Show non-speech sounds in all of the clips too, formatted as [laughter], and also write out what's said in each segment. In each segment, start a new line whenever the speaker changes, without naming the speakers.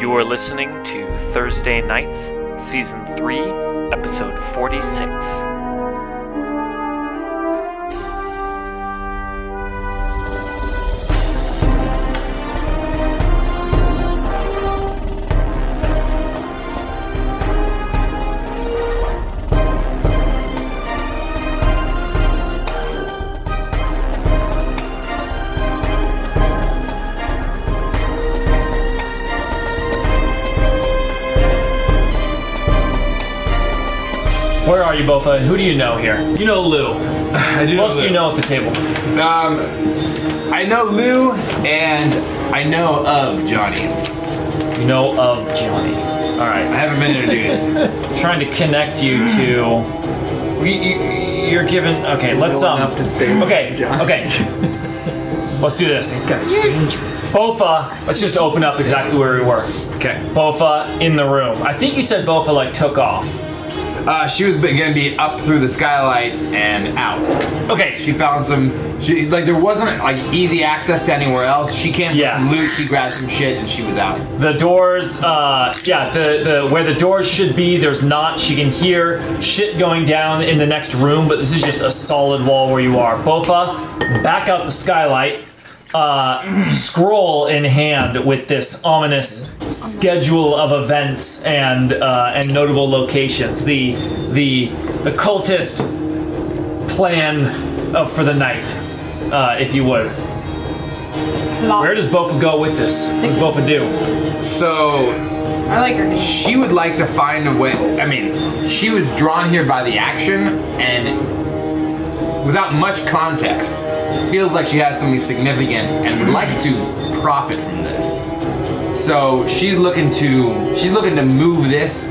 You are listening to Thursday Nights, Season 3, Episode 46.
Where are you both? Uh, who do you know here? You know Lou.
I do
What else
Lou.
do you know at the table?
Um, I know Lou, and I know of Johnny.
You know of Johnny. All
I
right.
haven't been introduced.
[laughs] I'm trying to connect you to. You, you, you're given. Okay, let's um.
enough to stay
[laughs]
with
okay.
Johnny.
Okay. [laughs] let's do this.
That's dangerous.
Bofa. Let's just open up exactly where we were.
okay.
Bofa in the room. I think you said Bofa like took off.
Uh, she was going to be up through the skylight and out.
Okay.
She found some. She like there wasn't like easy access to anywhere else. She came
Yeah.
yeah. some loot. She grabbed some shit and she was out.
The doors, uh, yeah, the, the where the doors should be, there's not. She can hear shit going down in the next room, but this is just a solid wall where you are. Bofa, back out the skylight, uh, scroll in hand with this ominous schedule of events and uh, and notable locations. The the the cultist plan of, for the night, uh, if you would.
Plop.
Where does Bofa go with this? What does Bofa do?
So
I like her. name.
she would like to find a way. I mean, she was drawn here by the action and without much context, feels like she has something significant and would like to profit from this. So she's looking to she's looking to move this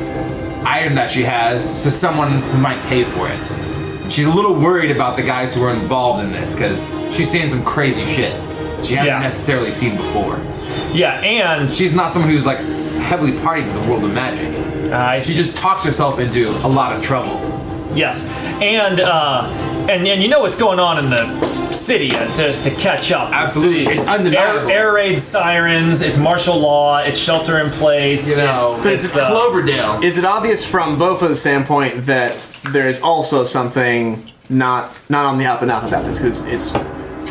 item that she has to someone who might pay for it. She's a little worried about the guys who are involved in this because she's seeing some crazy shit she hasn't
Yeah.
necessarily seen before.
Yeah, and
She's not someone who's like heavily partied to the world of magic.
I
She just talks herself into a lot of trouble.
yes, and uh, and and you know what's going on in the city as to, to catch up.
Absolutely. It's
Air,
undeniable.
air raid sirens. It's martial law. It's shelter in place.
you know,
it's,
it's,
uh,
Cloverdale.
Is it obvious from Bofa's standpoint that there's also something not not on the up and up about this? Because it's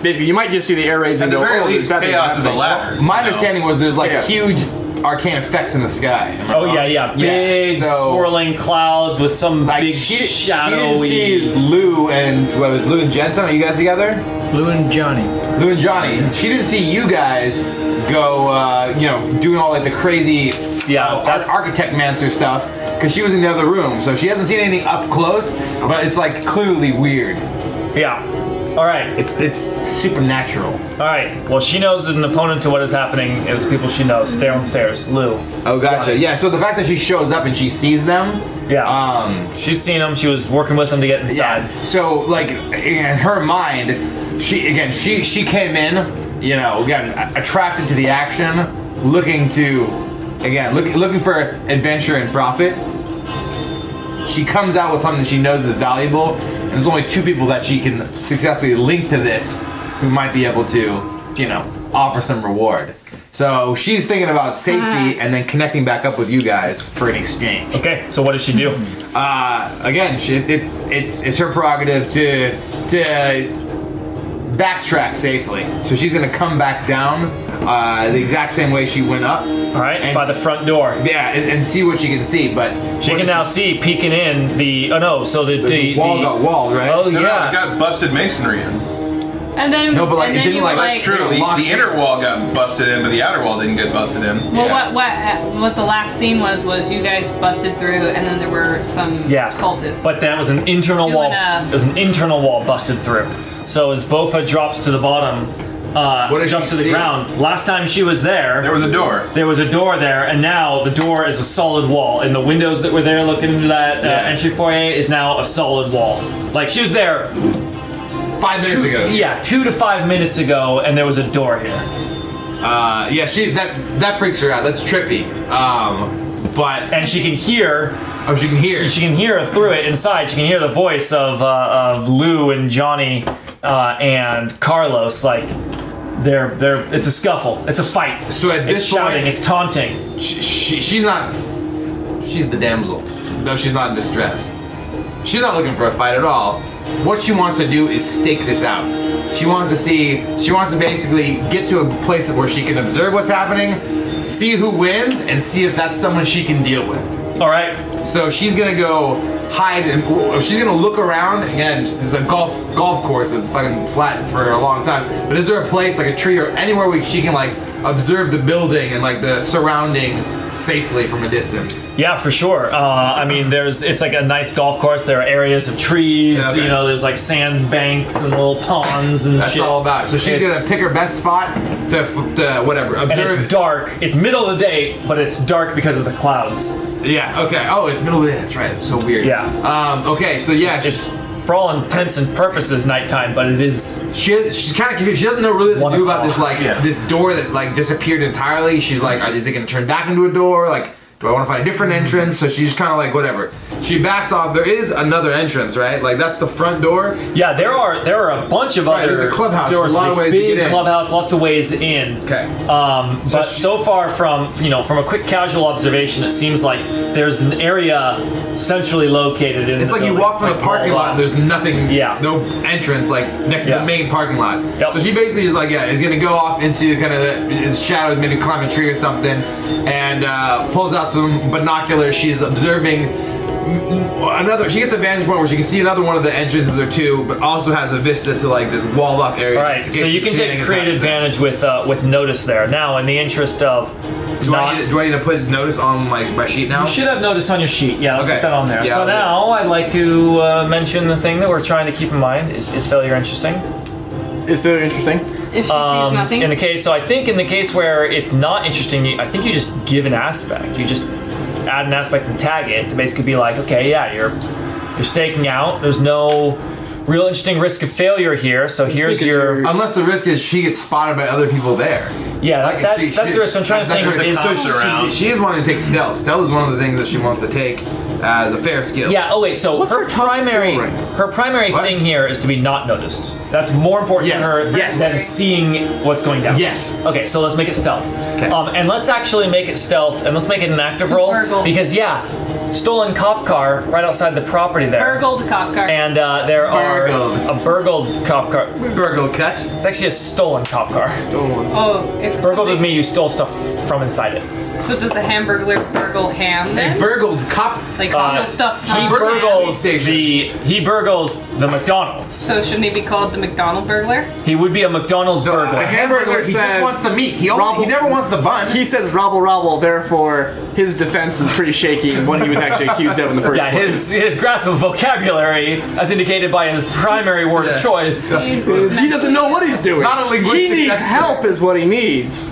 basically you might just see the air raids
At
and
the
go,
very
"Oh,
least,
there's nothing
chaos is a
happening."
My
ladder. you know?
understanding was there's like
Yeah.
huge arcane effects in the sky. Am I
Oh
wrong?
yeah, yeah,
Yeah,
big
so-
swirling clouds with some
Like,
big
she, she didn't
shadowy.
see Lou and what was Lou and Jensen? Are you guys together?
Lou and Johnny.
Lou and Johnny. She didn't see you guys go, uh, you know, doing all like the crazy,
Yeah,
uh,
that's-
architect mancer stuff because she was in the other room, so she hasn't seen anything up close. But it's like clearly weird.
yeah. All right.
It's it's supernatural.
All right. Well, she knows is an opponent to what is happening is the people she knows downstairs. Lou.
Oh, gotcha. Yeah. So the fact that she shows up and she sees them.
Yeah.
Um.
She's seen him. She was working with him to get inside.
Yeah. So like in her mind, she again she she came in, you know, again a- attracted to the action, looking to again look, looking for adventure and profit. She comes out with something that she knows is valuable, and there's only two people that she can successfully link to this who might be able to, you know, offer some reward. So she's thinking about safety and then connecting back up with you guys for an exchange.
Okay. So what does she do?
Uh, again, she, it's it's it's her prerogative to to backtrack safely. So she's gonna come back down uh, the exact same way she went up.
All right, it's
And
by the
s-
front door.
Yeah, and, and see what she can see. But
She
what
can
is-
now see peeking in the. Oh no! So the, the,
the wall
the-
got walled, right?
Oh
No, no, it
yeah.
got busted masonry in.
And then
No, but, like,
and
it
then
didn't,
you
like,
were
that's
That's true.
it
The,
locked
the
in.
inner wall got busted in, but the outer wall didn't get busted in.
Well,
Yeah.
what what what the last scene was was you guys busted through, and then there were some
Yes.
cultists.
But that was an internal
Doing
wall.
a-
It was an internal wall busted through. So as Bofa drops to the bottom, uh,
What does
jumps
she
to the
see?
ground. Last time she was there,
There was a door.
there was a door there, and now the door is a solid wall. And the windows that were there looking into that uh,
Yeah.
entry foyer is now a solid wall. Like she was there,
five minutes ago.
yeah, two to five minutes ago, and there was a door here.
Uh, yeah, she that that freaks her out. That's trippy. Um, but
And she can hear
oh, she can hear.
she can hear through it inside. She can hear the voice of uh, of Lou and Johnny uh, and Carlos, like They're they're it's a scuffle. It's a fight.
So at
it's
this
shouting,
point-
it's taunting.
She, she, she's not. She's the damsel. No, she's not in distress. She's not looking for a fight at all. What she wants to do is stake this out. She wants to see. She wants to basically get to a place where she can observe what's happening, see who wins, and see if that's someone she can deal with.
All right.
So she's gonna go hide and she's gonna look around. Again, there's a golf golf course that's fucking flat for a long time. But is there a place like a tree or anywhere where she can like observe the building and like the surroundings safely from a distance?
Yeah, for sure. Uh, I mean, there's it's like a nice golf course. There are areas of trees.
Yeah, okay.
You know, there's like sand banks and little ponds and
That's
shit.
all about. it. So she's
It's-
gonna pick her best spot to, f- to whatever
And
observe.
it's dark. It's middle of the day, but it's dark because of the clouds.
yeah. Okay. Oh, it's middle of the day. That's right. It's so weird.
Yeah.
Um. Okay. So yeah,
It's for all intents and purposes nighttime, but it is
She, she's kind of confused. She doesn't know really what
One
to do about
o'clock.
this like
Yeah.
this door that like disappeared entirely. She's like, is it going to turn back into a door? Like, do I want to find a different entrance? So she's kind of like, whatever. She backs off. There is another entrance, right? Like that's the front door.
yeah. There are there are a bunch of
Right,
other
there's a clubhouse,
doors.
a lot of
There's
ways to
big
get in.
clubhouse, lots of ways in.
Okay.
Um, but
she-
so far from you know from a quick casual observation, it seems like there's an area centrally located in.
It's
the
like you
building.
walk from
It's
the
like
parking
walled off.
lot. and There's nothing.
Yeah.
No entrance like next to
Yeah.
the main parking lot.
Yep.
So she basically is like, yeah, is gonna go off into kind of the its shadows, maybe climb a tree or something, and uh, pulls out some binoculars. She's observing another. She gets a vantage point where she can see another one of the entrances or two, but also has a vista to like this walled off area.
All right,
just in
so
case
you can take
shenanigans
create
happen.
advantage with uh, with notice there. Now, in the interest of
Do I, need to, do I need to put notice on my, my sheet now?
you should have notice on your sheet. Yeah, let's
Okay.
put that on there.
Yeah,
so
I'll do
now I'd like to uh, mention the thing that we're trying to keep in mind is, is failure interesting.
It's very interesting.
If she sees
Um,
nothing,
In the case, so I think in the case where it's not interesting, you- I think you just give an aspect. You just add an aspect and tag it to basically be like, okay, yeah, you're you're staking out. There's no real interesting risk of failure here. So here's
because
your
you're-
Unless the risk is she gets spotted by other people there.
yeah.
Like,
That, that's
she-
that's
she-
the risk. I'm trying to
that's
think.
her-
is-
so she- She is wanting to take stealth. Stealth is one of the things that she wants to take as a fair skill.
Yeah. Oh wait. So
What's
her,
her top
primary
skill rank?
her primary
What?
thing here is to be not noticed. That's more important
Yes,
to her
yes.
than seeing what's going down.
Yes.
Okay. So let's make it stealth.
'Kay.
Um, and let's actually make it stealth, and let's make it an active roll
Burgle.
because yeah, stolen cop car right outside the property there.
burgled cop car.
And uh, there are
Burgled.
a burgled cop car.
Burgle cut.
It's actually a stolen cop car.
oh, if
Burgled with
something-
me, you stole stuff from inside it.
So does the hamburglar burgle ham
A
then?
burgled cop.
like steal stuff
Uh, He
from
burgled-
burgles
station.
the he burgles the McDonald's.
So shouldn't he be called the McDonald burglar?
He would be a McDonald's
No,
burglar.
uh, A hamburger.
Hamburger
He just
says-
wants the meat. He only,
Robble-
he never wants the bun.
He says "robble, robble." Therefore, his defense is pretty shaky. in What he was actually accused of in the first
Yeah,
place.
his his grasp of vocabulary, as indicated by his primary word
Yeah.
of choice.
Is he doesn't
[laughs]
know what he's doing.
Not a
he
linguistic
needs
expert.
help, is what he needs.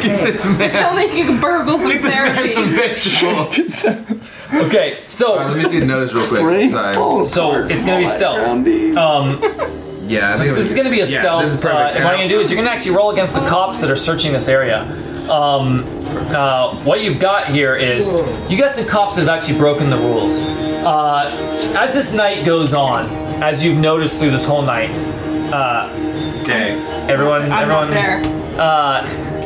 Get this
I don't
man.
think you can burgle some
Get this man
therapy.
some vegetables.
Okay,
Uh,
so
[laughs] Let me see the notice real quick. Sorry.
So, it's gonna be stealth. Um,
Yeah. I think
this is going to be a
yeah,
stealth.
This is
uh,
perfect.
and what you're going to do is you're going to actually roll against the cops that are searching this area. Um, uh, what you've got here is you got some cops that have actually broken the rules. Uh, as this night goes on, as you've noticed through this whole night, uh,
Okay.
everyone,
I'm
everyone,
not there.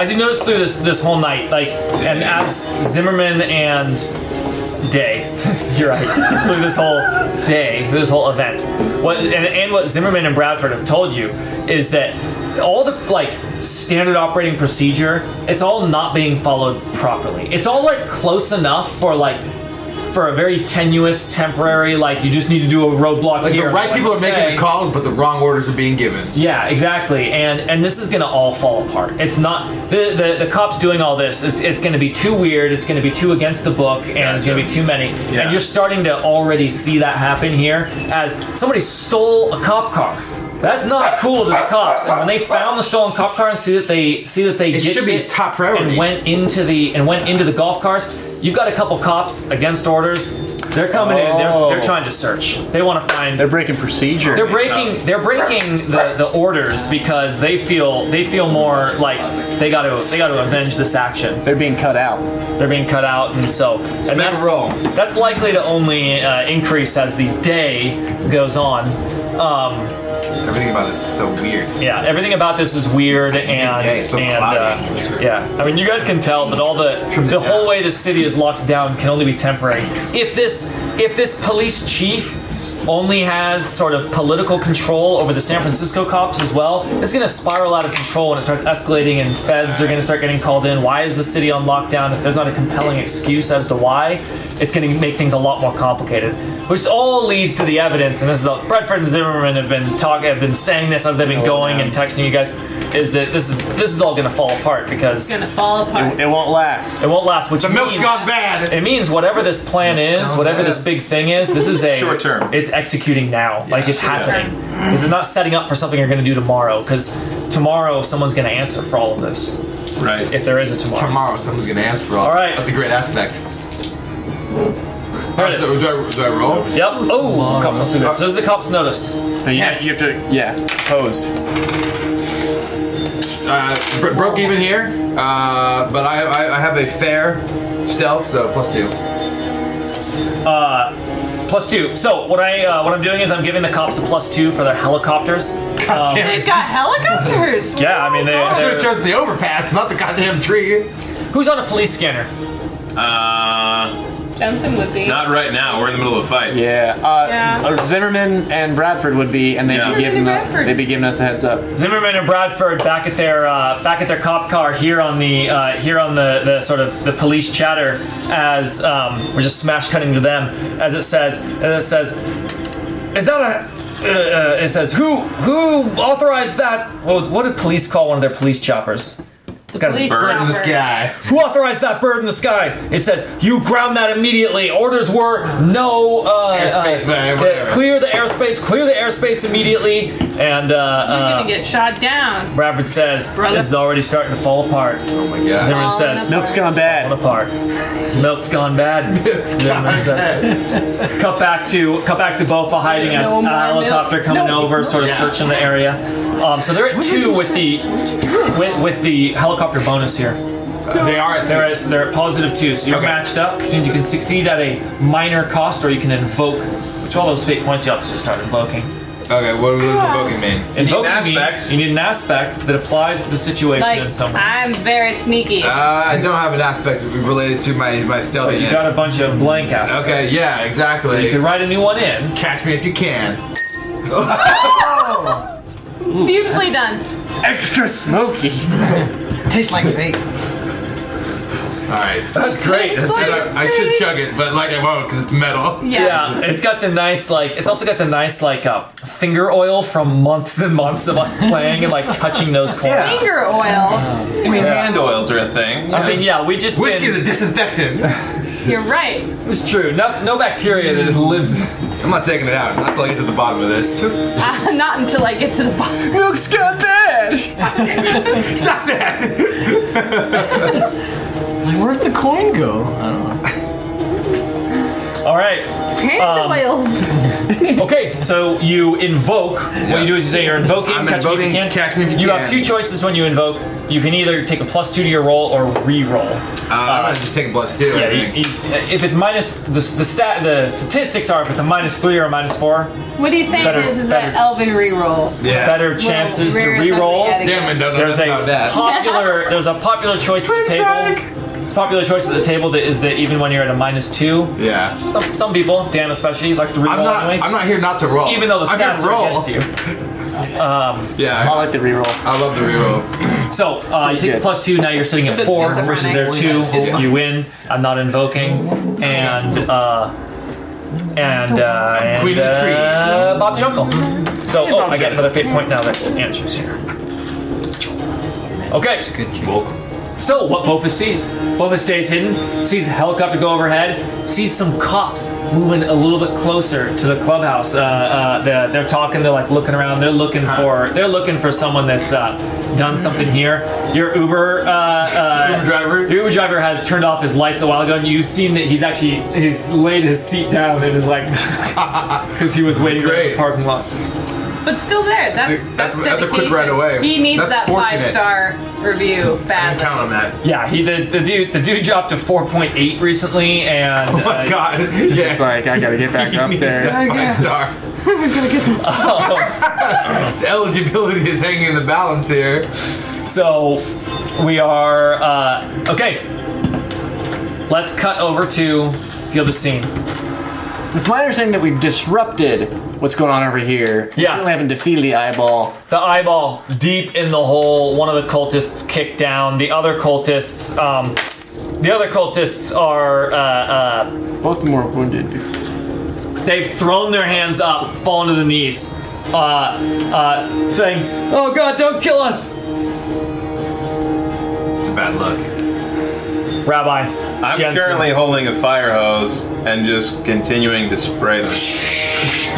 as you notice through this this whole night, like, and as Zimmerman and Day, [laughs] you're right, through this whole day, through this whole event, what and, and what Zimmerman and Bradford have told you is that all the like standard operating procedure, it's all not being followed properly. It's all like close enough for like. For a very tenuous, temporary, like you just need to do a roadblock
Like
here.
the right
Like,
people are making
okay.
the calls, but the wrong orders are being given.
Yeah, exactly. And and this is gonna all fall apart. It's not the the, the cops doing all this. It's, it's gonna be too weird. It's gonna be too against the book, and it's gonna be too many.
Yeah.
And you're starting to already see that happen here as somebody stole a cop car. That's not cool to the cops. And when they found the stolen cop car and see that they see that they
It should
ditched
be
it
top priority.
and went into the and went into the golf carts, you've got a couple cops against orders. They're coming in. They're,
Oh.
they're trying to search. They want to find.
They're breaking procedure.
They're breaking. They're breaking the, the orders because they feel they feel more like they got to they got to avenge this action.
They're being cut out.
They're being cut out, and so and
make a
that's
roll.
that's likely to only uh, increase as the day goes on. Um,
Every
Everything about this is so weird.
Yeah, everything about this is weird and
Yeah, it's so
and
cloudy.
uh, yeah. I mean, you guys can tell that all the
Trim it
the whole
down.
way the city is locked down can only be temporary. If this if this police chief only has sort of political control over the San Francisco cops as well, it's going to spiral out of control and it starts escalating. And feds are going to start getting called in. Why is the city on lockdown? If there's not a compelling excuse as to why, it's going to make things a lot more complicated. Which all leads to the evidence, and this is all, Bradford and Zimmerman have been talking, have been saying this as they've
Oh,
been going and texting you guys, is that this is this is all going to fall apart because
It's gonna fall apart.
It won't last.
it won't last. Which
The milk's
means
gone bad.
it means whatever this plan is, whatever this big thing is, this is a
Short term.
It's executing now, like it's
Yeah.
happening. This is not setting up for something you're going to do tomorrow because tomorrow someone's going to answer for all of this
Right.
if there is a tomorrow.
Tomorrow, someone's gonna ask for all.
All right.
That's a great aspect.
There it is.
So, do, I, do I roll?
Yep. Oh, cops notice. So this is the cops notice.
So you,
Yes.
you have to, yeah, posed.
Uh, bro- broke even here, uh, but I, I, I have a fair stealth, so plus two.
Plus two. So what I uh, what I'm doing is I'm giving the cops a plus two for their helicopters. Um,
They've got helicopters.
yeah, I mean they.
I should have
they're-
chosen the overpass, not the goddamn tree.
Who's on a police scanner?
Uh,
Johnson would be.
not right now. We're in the middle of a fight.
Yeah. Uh,
Yeah.
uh, Zimmerman and Bradford would be, and they'd
Yeah.
be giving the,
Bradford.
they'd be giving us a heads up.
Zimmerman and Bradford back at their uh, back at their cop car here on the uh, here on the, the sort of the police chatter as um, we're just smash cutting to them as it says as it says is that a uh, uh, it says who who authorized that well, what did police call one of their police choppers it's gotta be
Police
Bird
In the
chopper.
sky.
who authorized that bird in the sky? It says you ground that immediately. Orders were no uh,
Airspace,
uh,
whatever.
uh, clear the airspace, clear the airspace immediately, and uh,
You're
uh,
gonna get shot down.
Bradford says,
Brother.
"This is already starting to fall apart."
Oh my god.
Zimmerman
Falling
says,
apart.
Milk's gone
"Falling
bad.
apart. Milk's gone
[laughs]
bad." Zimmerman says, "Cut back to cut back to Bofa hiding
There's
as
no
a
more
helicopter
milk.
coming
No,
over,
it's
sort of
milk. Yeah.
searching the area." Um, so they're at two with the with, with the helicopter bonus here.
They are at
They're
two.
at, they're at positive two, so you're
Okay.
matched up, which means you can succeed at a minor cost, or you can invoke. Which all those fate points you have to just start invoking.
Okay, what what does invoking mean?
You need an
Invoking means
aspect.
you need an aspect that applies to the situation in
Like
some way.
I'm very sneaky.
Uh, I don't have an aspect related to my, my
But you
stealthiness.
got a bunch of blank ass.
okay, yeah, exactly.
You can write a new one in.
[laughs] Catch me if you can.
Beautifully done.
Extra smoky.
Tastes like fate.
Alright.
That's great.
That's
That's
like-
just-
I, I should chug it, but like I won't because it's metal.
Yeah.
yeah, it's got the nice like. It's also got the nice like uh, finger oil from months and months of us playing and like touching those coins.
Yeah.
Finger oil.
I mean, hand oils are a thing.
I think yeah, we just
Whiskey's
been,
a disinfectant.
You're right. [laughs]
it's true. No, no bacteria that lives.
[laughs] I'm not taking it out until I get to the bottom of this.
Uh, not until I get to the
[laughs]
bottom.
Milk's gone bad.
[laughs] Stop that!
Like, where'd the coin go? I don't know.
All right.
Hand
Um,
oils.
Okay. So you invoke. What you do is you say you're invoking.
I'm
catch me if
invoking,
you can.
catch me if you
you have
can.
two choices when you invoke. You can either take a plus two to your roll or re-roll.
Uh, I'm gonna just take a plus two.
Yeah,
I
you,
think.
you- if it's minus the, the stat, the statistics are if it's a minus three or a minus four,
What he's saying
Better-
is, is
better-
that Elvin reroll.
yeah.
better chances to
Rare
re-roll.
something yet
Damn it, no, no,
There's
There's
a
about that.
popular there's a popular choice at the table. It's a popular choice at the table that is that even when you're at a minus two,
Yeah.
some some people, Dan especially, like to
I'm
re-roll
not.
anyway.
I'm not here not to roll.
even though the
I'm here
stats
to roll.
are against you.
[laughs]
Um,
I
Yeah,
like the reroll.
I, I love the reroll.
So uh, you take the
good.
plus two. Now you're sitting at
It's
four
schizophrenic.
versus their two. You win. I'm not invoking. And uh, and uh, and
Queen of the trees.
uh, Bob's your uncle. So oh, I get another fate point now that Andrew's here. Okay. So what Bofus sees? Bofus stays hidden, sees the helicopter go overhead, sees some cops moving a little bit closer to the clubhouse. Uh, uh, they're, they're talking, they're like looking around, they're looking for they're looking for someone that's uh, done something here. Your Uber uh, uh,
Driver.
your Uber driver has turned off his lights a while ago, and you've seen that he's actually he's laid his seat down and is like [laughs] because he was waiting in the
great.
parking lot.
But still there. That's
a-
that's,
that's a- that's a quick
dedication.
right away.
He needs
That's
that
fortunate.
five star review badly.
Count on that.
Yeah, he the, the dude the dude dropped to four point eight recently, and
[laughs] Oh my
uh,
god.
It's
Yeah.
like I gotta get back up
[laughs] He
[laughs]
needs
there.
[laughs] that five star.
[laughs] Oh.
[laughs] Its eligibility is hanging in the balance here.
So we are uh, okay. Let's cut over to the other scene.
It's my understanding that we've disrupted what's going on over here. We
Yeah.
certainly haven't defeated the eyeball.
The eyeball deep in the hole. One of the cultists kicked down. The other cultists, um, the other cultists are uh, uh,
Both of them were wounded. Before.
they've thrown their hands up, fallen to the knees, uh, uh, saying, "Oh God, don't kill us,
It's a bad look.
Rabbi."
I'm
Jensen."
currently holding a fire hose and just continuing to spray them.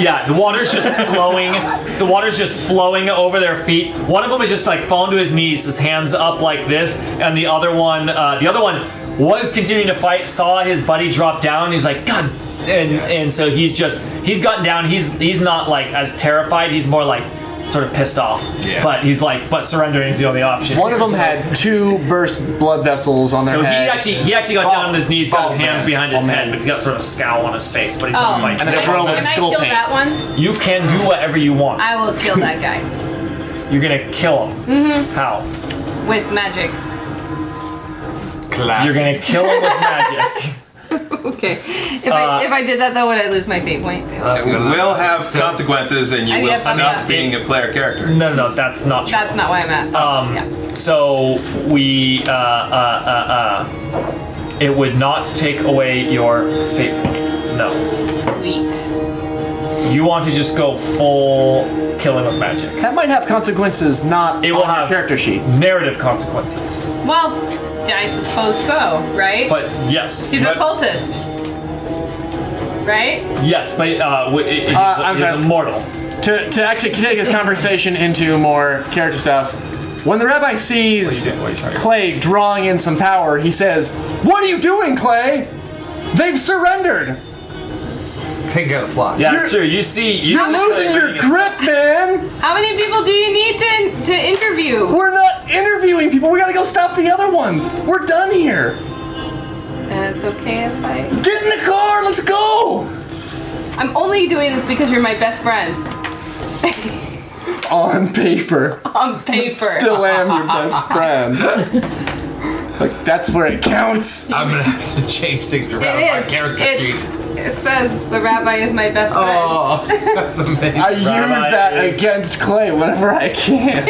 Yeah, the water's just flowing. The water's just flowing over their feet. One of them is just like falling to his knees, his hands up like this, and the other one, uh, the other one was continuing to fight. Saw his buddy drop down. He's like, God, and and so he's just he's gotten down. He's he's not like as terrified. He's more like sort of pissed off.
Yeah.
But he's like, but surrendering is the only option.
One of them
So-
had two burst blood vessels on their
So he
head.
actually he actually got down on his knees, got
Bald
his hands
Oh, man.
behind his
Bald
head,
man.
but he's got sort of a scowl on his face. But he's
Oh,
not fighting.
And then
can
Bro
I,
was
can I
skull
kill
paint.
that one?
You can do whatever you want.
I will kill that guy
You're gonna kill him.
Mm-hmm.
How?
with magic.
Classic.
You're gonna kill him with
[laughs]
magic.
Okay. If, I,
Uh,
if I did that though, would I lose my fate point?
It will have consequences, and you
I
will
guess I'm
stop
not-
being a player character.
No, no, no, that's not true.
That's not why I'm at.
Um,
yeah.
So we, uh, uh, uh, uh, it would not take away your fate point. No,
Sweet.
you want to just go full killing with magic.
that might have consequences, not
It
on
will
your
have-
character sheet.
Narrative consequences,
Well, I suppose so, right?
but yes,
He's
but,
a cultist. Right?
yes, but uh, w- it, he's,
Uh, I'm
he's
sorry.
immortal.
To, to actually take this conversation into more character stuff, when the rabbi sees
What are you trying to-
Clay drawing in some power, he says, What are you doing, Clay? They've surrendered!
Take care of the flock.
Yeah,
You're-
sure. You see, you
You're
see-
losing your grip, man!
How many people do you need to, to interview?
We're not interviewing people, we gotta go stop the other ones! We're done here!
That's okay if I.
Get in the car, let's go!
I'm only doing this because you're my best friend. [laughs]
On paper,
On paper.
still am your best friend. like, that's where it counts.
I'm gonna have to change things around with
it
my
is.
character
It's,
sheet.
it says the rabbi is my best friend.
Oh, that's amazing.
I use that
is-
against Clay whenever I can.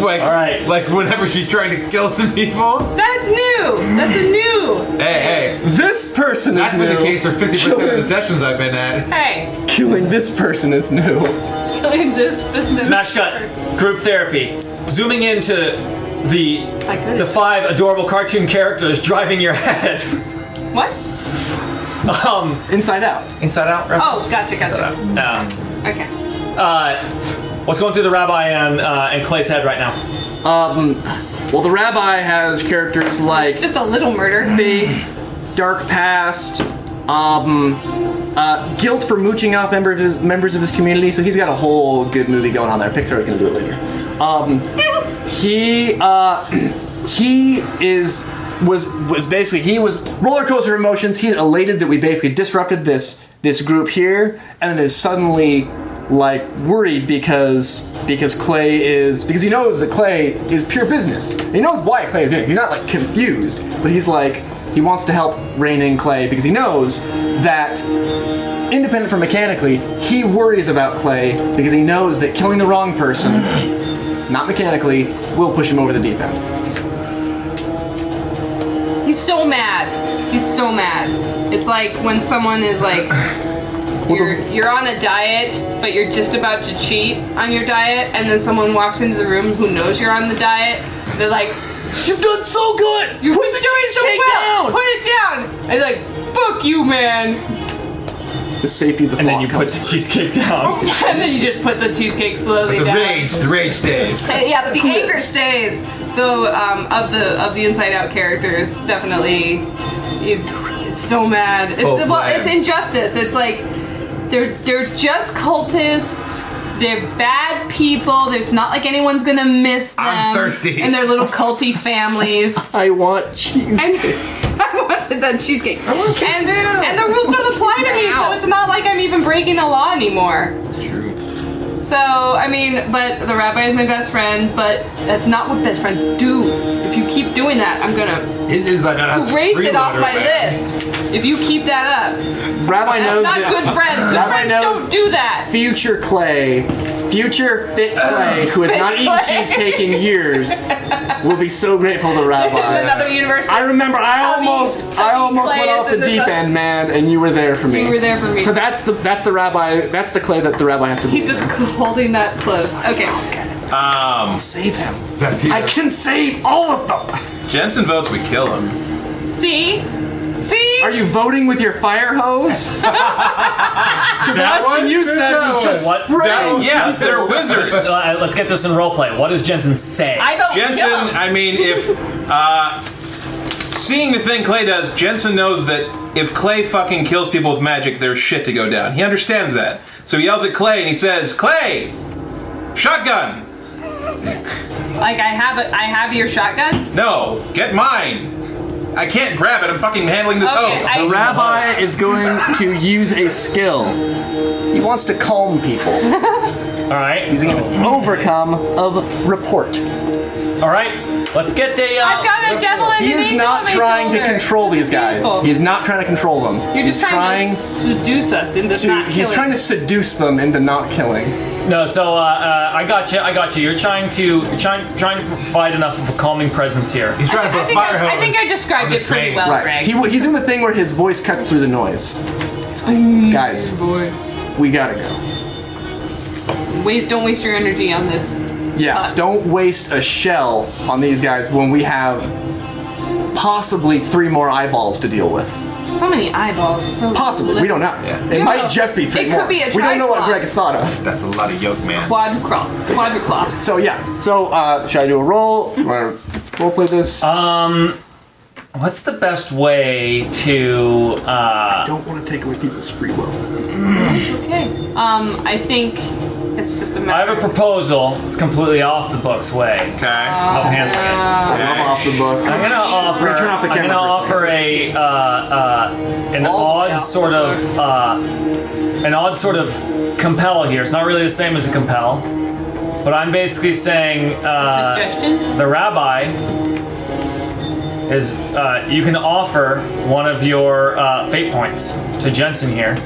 like,
All right.
like whenever she's trying to kill some people.
That's new. That's a new.
Hey, hey,
This person
that's
is
been
new.
the case for 50% of the sessions I've been at.
Hey,
Killing this person is new.
killing this business.
Smash cut. Group therapy. Zooming into the
I could've-
the five adorable cartoon characters driving your [laughs] head.
What?
Um,
Inside out.
Inside Out.
Oh, gotcha, gotcha.
No.
Okay.
Um, Uh, what's going through the rabbi and uh, and Clay's head right now?
Um, well, the rabbi has characters like
Just a little murder.
faith, dark past, um, uh, guilt for mooching off member of his, members of his community. So he's got a whole good movie going on there. Pixar's gonna do it later. Um, he uh, he is was was basically he was roller coaster of emotions. He's elated that we basically disrupted this this group here, and then is suddenly like worried because because Clay is because he knows that Clay is pure business. He knows why Clay is doing. it. He's not like confused, but he's like he wants to help rein in Clay because he knows that independent from mechanically, he worries about Clay because he knows that killing the wrong person, not mechanically, will push him over the deep end.
He's so mad. He's so mad. It's like when someone is like, you're, you're on a diet, but you're just about to cheat on your diet, and then someone walks into the room who knows you're on the diet. They're like,
You've done so good.
You've been doing so well. Put it down. And like, fuck you, man. [laughs]
The safety of the flock.
And then you put the cheesecake
[laughs]
down.
and then you just put the cheesecake slowly
The
down.
rage, the rage stays.
Uh, [laughs] Yeah, but the anger stays. So um, of the of the Inside Out characters, definitely he's so mad. It's,
Both
well,
lame.
it's injustice. It's like they're they're just cultists. They're bad people. There's not like anyone's gonna miss them.
I'm thirsty. [laughs]
And [laughs] their little culty families.
I want cheese.
and I want about to that cheesecake. And,
down.
and the rules don't apply to me, so it's not like I'm even breaking the law anymore.
It's true.
So, I mean, but the rabbi is my best friend, but that's not what best friends do. If you keep doing that, I'm gonna
His is like that's
erase it off
freeloader,
my
man.
list. If you keep that up,
Rabbi
that's
knows
not
that
good friends. Good
Rabbi
friends
knows-
don't do that.
future Clay, future fit Clay, who has
Fit
not eaten
Clay.
cheesecake in years, will be so grateful to
[laughs] In
Rabbi.
another universe,
I remember I
Tubby-
almost I
Tubby
almost
Clay
went
is
off the
in this
deep
other-
end, man, and you were there for me.
You were there for me.
So that's the that's the rabbi that's the clay that the rabbi has to
He's
believe
just
in.
holding that close. Okay.
save him.
That's you.
I can save all of them.
Jensen votes we kill him.
See? See?
Are you voting with your fire hose? [laughs] Because last
one?
thing you said was just
What?
spray.
Yeah, they're
[laughs]
wizards.
Uh, let's get this in roleplay. What does Jensen say?
I vote we kill
Jensen,
him.
I mean, if uh, seeing the thing Clay does, Jensen knows that if Clay fucking kills people with magic, there's shit to go down. He understands that, so he yells at Clay and he says, "Clay, shotgun!
Like I have a, I have your shotgun.
No, get mine. I can't grab it. I'm fucking handling this
Okay,
hose."
I-
The rabbi is going to use a skill. He wants to calm people
All right.
using an overcome of report.
All right. Let's get the. Uh,
I've got a devil and
He
an
is
angel on
not
my
trying to
shoulder.
control
This
these
is
guys.
beautiful.
He is not trying to control them.
You're just
He's
trying, to seduce us into
to-
not
he's
killing.
trying to seduce them into not killing.
No, so uh, uh, I got you. I got you. You're trying to you're trying trying to provide enough of a calming presence here.
He's trying to
I
put
think I,
fire hose.
I think I described
on
it
this
pretty
thing.
well,
Right.
Oh, Greg.
He, he's doing the thing where his voice cuts through the noise. He's like,
Mm.
guys,
Boys.
we gotta go.
Wait, don't waste your energy on this.
Yeah.
Us.
Don't waste a shell on these guys when we have possibly three more eyeballs to deal with.
So many eyeballs. So
Possibly.
little.
We don't know.
Yeah.
It
No.
might just be three
It could
more.
be a
we don't know what
triclops.
Greg has thought of.
That's a lot of yoke, man.
Quadriclops. Quadriclops.
So yeah. So uh, should I do a roll? You want to roll play this?
What's the best way to? Uh,
don't want to take away people's free will.
okay. Um, I think it's just a
I
matter.
have a proposal. It's completely off the books way
okay.
of handling it.
Uh,
I'm off the
I'm
book.
gonna offer.
gonna turn off the
I'm
camera
gonna
for
offer a uh, uh, an
All the way
odd
off
sort
the
of
books.
uh, an odd uh, sort of compel here. It's not really the same as a compel, but I'm basically saying uh,
suggestion.
the rabbi is uh, you can offer one of your uh, fate points to Jensen here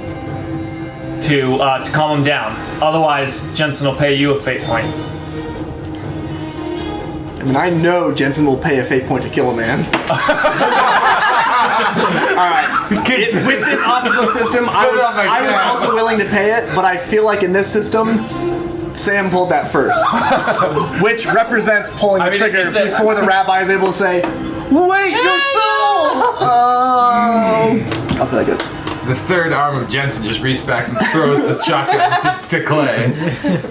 to uh, to calm him down. Otherwise, Jensen will pay you a fate point.
I mean, I know Jensen will pay a fate point to kill a man. All right.
[laughs]
It's- with this off the book system, I was,
Oh my
I was
God.
also willing to pay it, but I feel like in this system. Sam pulled that first, [laughs] which represents pulling the
mean,
trigger
it's a-
before the rabbi is able to say, "Wait, your soul!" Oh, I'll take it.
The third arm of Jensen just reaches back and throws the shotgun to, to Clay.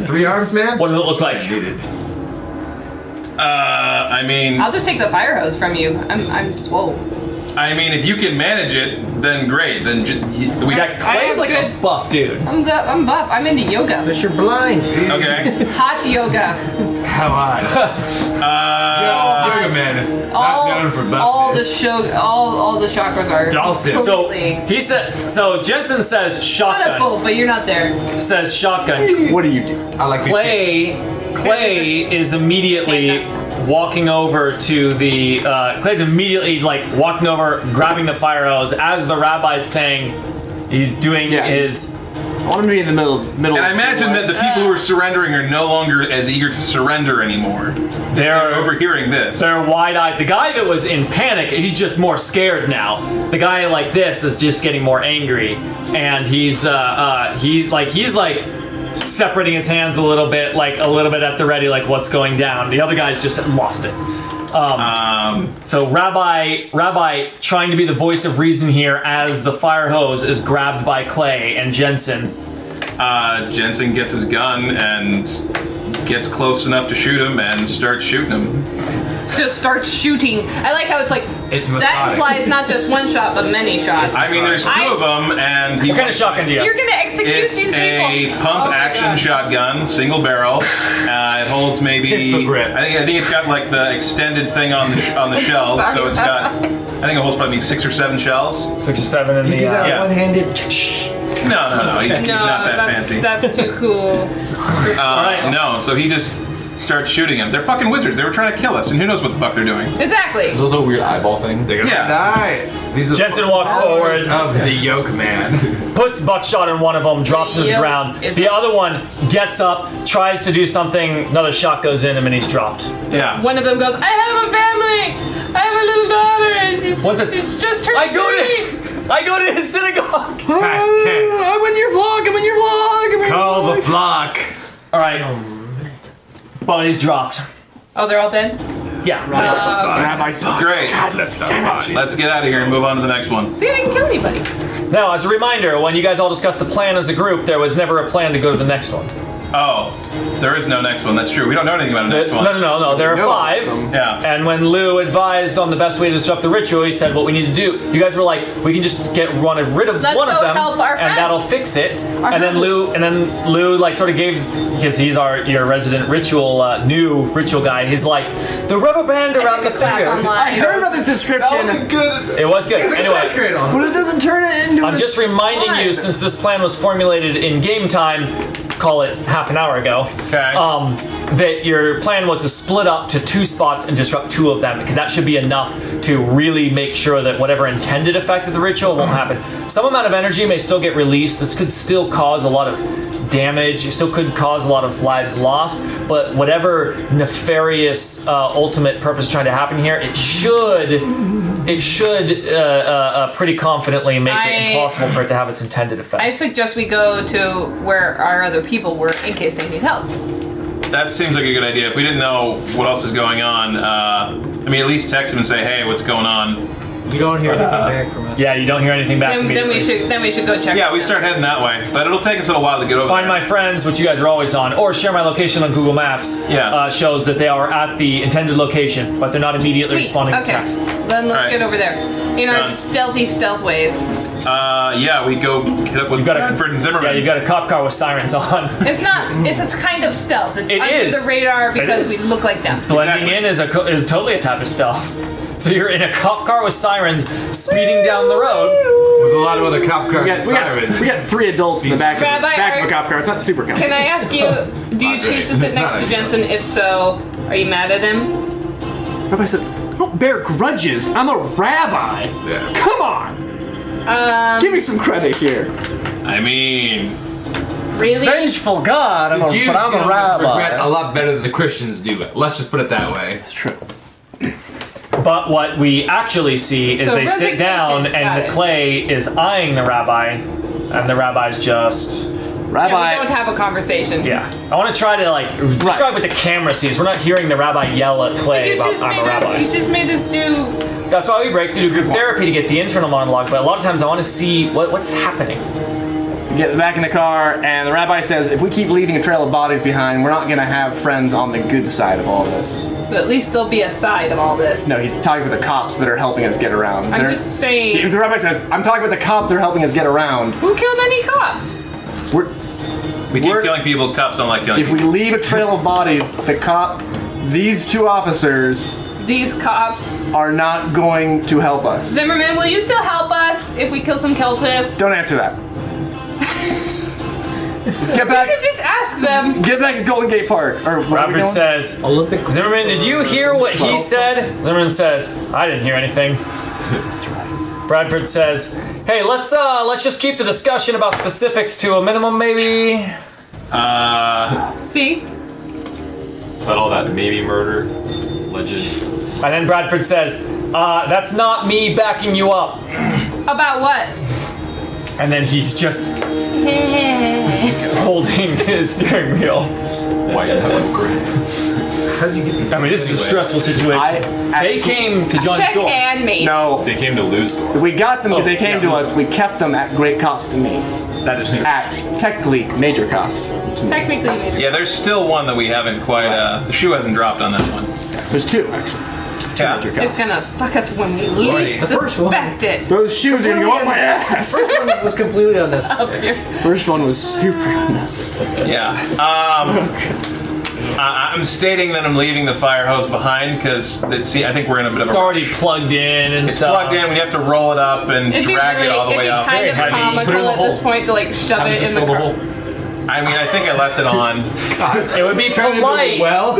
Three arms, man?
What does it look like?
Needed.
Uh, I mean,
I'll just take the fire hose from you. I'm I'm swole.
I mean, if you can manage it, then great. Then j- y- we
Yeah, Clay's
am
like a
good.
buff dude.
I'm good. I'm buff. I'm into yoga.
[laughs]
But you're blind.
okay.
Hot yoga.
How odd.
[laughs]
Uh,
Yoga man is not
all,
known for buff.
all the show, all all the chakras are.
Dawson.
So
Completely.
he said. So Jensen says
Shut up,
shotgun.
Bofa. You're not there.
[laughs]
Says shotgun.
What do you do?
I like these kids.
Clay. Clay is immediately walking over to the. Uh, Clay's immediately like walking over, grabbing the fire hose as the rabbi's saying he's doing
Yeah.
his.
I want him to be in the middle. middle
And I imagine that the
[laughs]
people who are surrendering are no longer as eager to surrender anymore. They're
They're
overhearing this.
They're wide-eyed. The guy that was in panic, he's just more scared now. The guy like this is just getting more angry, and he's uh, uh, he's like he's like separating his hands a little bit, like a little bit at the ready, like what's going down. The other guy's just lost it.
Um,
So Rabbi Rabbi trying to be the voice of reason here as the fire hose is grabbed by Clay and Jensen.
uh, Jensen gets his gun and gets close enough to shoot him and starts shooting him.
just starts shooting. I like how it's like
It's
that
methodic.
implies not just one shot but many shots.
I mean, there's two
I-
of them, and he
What kind of shotgun do you have?
You're gonna execute
It's
these
a
people.
pump
Oh my
action
God.
shotgun, single barrel.
[laughs]
Uh, it holds maybe.
Pistol grip.
I think I think it's got like the extended thing on the sh- on the
[laughs]
shells, so
sorry
it's got.
about
I think it holds probably six or seven shells. No,
Six or seven in
You do
the.
that
Uh,
yeah.
one-handed.
no, no. He's, he's
No,
not that
that's,
fancy.
that's too cool.
Uh,
Alright.
No, so he just starts shooting them. They're fucking wizards. They were trying to kill us, and who knows what the fuck they're doing.
exactly.
There's also a weird eyeball thing. They're
Yeah.
Nice. These are
Jensen walks forward,
of the yoke man.
puts buckshot in one of them, drops him to the
Yep.
ground.
Is-
The other one gets up, tries to do something, another shot goes in him, and he's dropped.
Yeah.
One of them goes, I have a family. I have a little daughter. And she's,
What's this?
she's just turned
I go
three."
to I go to his synagogue.
Past tense.
I'm in your vlog. I'm in your vlog. I'm in
Call the flock.
All right, body's dropped.
Oh, they're all dead?
Yeah.
Rabbi Sasha.
Great. Let's get out of here and move on to the next one.
See, I didn't kill anybody.
Now, as a reminder, when you guys all discussed the plan as a group, there was never a plan to go to the next one.
Oh, there is no next one. That's true. We don't know anything about a
No,
next one.
Uh, no, no, no. There are five.
Yeah.
And when Lou advised on the best way to disrupt the ritual, he said, "What we need to do." You guys were like, "We can just get run of- rid of
Let's
one of
go
them,
help our
and
friends."
that'll fix it." and then
friends.
Lou, and then Lou, like, sort of gave because he's our your resident ritual uh, new ritual guy. He's like, "The rubber band around the fast."
I heard about this description,
good.
It was good. Anyway,
but it doesn't turn it into.
I'm
a
just reminding you,
slide.
since this plan was formulated in game time, call it half an hour ago,
Okay.
um, that your plan was to split up to two spots and disrupt two of them, because that should be enough to really make sure that whatever intended effect of the ritual won't happen. Some amount of energy may still get released. This could still cause a lot of damage. It still could cause a lot of lives lost, but whatever nefarious uh, ultimate purpose is trying to happen here, it should. It should uh, uh, uh, pretty confidently make
I-
it impossible for it to have its intended effect.
I suggest we go to where our other people were in case they need help.
That seems like a good idea. If we didn't know what else is going on, uh, I mean, at least text him and say, "Hey, what's going on?"
You don't hear anything back from us.
yeah, you don't hear anything back.
Then, then
immediately.
we should then we should go check.
Yeah, we start heading that way, but it'll take us a little while to get over.
Find
there.
my friends, which you guys are always on, or share my location on Google Maps.
Yeah.
uh, shows that they are at the intended location, but they're not immediately
Sweet.
responding
okay.
to texts.
Then let's
Alright.
get over there in our
Done.
stealthy stealth ways.
Uh, yeah, we go hit up with
You've got a
Bradford
Yeah,
and Zimmerman.
you've got a cop car with sirens
[laughs]
on.
It's not. It's a kind of stealth. It's
It
under
is.
the radar
It is.
because we look like them.
Blending
Exactly.
in is a co- is totally a type of stealth. [laughs] So you're in a cop car with sirens, speeding down the road.
With a lot of other cop cars
We
and
got, we, got,
sirens.
we got three adults in the back of, the,
Rabbi,
back of
are-
a cop car. It's not super comfy.
Can I ask
[laughs]
you? Do you choose to sit
It's
next
not.
to Jensen? If so, are you mad at him?
Rabbi said, I don't bear grudges. I'm a rabbi. Come on.
Um,
Give me some credit here.
I mean,
really?
vengeful god. I'm a,
Jews
but I'm
don't
a
regret a
rabbi.
lot better than the Christians do it. Let's just put it that way.
It's true.
But what we actually see is
So
they sit down
resignation, got
and
it.
the clay is eyeing the rabbi, and the rabbi's just
Yeah,
Rabbi.
we don't have a conversation.
Yeah. I want to try to like describe what the camera sees. We're not hearing the rabbi yell at Clay
You
about
just,
I'm
made
a rabbi.
us, you just made us do.
That's why we break through group therapy to get the internal monologue. But a lot of times I want to see what, what's happening.
We Get back in the car, and the rabbi says, if we keep leaving a trail of bodies behind, we're not going to have friends on the good side of all this.
But at least there'll be a side of all this.
No, he's talking with the cops that are helping us get around.
I'm
They're-
just saying.
[laughs] the rabbi says, I'm talking with the cops that are helping us get around.
Who killed any cops?
We're,
we keep
We're-
killing people. Cops don't like killing.
if
people.
we leave a trail of bodies, the cop, these two officers
These cops.
are not going to help us.
Zimmerman, will you still help us if we kill some Celtists?
Don't answer that. Let's get
I could
back.
just ask them.
Get back to Golden Gate Park. Or where are we
Robert
going?
says,
Olympic.
Zimmerman, did you hear what he said? Zimmerman says, I didn't hear anything. That's right. Bradford says, Hey, let's uh let's just keep the discussion about specifics to a minimum, maybe.
See?
But all that maybe murder legend.
And then Bradford says, uh, that's not me backing you up.
About what?
And then he's just holding [laughs] his steering wheel.
White Helen Green.
How'd you get these?
I mean, this is a stressful situation.
I- I-
they came to John's
Check
door.
and mate.
No,
They came to lose the war.
we got them because
Oh,
they came
yeah.
to us. We kept them at great cost to me.
that is true.
At technically major cost. to me.
Technically, major.
yeah, there's still one that we haven't quite. Uh, the shoe hasn't dropped on that one.
There's two, actually.
Yeah.
Your
It's
cost.
gonna fuck us when we least
The first one.
suspect it.
Those shoes are gonna go up my ass.
First one was completely unnecessary.
Up here.
First one was super unnecessary.
Yeah. Um, [laughs] I, I'm stating that I'm leaving the fire hose behind because see, I think we're in a bit of a.
It's already plugged in and
It's
stuff.
plugged in. We have to roll it up and
It'd be
drag
really,
it all the
it'd
way
be
up.
kind of
Very heavy. Put it in
comical
the
at this
hole.
point to like shove
Haven't
it
just
in the
filled the
car.
hole.
I mean, I think I left it on.
It would be polite
Well,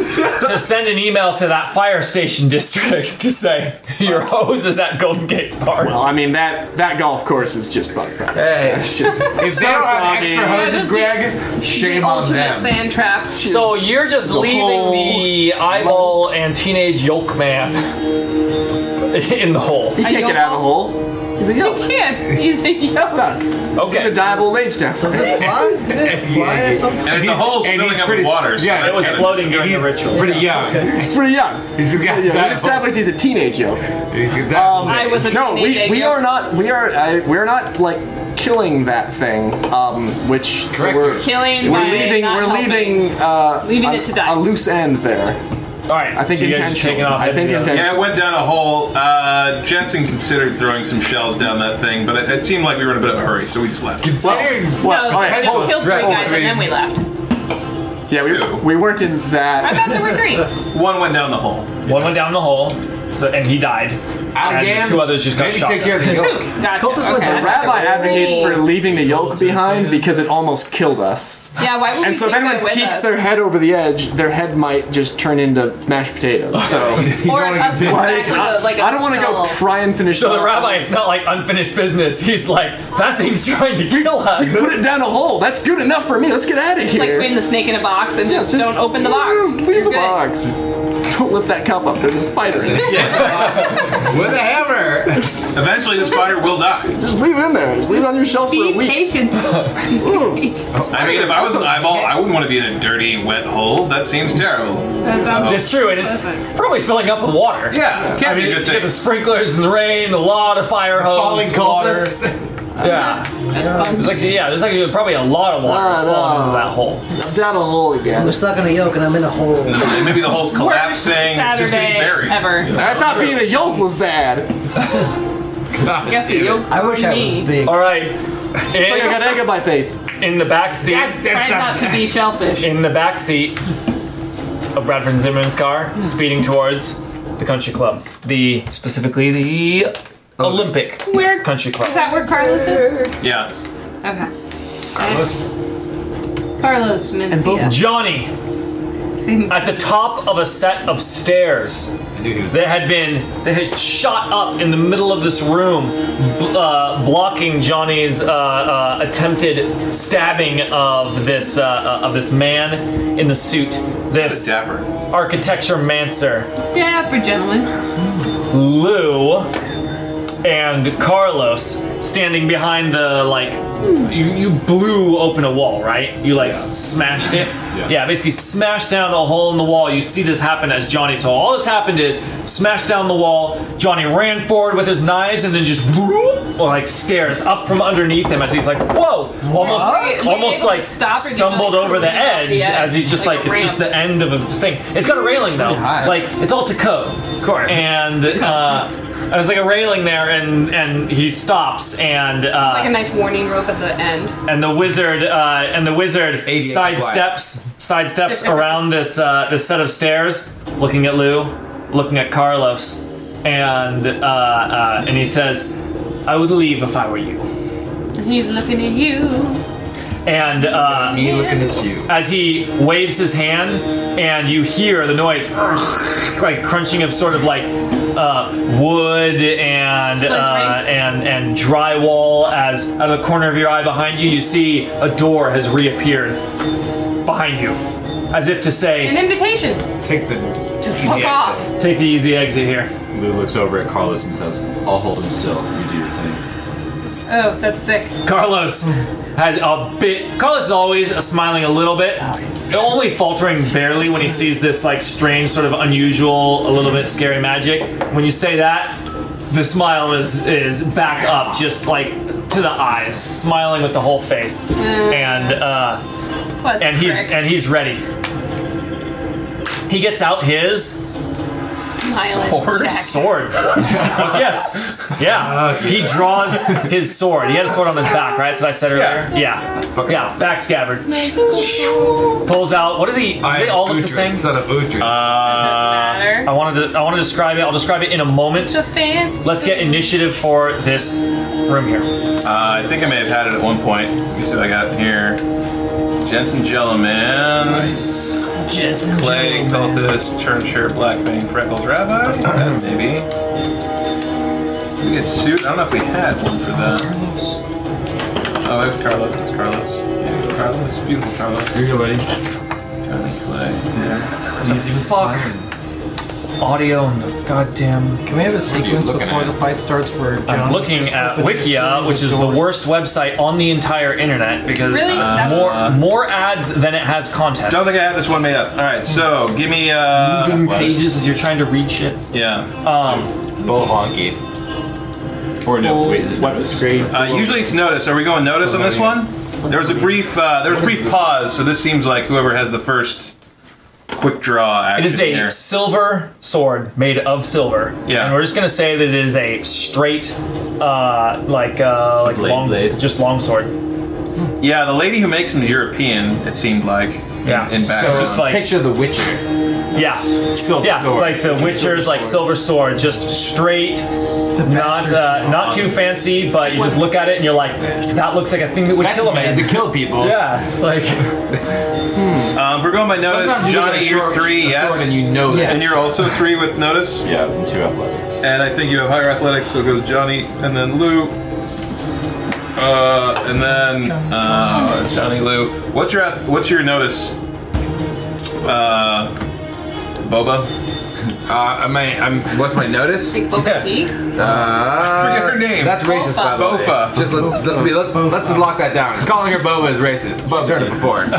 to send an email to that fire station district to say your hose is at Golden Gate Park.
Well, I mean that that golf course is just fucked up.
hey,
[laughs] It's just
if they don't have extra
sloppy.
Yeah, this
hoses,
is
Greg, shame
the
on
ultimate
them.
sand trap.
so you're just leaving
whole-
the eyeball and teenage yolk man [laughs] in the hole.
he
I
can't
don't
get out of the hole. He's a yo.
You can't. [laughs] He's a yo.
Stuck. He's gonna
Okay.
die of old age down.
it fly? Did it fly at something?
And the hole's
and
filling
he's
up
pretty-
with water. So
yeah,
that's
It was
kinda-
floating during the
He's
ritual.
pretty young.
He's pretty young. He's
He's got
young. We
that.
established he's a teenage yo.
He's got that.
Um,
Um, I was a
No, we,
teenage
we
yo.
are not we are uh, we're not like killing that thing. Um, which so
Correct.
we're
Killing.
we're
by
leaving
not
we're
helping.
leaving uh,
Leaving
a,
it to die.
a loose end there.
All right.
I think
so you guys are
intentional.
taking off
I think
into the-
intentional.
Yeah, it went down a hole. Uh, Jensen considered throwing some shells down that thing, but it, it seemed like we were in a bit of a hurry, so we just left.
Considering
No, so
all right,
we
hold
just
on,
killed three
right, hold
guys
on.
and then we left.
Yeah,
Two.
we, we weren't in
I
that.
thought there were three.
One went down the hole.
One went down the hole, so, and he died. And the
Algam,
two others just got
maybe
shot
take
down.
care of the
Two.
yolk. [laughs]
Gotcha.
The
Okay.
rabbi advocates for leaving the yolk behind because it almost killed us.
Yeah, why would we
And so if
take that
anyone
with
peeks
us?
their head over the edge, their head might just turn into mashed potatoes. So
or a, a,
like,
like,
I,
a, like a
I don't want to go
skull.
try and finish.
So
it
the
off.
rabbi is not like unfinished business. He's like, that thing's trying to kill us.
put it down a hole. That's good enough for me. Let's get out of
It's like
here.
putting the snake in a box and just, don't open the box.
Leave
You're
the
good.
box. Don't lift that cup up. There's a spider in
[laughs]
it.
With a hammer.
Eventually, the spider will die.
Just leave it in there. Just leave it on your shelf for a
Be
week. [laughs]
patient. Be patient.
[laughs] I mean, if I was an eyeball, I wouldn't want to be in a dirty, wet hole. That seems terrible.
It's true, and it's probably filling up with water.
Yeah, can't be a good
You get the
thing.
sprinklers and the rain, a lot of fire hose,
Falling
water.
cultists.
[laughs] Yeah,
That's fun.
there's like yeah, there's like probably a lot of water
Ah,
falling
no.
into that hole.
I'm down a hole again.
I'm stuck in a yoke and I'm in a hole.
Maybe the hole's
[laughs] Worst
collapsing. It's Oh, just getting
Saturday
buried.
ever.
I thought being a yolk was sad.
I guess the yoke.
I wish I was big.
All right,
I got
in,
egg on my face.
in the back seat,
Try not to be shellfish.
in the back seat of Bradford and Zimmerman's car, speeding towards the country club, the specifically the Olympic
Where
country club.
is that? Where Carlos is?
Yeah.
Okay. Carlos Mencia.
Johnny at the top of a set of stairs that had been that had shot up in the middle of this room, bl- uh, blocking Johnny's uh, uh, attempted stabbing of this uh, uh, of this man in the suit. This
Dapper.
architecture mancer,
Yeah, for gentlemen.
Lou, and Carlos standing behind the like. You, you blew open a wall, right? You like smashed it. Yeah. basically smashed down a hole in the wall. You see this happen as Johnny. So all that's happened is smashed down the wall. Johnny ran forward with his knives and then just whoop, like stares up from underneath him as he's like, whoa, almost,
Were you
almost
able to
like
stop or did you,
stumbled
like,
over the
come off
edge,
the edge?
as he's just like,
Like a
it's just
ramp.
the end of a thing. It's got a railing though,
high.
like it's all to code
Of course.
and uh, I was like a railing there, and and he stops, and uh,
Like a nice warning rope at the end.
and the wizard uh, and the wizard
88
sidesteps sidesteps around this uh, this set of stairs, looking at Lou, looking at Carlos, and uh, uh, and he says, "I would leave if I were you."
He's looking at you.
And uh,
Me looking at you.
as he waves his hand and you hear the noise like crunching of sort of like uh, wood and uh,
Splintering.
and and drywall as out of the corner of your eye behind you you see a door has reappeared behind you as if to
An
say
invitation
Take the.
to fuck
Yeah.
off.
take the easy exit here
Lou looks over at Carlos and says, "I'll hold him still. You do your thing."
Oh, that's sick.
carlos has a bit carlos is always smiling a little bit only faltering barely when he sees this like strange sort of unusual a little bit scary magic when you say that the smile is is back up just like to the eyes smiling with the whole face and uh
What? the
and he's
frick?
and he's ready he gets out his
Sword?
Sword. Fuck yes. Yeah. He draws his sword. He had a sword on his back, right? That's what I said earlier.
Yeah.
Yeah. Yeah.
fucking awesome.
Back scabbard. Pulls out. What are the? Do they all look the same?
Son of Udra.
Uh,
Matter.
I wanted to. I want to describe it. I'll describe it in a moment.
The fans.
Let's get initiative for this room here.
Uh, I think I may have had it at one point. Let me see what I got here. Jensen Jelliman. Nice.
Jensen.
Clay, Cultist, Turnshire, Blackbane, Freckles, [clears throat] Rabbi? Yeah, maybe. We get suit. I don't know if we had one for that. Oh, it's Carlos. It's Carlos. Yeah, Carlos. Beautiful Carlos. Here you go, buddy. Johnny Clay.
Audio and the goddamn.
Can we have a sequence
looking
before
at?
the fight starts where John
I'm looking
just
at
opens a series
Wikia,
of
which is the
doors?
worst website on the entire internet because
Really? That's-
uh, more
uh,
more ads than it has content.
Don't think I have this one made up. All right, so give me. Uh,
Moving pages as you're trying to read shit.
Yeah.
Um,
Bull honky. Or no, wait, is it what was great?
Uh, usually it's notice. Are we going notice on this
Oh,
one? There was a brief. Uh, there was a brief pause. So this seems like whoever has the first quick draw
it
action
is a
here.
silver sword made of silver.
Yeah.
And we're just gonna say that it is a straight, uh, like uh, like
Blade,
long,
blade.
just long sword.
Yeah, the lady who makes them is European. It seemed like.
Yeah.
In back.
so it's just like
Picture the Witcher.
yeah.
Silver
Yeah,
sword.
it's like the Witcher's like silver sword, just straight, not uh, not too fancy, but you just look at it and you're like, that looks like a thing that would
That's
kill a
made to
man.
kill people.
Yeah, like
um, if we're going by notice.
Sometimes you look at
Johnny,
a
you're
short-
three.
a
Yes.
sword and you know that.
And you're also three with notice.
Yeah, and two athletics.
And I think you have higher athletics, so it goes Johnny and then Lou. Uh, and then uh, Johnny Lou. What's your ath- what's your notice? Uh, Boba.
Uh, am I, I'm, what's my notice?
Like Boba Tea?
Uh,
Forget her name.
That's racist, by the way.
Bofa.
Just let's let's be let's, let's just lock that down. Calling her Boba is racist. Boba's heard it before.
It's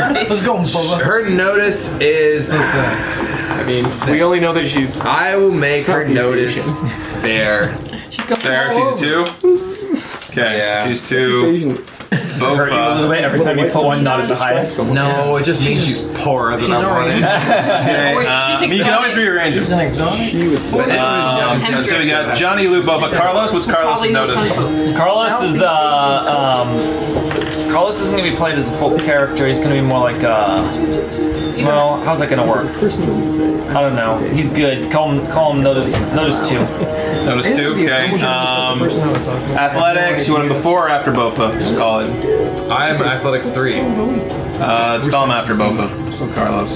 right.
Let's go, Bubba.
Her notice is
I mean, we only know that she's.
I will make her
Southeast
notice [laughs] there.
There, she's two. Okay,
Yeah.
she's two.
hurt you a little
Bofa.
bit [laughs] every time you put one knot at the highest.
No, it just means she's poorer than
She's
I
already.
wanted. [laughs]
Okay,
Wait,
um,
she's
you can always
exotic.
rearrange
She's
them.
an exotic.
She would
uh,
say.
Um,
Temptress.
so we got Johnny Lou Bofa. Carlos, what's Carlos'
Probably knows
notice?
how to cook.
Carlos is the um, Carlos isn't gonna be played as a full character. He's gonna be more like uh,
You know,
well, how's that gonna work? I don't know. He's good. Call him call him notice notice two.
Notice two. Okay. Um, athletics. You want him before or after Bofa? Just call it.
I'm athletics three.
Uh, let's call him after Bofa. Carlos.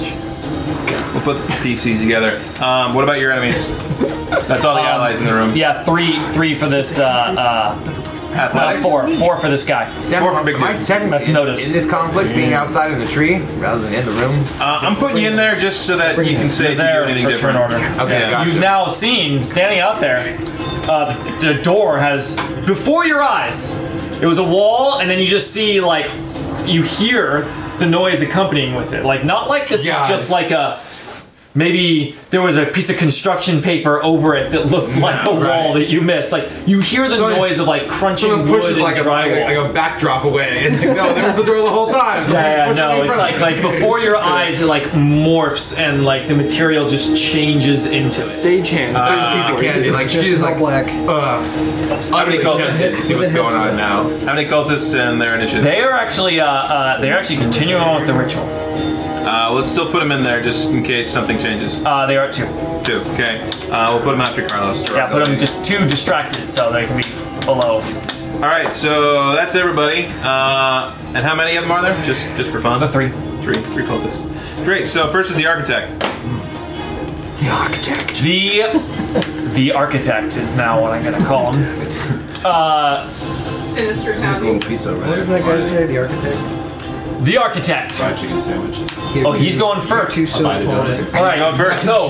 We'll put the PCs together. Um, what about your enemies? That's all the allies in the room.
Um, Yeah, three three for this uh, uh, uh
Athletics.
four four for this guy.
Four for big
Am I
dude.
technically
I've noticed.
in this conflict being outside in the tree rather than in the room?
Uh, I'm putting you in there just so that you can say if you do
There
anything
for turn
different.
order.
Okay,
Yeah.
gotcha.
You've now seen standing out there. Uh, the the door has before your eyes. It was a wall, and then you just see like you hear the noise accompanying with it. Like not like this
Yeah.
is just like a maybe there was a piece of construction paper over it that looked like a wall that you missed. Like you hear the
Someone-
noise of like crunching
Someone
wood
pushes
and
like a, like,
drywall.
a, like a backdrop away. And [laughs] like, no, there was the door the whole time. So
Yeah,
I
yeah,
just pushed
no,
it in
it's
front
like
of
like
me.
before your eyes, it like morphs and like the material just changes into it.
Stagehand.
Uh, Piece of candy. Like she's like
black.
uh,
How many
tempted to
cultists?
see what's going on now.
How many cultists in their initiative?
They are actually uh, uh, they're actually continuing on with the ritual.
Uh, let's still put them in there just in case something changes.
Uh, they are at two.
Two. Okay. Uh, we'll put them after Carlos.
Yeah, but I'm just too distracted, so they can be below.
All right. So that's everybody. Uh, and how many of them are there? Just just for fun.
The three.
Three. Three cultists. Great. So first is the architect.
The [laughs] the architect is now what I'm gonna call him.
sinister sounding.
pizza right
That guy say the architect.
The architect.
Fried chicken sandwich.
Oh, he's going first.
Too so
Buy the donuts.
All
Go
right.
first.
So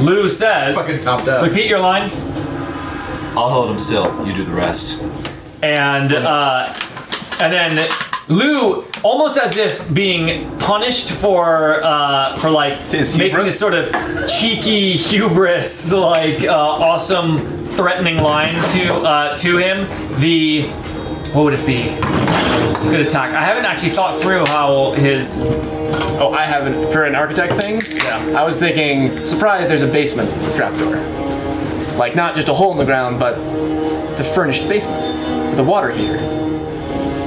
Lou
Fucking
says,
topped up.
repeat your line,
I'll hold him still. You do the rest.
and uh, and then Lou, almost as if being punished for uh, for like
His
making
hubris?
this sort of cheeky hubris, like uh, awesome threatening line to uh, to him. The What would it be? It's a good attack. I haven't actually thought through how his.
Oh, I haven't. For an architect thing?
Yeah.
I was thinking, surprise, there's a basement trapdoor. Like, not just a hole in the ground, but it's a furnished basement with a water heater,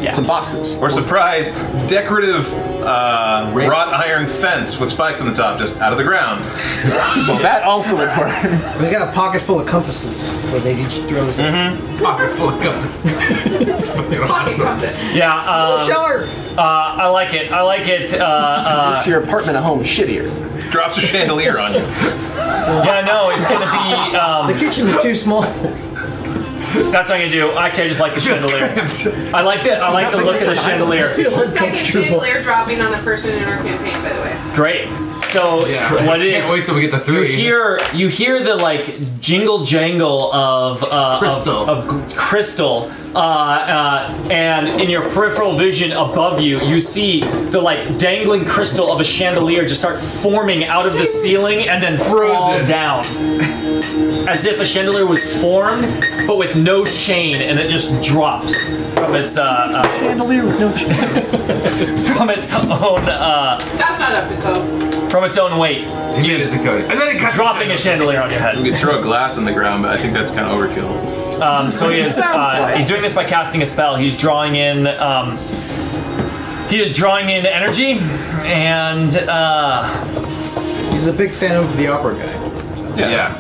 Yeah.
some boxes.
Or surprise, decorative uh, wrought iron fence with spikes on the top just out of the ground.
Well, that also would
[laughs]
work.
They got a pocket full of compasses where they each throws
Mm-hmm.
mm
Pocket full of compass. It's fucking awesome.
Yeah. Um, uh, I like it. I like it. Uh, uh,
It's your apartment at home shittier.
Drops a chandelier on you.
uh, yeah. No, it's gonna be. Um,
The kitchen is too small.
that's what I'm gonna do. Actually, I just like the chandelier. I like that. I like the look of the chandelier.
The second chandelier dropping on the person in our campaign, by the way.
Great. So what it is?
Can't wait till we get to
You
three.
hear you hear the like jingle jangle of uh, of-
Crystal.
of, gl- crystal, uh, uh, and in your peripheral vision above you, you see the like dangling crystal of a chandelier just start forming out of the ceiling and then fall
Frozen. [laughs]
down, as if a chandelier was formed but with no chain, and it just drops from its uh, uh,
Chandelier with no chain.
[laughs] from its own uh,
That's not up to code.
from its own weight,
He made it to Cody. And then it cuts
dropping a chandelier on your head.
You could throw a glass on the ground, but I think that's kind of overkill.
Um, so he is.
Sounds
Uh,
like-
he's doing this by casting a spell. He's drawing in. Um, he is drawing in energy, and uh,
He's a big fan of the opera guy.
Yeah.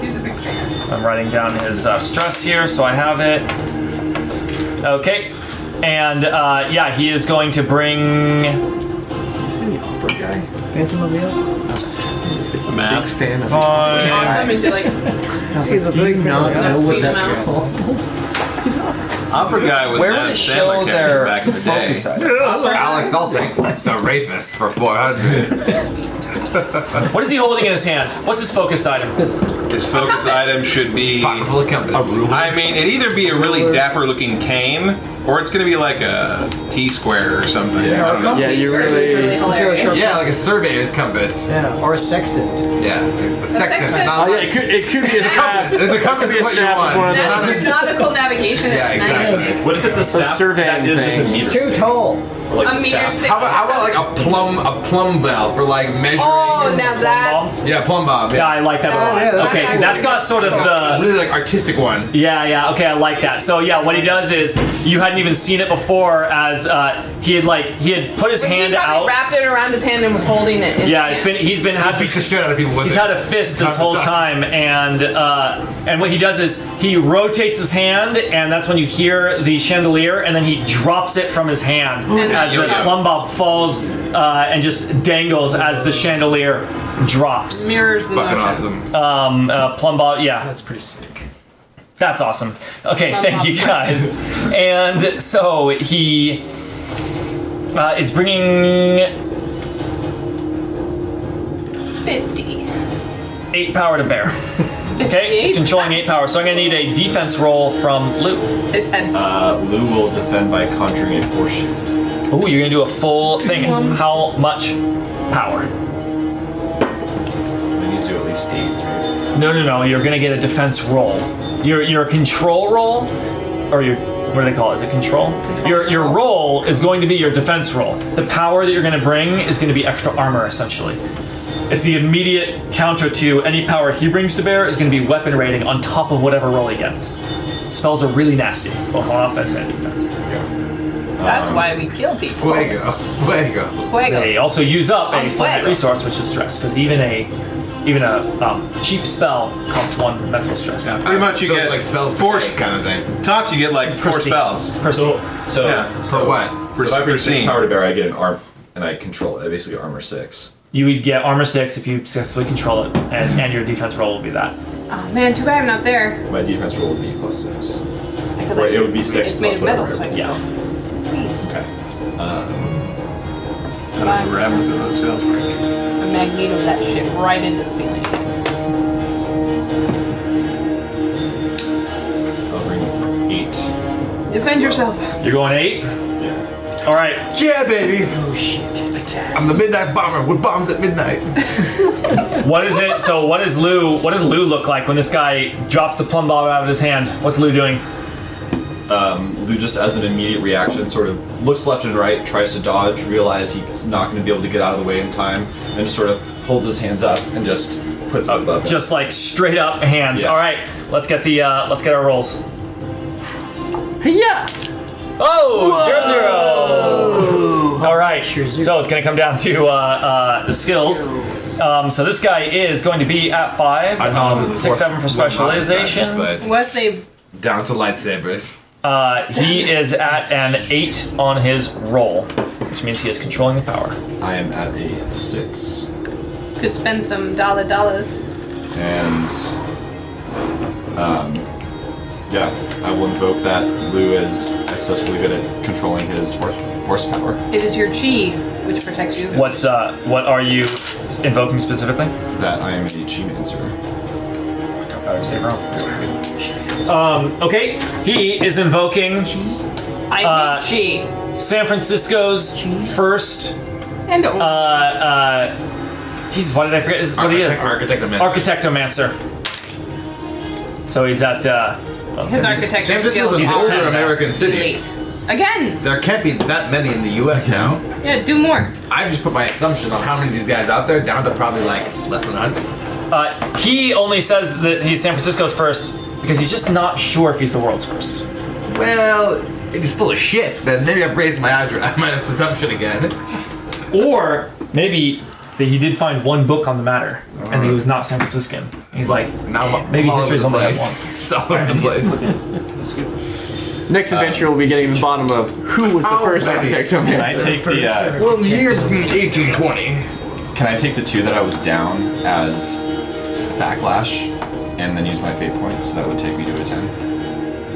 Here's a big fan.
I'm writing down his uh, stress here, so I have it. Okay, and uh, yeah, he is going to bring
Phantom of the opera.
Math.
Fan of
Uh,
on.
Awesome. Is it like
He's a big fan of the opera
seen them out?
Opera guy was
Where
an
would
Adam
it show
Sandler character
their
back in the day.
focus
[laughs]
item?
Alex, I'll take the rapist for 400.
What is he holding in his hand? What's his focus item?
His focus
compass.
item should
[laughs]
be.
Pocket full of compass.
I mean, it'd either be a really dapper looking cane, or it's gonna be like a T square or something.
Yeah.
I don't know.
Yeah, you
Really,
[laughs]
really.
hilarious.
Yeah, like a surveyor's compass.
Yeah, or a sextant.
Yeah, a sextant.
sextant.
Not
Oh, yeah,
like,
it could, it could be a staff.
the compass
It could be a
is what you
staff with
want.
one of
That's just nautical navigation at
Yeah,
night,
exactly.
I think.
What if it's a
those
staff?
surveying
that is
things.
just a meter.
Too
stick?
tall.
Or like
A meter
staff.
stick.
How about, how about like a plumb a plumb bell for like measuring?
Oh, now that's.
Yeah, plumb bob.
Yeah, uh,
Yeah.
I like that one a lot.
that's
Okay, 'cause that's got sort of the.
Really like artistic one.
Yeah, yeah, okay, I like that. So yeah, what he does is you hadn't even seen it before, as uh, he had like he had put his hand
he probably
out.
wrapped it around his hand and was holding it. In
yeah,
his
it's been he's been had
Beats the shit out of people with
he's
it.
had a fist
Time
this
to [laughs]
whole
time.
time, and uh, and what he does is he rotates his hand, and that's when you hear the chandelier, and then he drops it from his hand as the
yo-yo.
plumb bob falls uh, and just dangles as the chandelier drops.
mirrors the
Fucking
motion.
awesome.
Um, uh, plumb bob, yeah.
That's pretty sick.
That's awesome. Okay,
That's
thank you
awesome.
guys. and so he uh, is bringing
50.
eight power to bear. Okay, he's controlling eight power. So I'm gonna need a defense roll from Lou.
His head.
Uh, Lou will defend by conjuring a force shield.
Ooh, you're gonna do a full thing. How much power?
We need to do at least eight. right?
No, no, no. You're gonna get a defense roll. Your your control roll, or your what do they call it? Is it control? Your your roll is going to be your defense roll. The power that you're gonna bring is gonna be extra armor, essentially. It's the immediate counter to any power he brings to bear is gonna be weapon rating on top of whatever roll he gets. Spells are really nasty, both on offense and defense.
That's why we kill people.
Fuego. Fuego.
Fuego.
They also use up a
Oh,
finite
wait.
resource, which is stress, because even a even a um, cheap spell costs one mental stress.
Pretty much you
So it's
get
like spells
force-
force kind of thing.
Tops, you get like four
Proceed.
spells.
Proceed.
So,
Yeah.
So what?
so if I bring six
Proceed.
power to bear, I get an arm and I control it. I basically armor six.
You would get armor six if you successfully control it, and, and your defense roll will be that.
Oh man, too bad I'm not there.
My defense roll would be plus six.
I could,
Or it would be six
it's made
plus
of metal,
whatever.
so I could-
Yeah.
Please.
Okay.
I don't remember having to do those spells.
I magnetoed that shit right into the ceiling.
I'll bring eight.
Defend yourself.
You're going eight.
Yeah.
All right.
Yeah, baby. Oh shit! I'm the midnight bomber with bombs at midnight.
What is it? So what is Lou? What does Lou look like when this guy drops the plumb bob out of his hand? What's Lou doing?
Um, Lou, just as an immediate reaction, sort of looks left and right, tries to dodge, realizes he's not going to be able to get out of the way in time, and just sort of holds his hands up and just puts up above. him.
Just like straight up hands.
Yeah.
All right, let's get the uh, let's get our rolls.
Yeah.
Oh, zero zero. All right.
Sure, zero.
So it's going to come down to uh, uh, skills. Um, so this guy is going to be at five,
I know
um,
this is
six
four-
seven for
one minus
specialization.
that,
What they
but down to lightsabers.
Uh, he is at an eight on his roll, which means he is controlling the power.
I am at a six,
could spend some dollar dollars.
and um, yeah, I will invoke that. Lou is excessively good at controlling his horse, horsepower.
It is your chi which protects you.
What's uh, what are you invoking specifically?
That I am a chi mancer.
Um, Okay, he is invoking Uh,
I hate chi.
San Francisco's first.
And oh,
Uh, uh, Jesus, why did I forget his, what he is?
Architect, architect,
Architectomancer. So he's at. Uh,
his architecture
San Francisco's
skills
an
He's a
are
older
ten.
American city.
elite. Again,
There can't be that many in the U.S. now.
yeah, do more.
I just put my assumption on how many of these guys out there down to probably like less than 100.
uh, he only says that he's San Francisco's first because he's just not sure if he's the world's first.
Well, if he's full of shit, then maybe I've raised my addre- [laughs] my assumption again.
Or maybe that he did find one book on the matter and he was not San Franciscan. He's like,
Now I'm,
Maybe
all over
history's
the
only
place.
got
[laughs] Just all over the place.
Next
Uh,
adventure, we'll be getting to the bottom of who was the
Oh,
first
baby.
I
Architectomancer.
take the. Uh,
Well, in the years [laughs] 1820.
Can I take the two that I was down as backlash, and then use my fate point, so that would take me to a ten?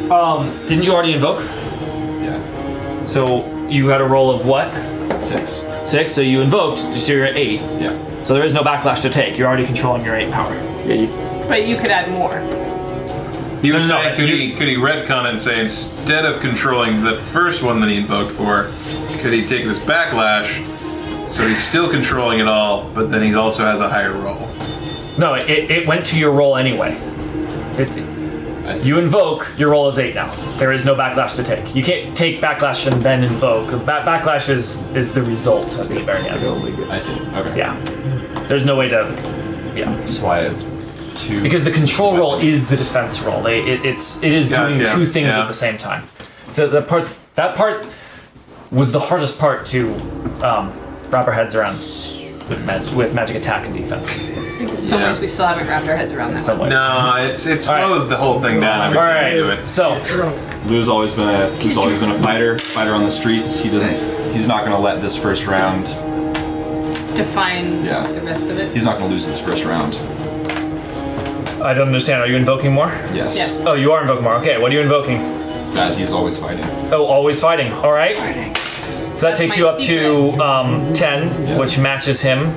didn't you already invoke?
Yeah,
So you had a roll of what?
six.
Six. So you invoked. So you're at eight.
Yeah,
So there is no backlash to take. You're already controlling your eight power.
Yeah, you-
But you could add more.
He was
No, no, no,
saying, could,
you-
he, could he retcon and say instead of controlling the first one that he invoked for, could he take this backlash? So he's still controlling it all, but then he also has a higher roll.
No, it, it went to your roll anyway. It's,
I see.
you invoke. Your roll is eight now. There is no backlash to take. You can't take backlash and then invoke. Ba- backlash is is the result at the very end.
I see. Okay.
Yeah. There's no way to. Yeah.
That's why I have two.
Because the control roll is the defense roll. They, it, it's it is doing
Gotcha.
two things
Yeah.
at the same time. So the parts that part was the hardest part to um, wrap our heads around with, mag- with magic attack and defense.
In some
Yeah.
ways, we still haven't wrapped our heads around that.
Some ways.
No, Uh, it's it
right.
slows the whole thing down every
All
time you do
right.
it.
So
Lou's always been a he's always been a fighter, fighter on the streets. He doesn't. He's not going to let this first round.
Define
Yeah.
the rest of it.
He's not going to lose this first round.
I don't understand. Are you invoking more?
Yes.
Yes.
Oh, you are invoking more. Okay, what are you invoking?
That he's always fighting.
Oh, always fighting. All right. So that
That's
takes
my
you up to
secret.
um, ten,
Yeah.
which matches him.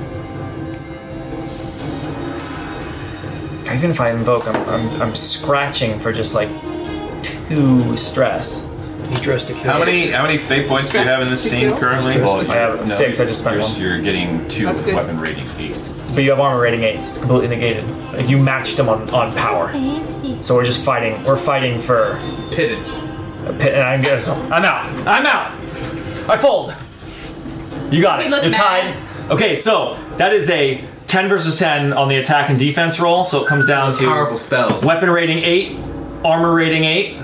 Even if I invoke, I'm, I'm, I'm scratching for just like two stress.
He's dressed to kill.
How many how many fate points do you have in this scene currently?
Well, you-
have six, I just spent
you're,
one.
You're getting two
That's
with
good.
weapon rating eight.
But you have armor rating eight. It's completely negated. Like, You matched him on, on power. So we're just fighting. We're fighting for
Pittance.
a pit. And I'm, gonna- so I'm out. I'm out. I fold. You got
Does he
it.
look
You're
mad?
tied. Okay, so that is a 10 versus 10 on the attack and defense roll. So it comes down to
Powerful spells.
weapon rating 8, armor rating 8,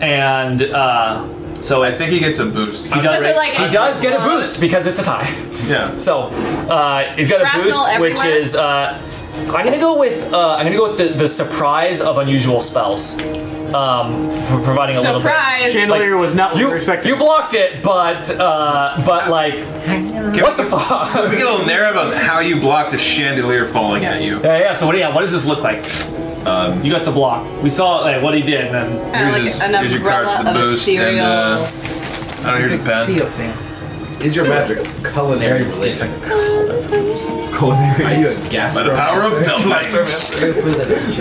and uh, so
I
it's,
think he gets a boost.
he does,
Was it like
he
a
does get a
blood?
boost because it's a tie.
Yeah.
So uh, he's got a
Shrapnel
boost, which
everywhere?
is uh, I'm gonna go with uh, I'm gonna go with the, the surprise of unusual spells, um, for providing a little bit.
Surprise!
Chandelier was not what we
You,
were expecting.
you blocked it, but uh, but like what the fuck?
We get a little narrow about how you blocked a chandelier falling at you.
yeah, yeah. So what? Yeah, what does this look like? Um, you got the block. We saw like, what he did, and then
Kinda
Here's his-
like an
here's your card
umbrella
for the
of Oh,
boost and,
ethereal.
uh, I don't know, here's a
See
pen.
a fan. Is your magic culinary related? Are you a
By
gastro?
the
[laughs]
power of dumplings.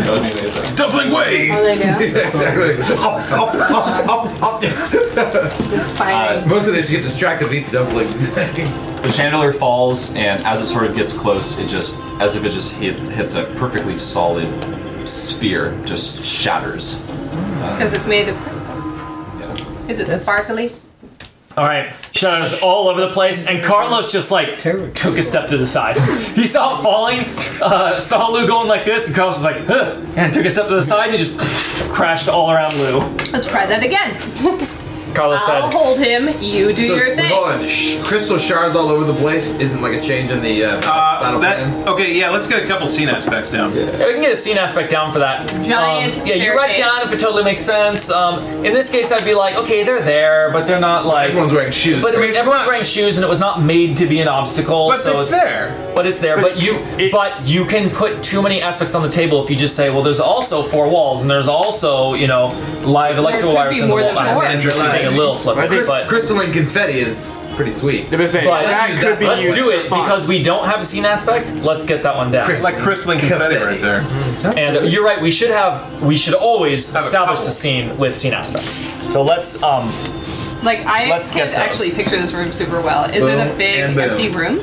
Dumpling.
Dumpling way!
oh, there you go.
Up, up, up, up, up.
It's inspiring.
Most of this you get distracted and eat
[laughs]
the dumplings.
The chandelier falls, and as it sort of gets close, it just as if it just hit, hits a perfectly solid sphere, just shatters.
Because it's made of crystal.
Yeah.
Is it sparkly?
All right, shadows all over the place, and Carlos just like took a step to the side. [laughs] He saw it falling, uh, saw Lou going like this, and Carlos was like, huh, and took a step to the side, and he just [laughs] crashed all around Lou.
Let's try
[laughs]
that again.
Carlos
I'll
said,
hold him. You do
So,
your thing.
Hold on. Sh- crystal shards all over the place isn't like a change in the uh,
Uh,
battle plan.
that, okay, yeah, let's get a couple scene aspects down.
yeah, we can get a scene aspect down for that.
Giant
Um, yeah, you write
staircase.
down if it totally makes sense. Um, in this case, I'd be like, okay, they're there, but they're not like.
Everyone's wearing shoes.
But
I mean,
everyone's wearing shoes, and it was not made to be an obstacle.
But
so
it's there.
But it's there. But, you, but you can put too many aspects on the table if you just say, well, there's also four walls, and there's also you know live electrical
could
wires
be
in the
more
wall.
than four.
I'm just being a little flippant,
Chris-
but
crystalline confetti is pretty sweet.
They're saying
But-
Let's
that
use
could
that.
be
let's
used
do
for
it
fun.
because we don't have a scene aspect. Let's get that one down.
Like crystalline confetti right there.
And you're right. We should have. We should always
Have a
establish
couple.
the scene with scene aspects. So let's. Um,
Like I
Let's
can't
get those.
actually picture this room super well. Is it a
Boom
big
and boom.
empty room?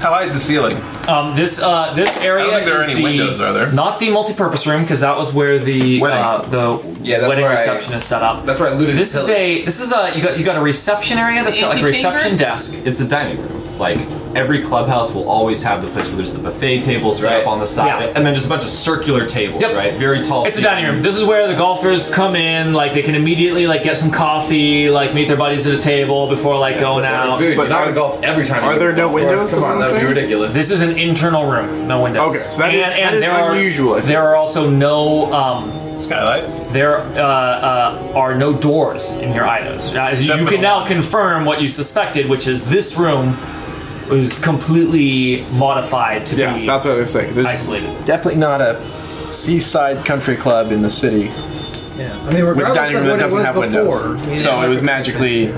How high is the ceiling?
um this. Uh, this area.
think there are
is
any
the-
windows, are there?
Not the multi-purpose room because that was where the
Wedding.
uh, the
Yeah, that's
wedding
where I-
reception is set up.
That's where I looted.
This
his
is
pillage.
a. This is a. You got. You got a reception area that's got like a
Antechamber?
reception desk.
It's a dining room. Like every clubhouse will always have the place where there's the buffet table set
Right.
up on the side,
Yeah.
and then just a bunch of circular tables,
Yep.
right? Very tall.
It's a dining room. This is where the golfers come in. Like they can immediately like get some coffee, like meet their buddies at a table before like going out.
food.
but
But not
are-
a golf every time.
are
you
there
go
no
golf course.
windows,
Come on,
is
that would
what
be
I'm saying?
ridiculous.
This is an internal room, no windows.
Okay, so that
and,
is- that
and
is
there are-
unusual, I think.
there are also no um,
Skylights.
there uh, uh, are no doors in here either. So now, as you,
Except
you
for
can
the
now
one.
confirm what you suspected, which is this room was completely modified to
Yeah,
be
that's what I was saying. 'cause there's
isolated.
definitely not a seaside country club in the city
Yeah. I mean,
with a
regardless
dining room
of
that
what it
doesn't
was
have
before,
windows. So it was magically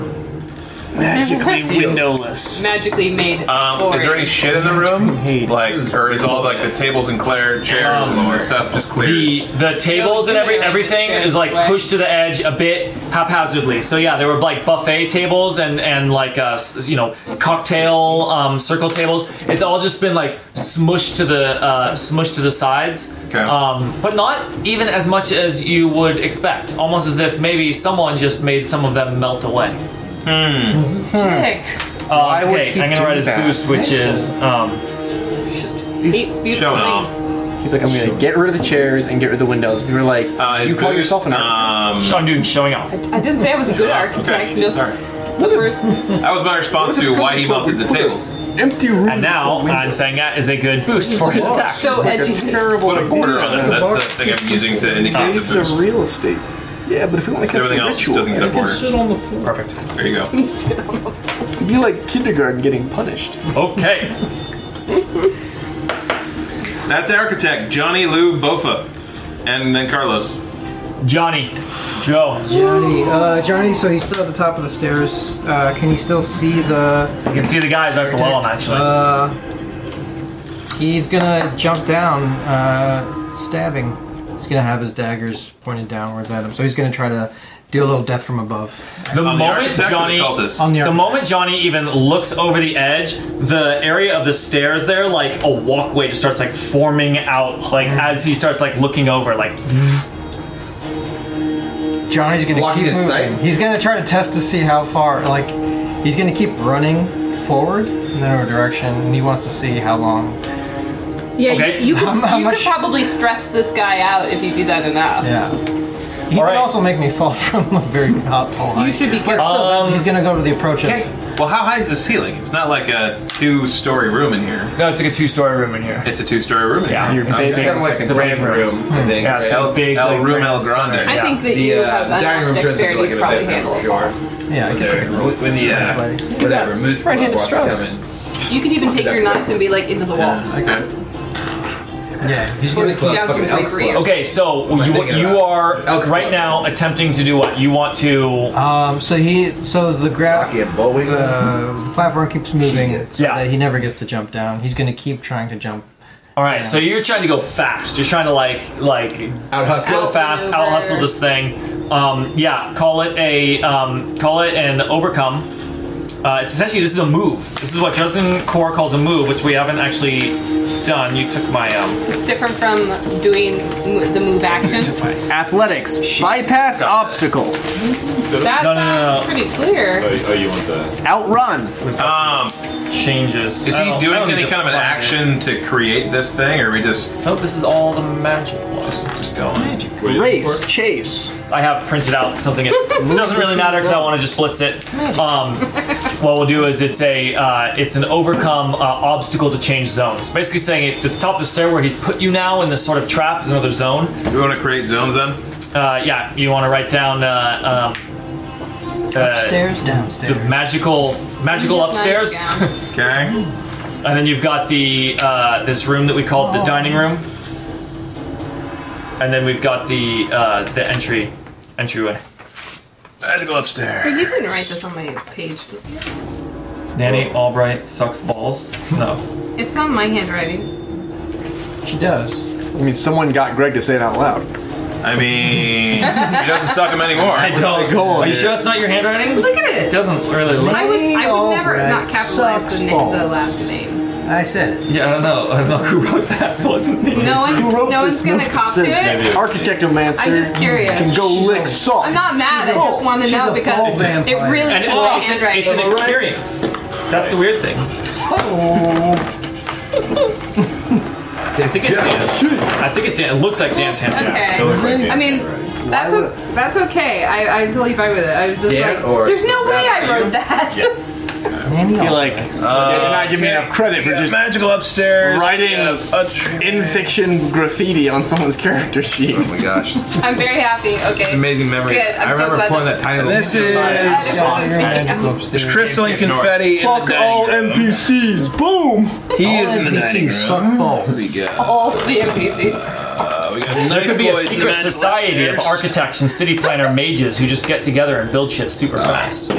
[laughs]
magically [laughs] windowless.
Magically made.
Um, is there any
boring.
shit in the room? Like, or is all like the tables and clear chairs
Um,
and all that stuff just clear?
The the tables and every everything is like pushed to the edge a bit haphazardly. So yeah, there were like buffet tables and and like uh s- you know cocktail um, circle tables. It's all just been like smushed to the uh, smushed to the sides.
Okay.
Um, but not even as much as you would expect. Almost as if maybe someone just made some of them melt away.
Dick.
Uh,
would
okay,
he
I'm gonna
do
write his
that?
boost, which is um,
Hates beautiful
Showing off.
things.
He's like, I'm gonna get rid of the chairs and get rid of the windows. We were like,
Uh, is
you call
boost,
yourself an architect.
um,
Sean Dune showing off.
I didn't say I was a good architect.
Okay.
Just the first.
That was my response to why he melted the tables.
empty room.
And now I'm saying that is a good boost for his attack.
So educated.
Put a border on it. That's the thing I'm using to indicate the
It's a
boost.
real estate. Yeah, but if we want to cast
Everything
a
else
ritual,
doesn't get a border.
on the floor.
Perfect.
There you go.
it'd be like kindergarten getting punished.
Okay.
That's architect Johnny Lou Bofa, and then Carlos.
Johnny, Joe,
Johnny, uh, Johnny. So he's still at the top of the stairs. Uh, can you still see the?
you can see the guys right below him actually.
Uh, he's gonna jump down, uh, stabbing. He's gonna have his daggers pointed downwards at him. So he's gonna try to do a little death from above.
the
On the
moment
architect or
Johnny,
the
On
cultist.
the,
the moment Johnny even looks over the edge, the area of the stairs there, like a walkway, just starts like forming out, like as he starts like looking over, like
Johnny's gonna
Blocking
keep
his
moving.
sight?
He's gonna try to test to see how far. Like, he's gonna keep running forward in their direction, and he wants to see how long.
Yeah,
Okay.
you, you, could,
[laughs] How
you
much-
could probably stress this guy out if you do that enough.
Yeah. He
All
would
right.
also make me fall [laughs] from a very hot tall height.
You should be
But
careful.
still,
Um,
he's gonna go to the approach of.
Okay. Well, how high is the ceiling? It's not like a two-story room in here.
no, it's like a two-story room in here.
It's a two-story room in
Yeah, you're
here.
Uh, It's
basically
kind of like
it's
a
a
dining
room.
room.
Hmm.
I think.
Yeah, it's
right?
a big
El
like,
Room
grand
El
center.
Grande.
I
Yeah.
think that
The
you
uh,
have
the dining room
enough
turns into
dexterity
like
to
an
probably
event room.
handle it.
Sure.
Yeah, I guess I
There.
can roll.
When the uh,
Whatever. Moose Club
Right-handed
wants to
strike.
come in.
You could even take your knives and be like into the wall.
okay.
Yeah, he's gonna
Moose
keep.
Club,
down
fucking
some
Elks
flagrette.
Club.
Okay, so you
thinking
you
about?
are
Elks
right
Club.
now attempting to do what? You want to
Um, so he, so the graph,
Rocky and Bullwinkle.
Uh,
the platform keeps moving, so
Yeah.
that he never gets to jump down. He's gonna keep trying to jump.
All right, so you're trying to go fast. You're trying to like like
Out hustle.
go fast, out hustle this thing. Um, yeah, call it a um, call it an overcome. Uh, it's essentially this is a move. This is what Justin Core calls a move, which we haven't actually done. You took my um.
It's different from doing mo- the move action.
Athletics. Bypass obstacle.
That
No, no, no, no.
sounds pretty clear.
Oh, oh, you want the.
Outrun.
Um,
changes.
is
I
he
don't- I
doing
don't
any
need to
kind of an
find it.
action to create this thing, or are we just
Nope, this is all the magic was.
just going?
Race. Chase.
I have printed out something. It doesn't really matter because I want to just blitz it. Um, what we'll do is it's a uh, it's an overcome uh, obstacle to change zones. Basically saying at the top of the stair where he's put you now in this sort of trap is another zone.
We want to create zones then.
Uh, yeah, you want to write down uh, um, uh,
Upstairs,
the
downstairs.
magical magical
It's not
upstairs,
down.
Okay.
and then you've got the uh, this room that we called the dining room, and then we've got the uh, the entry entryway.
I had to go upstairs.
You didn't write this on my page, did you?
Nanny Albright sucks balls. No.
It's not my handwriting.
She does.
I mean, someone got Greg to say it out loud.
I mean, he doesn't suck him anymore.
I [laughs] don't.
goal
Are you
here?
sure it's not your handwriting?
Look at
It
it.
doesn't really look.
I would, I would never
Alright,
not capitalize
sucks
the, name, the
balls.
last name.
I said it.
Yeah, I don't know. I don't know [laughs] who wrote that. It wasn't me.
No
wrote
one, no one's
this?
gonna
No
cop to it.
Architect of
I'm
Manson
just curious.
can go lick salt.
I'm not mad. I
She's a-
just want to
she's
know
a ball
because it
vampire.
really
And
is
it-
my
it's, an-
handwriting.
it's an experience. That's the weird thing. Oh. [laughs] I think it's
oh,
Dan. I think it's Dan. It looks like Dan's handwriting.
Okay.
That looks like
I
Dan's
mean,
handwriting.
that's
Why
o- that's okay. I, I'm totally fine with it. I was just
Dan
like,
or
there's no way I wrote that.
Nanny
I feel like they did not give me
okay.
enough credit for
Yeah,
just
magical upstairs.
Oh
writing
yeah, a-
in fiction graffiti on someone's character sheet.
Oh my gosh,
[laughs]
it's
I'm very happy. Okay. It's
amazing memory.
Good. I'm
I
so
remember
glad
pulling
that-
that tiny little.
This is-
This
Albright.
is
You're
me.
magical upstairs.
crystalline confetti. in the dining room.
NPCs. Boom.
He is in the dining
NPCs
room.
suck balls.
We got.
All the NPCs.
We got
There could be a
boys in the
secret
magical
society of
upstairs.
architects and city planner mages who just get together and build shit super fast.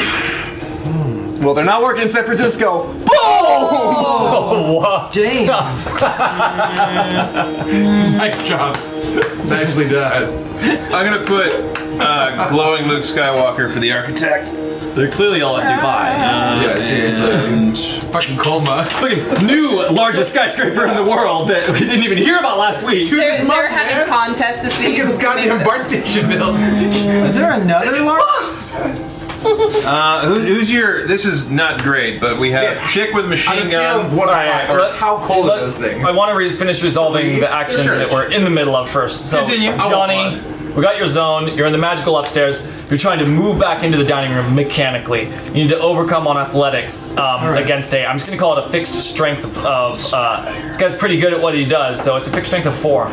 Well, they're not working in San Francisco.
Oh, wow.
Damn.
Nice job. Nicely done. I'm gonna put uh, glowing Luke Skywalker for the architect.
They're clearly all at Dubai.
Uh,
Yeah, seriously.
And
Fucking coma.
Fucking new largest skyscraper in the world that we didn't even hear about last week.
They're, they're having contests to see.
Get this
who can make
goddamn
the-
BART station built.
Is there another large?
uh, who, who's your? This is not great, but we have
Yeah.
chick with
On a
machine
scale of
gun.
one to
Alright,
five, or
let-
how cold
let-
are those things?
I want to re- finish resolving the action
Sure.
that we're in the middle of first. So,
Continue. I want
Johnny,
one.
we got your zone. You're in the magical upstairs. You're trying to move back into the dining room mechanically. You need to overcome on athletics um, against a. I'm just going to call it a fixed strength of. of uh, this guy's pretty good at what he does, so it's a fixed strength of four.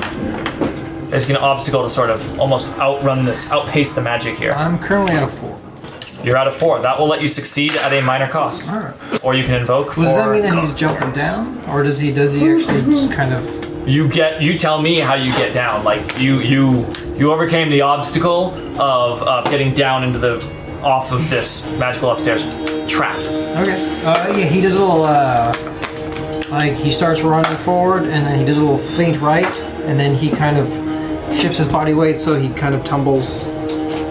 It's an obstacle to sort of almost outrun this, outpace the magic here.
I'm currently at a four.
You're out of four. That will let you succeed at a minor cost,
Alright.
or you can invoke.
Well, does that
for-
mean that he's jumping down, or does he does he actually just kind of?
you get you tell me how you get down like you you you overcame the obstacle of of getting down into the off of this magical upstairs trap
Okay. Uh, yeah, he does a little. Uh, like he starts running forward, and then he does a little feint right, and then he kind of shifts his body weight so he kind of tumbles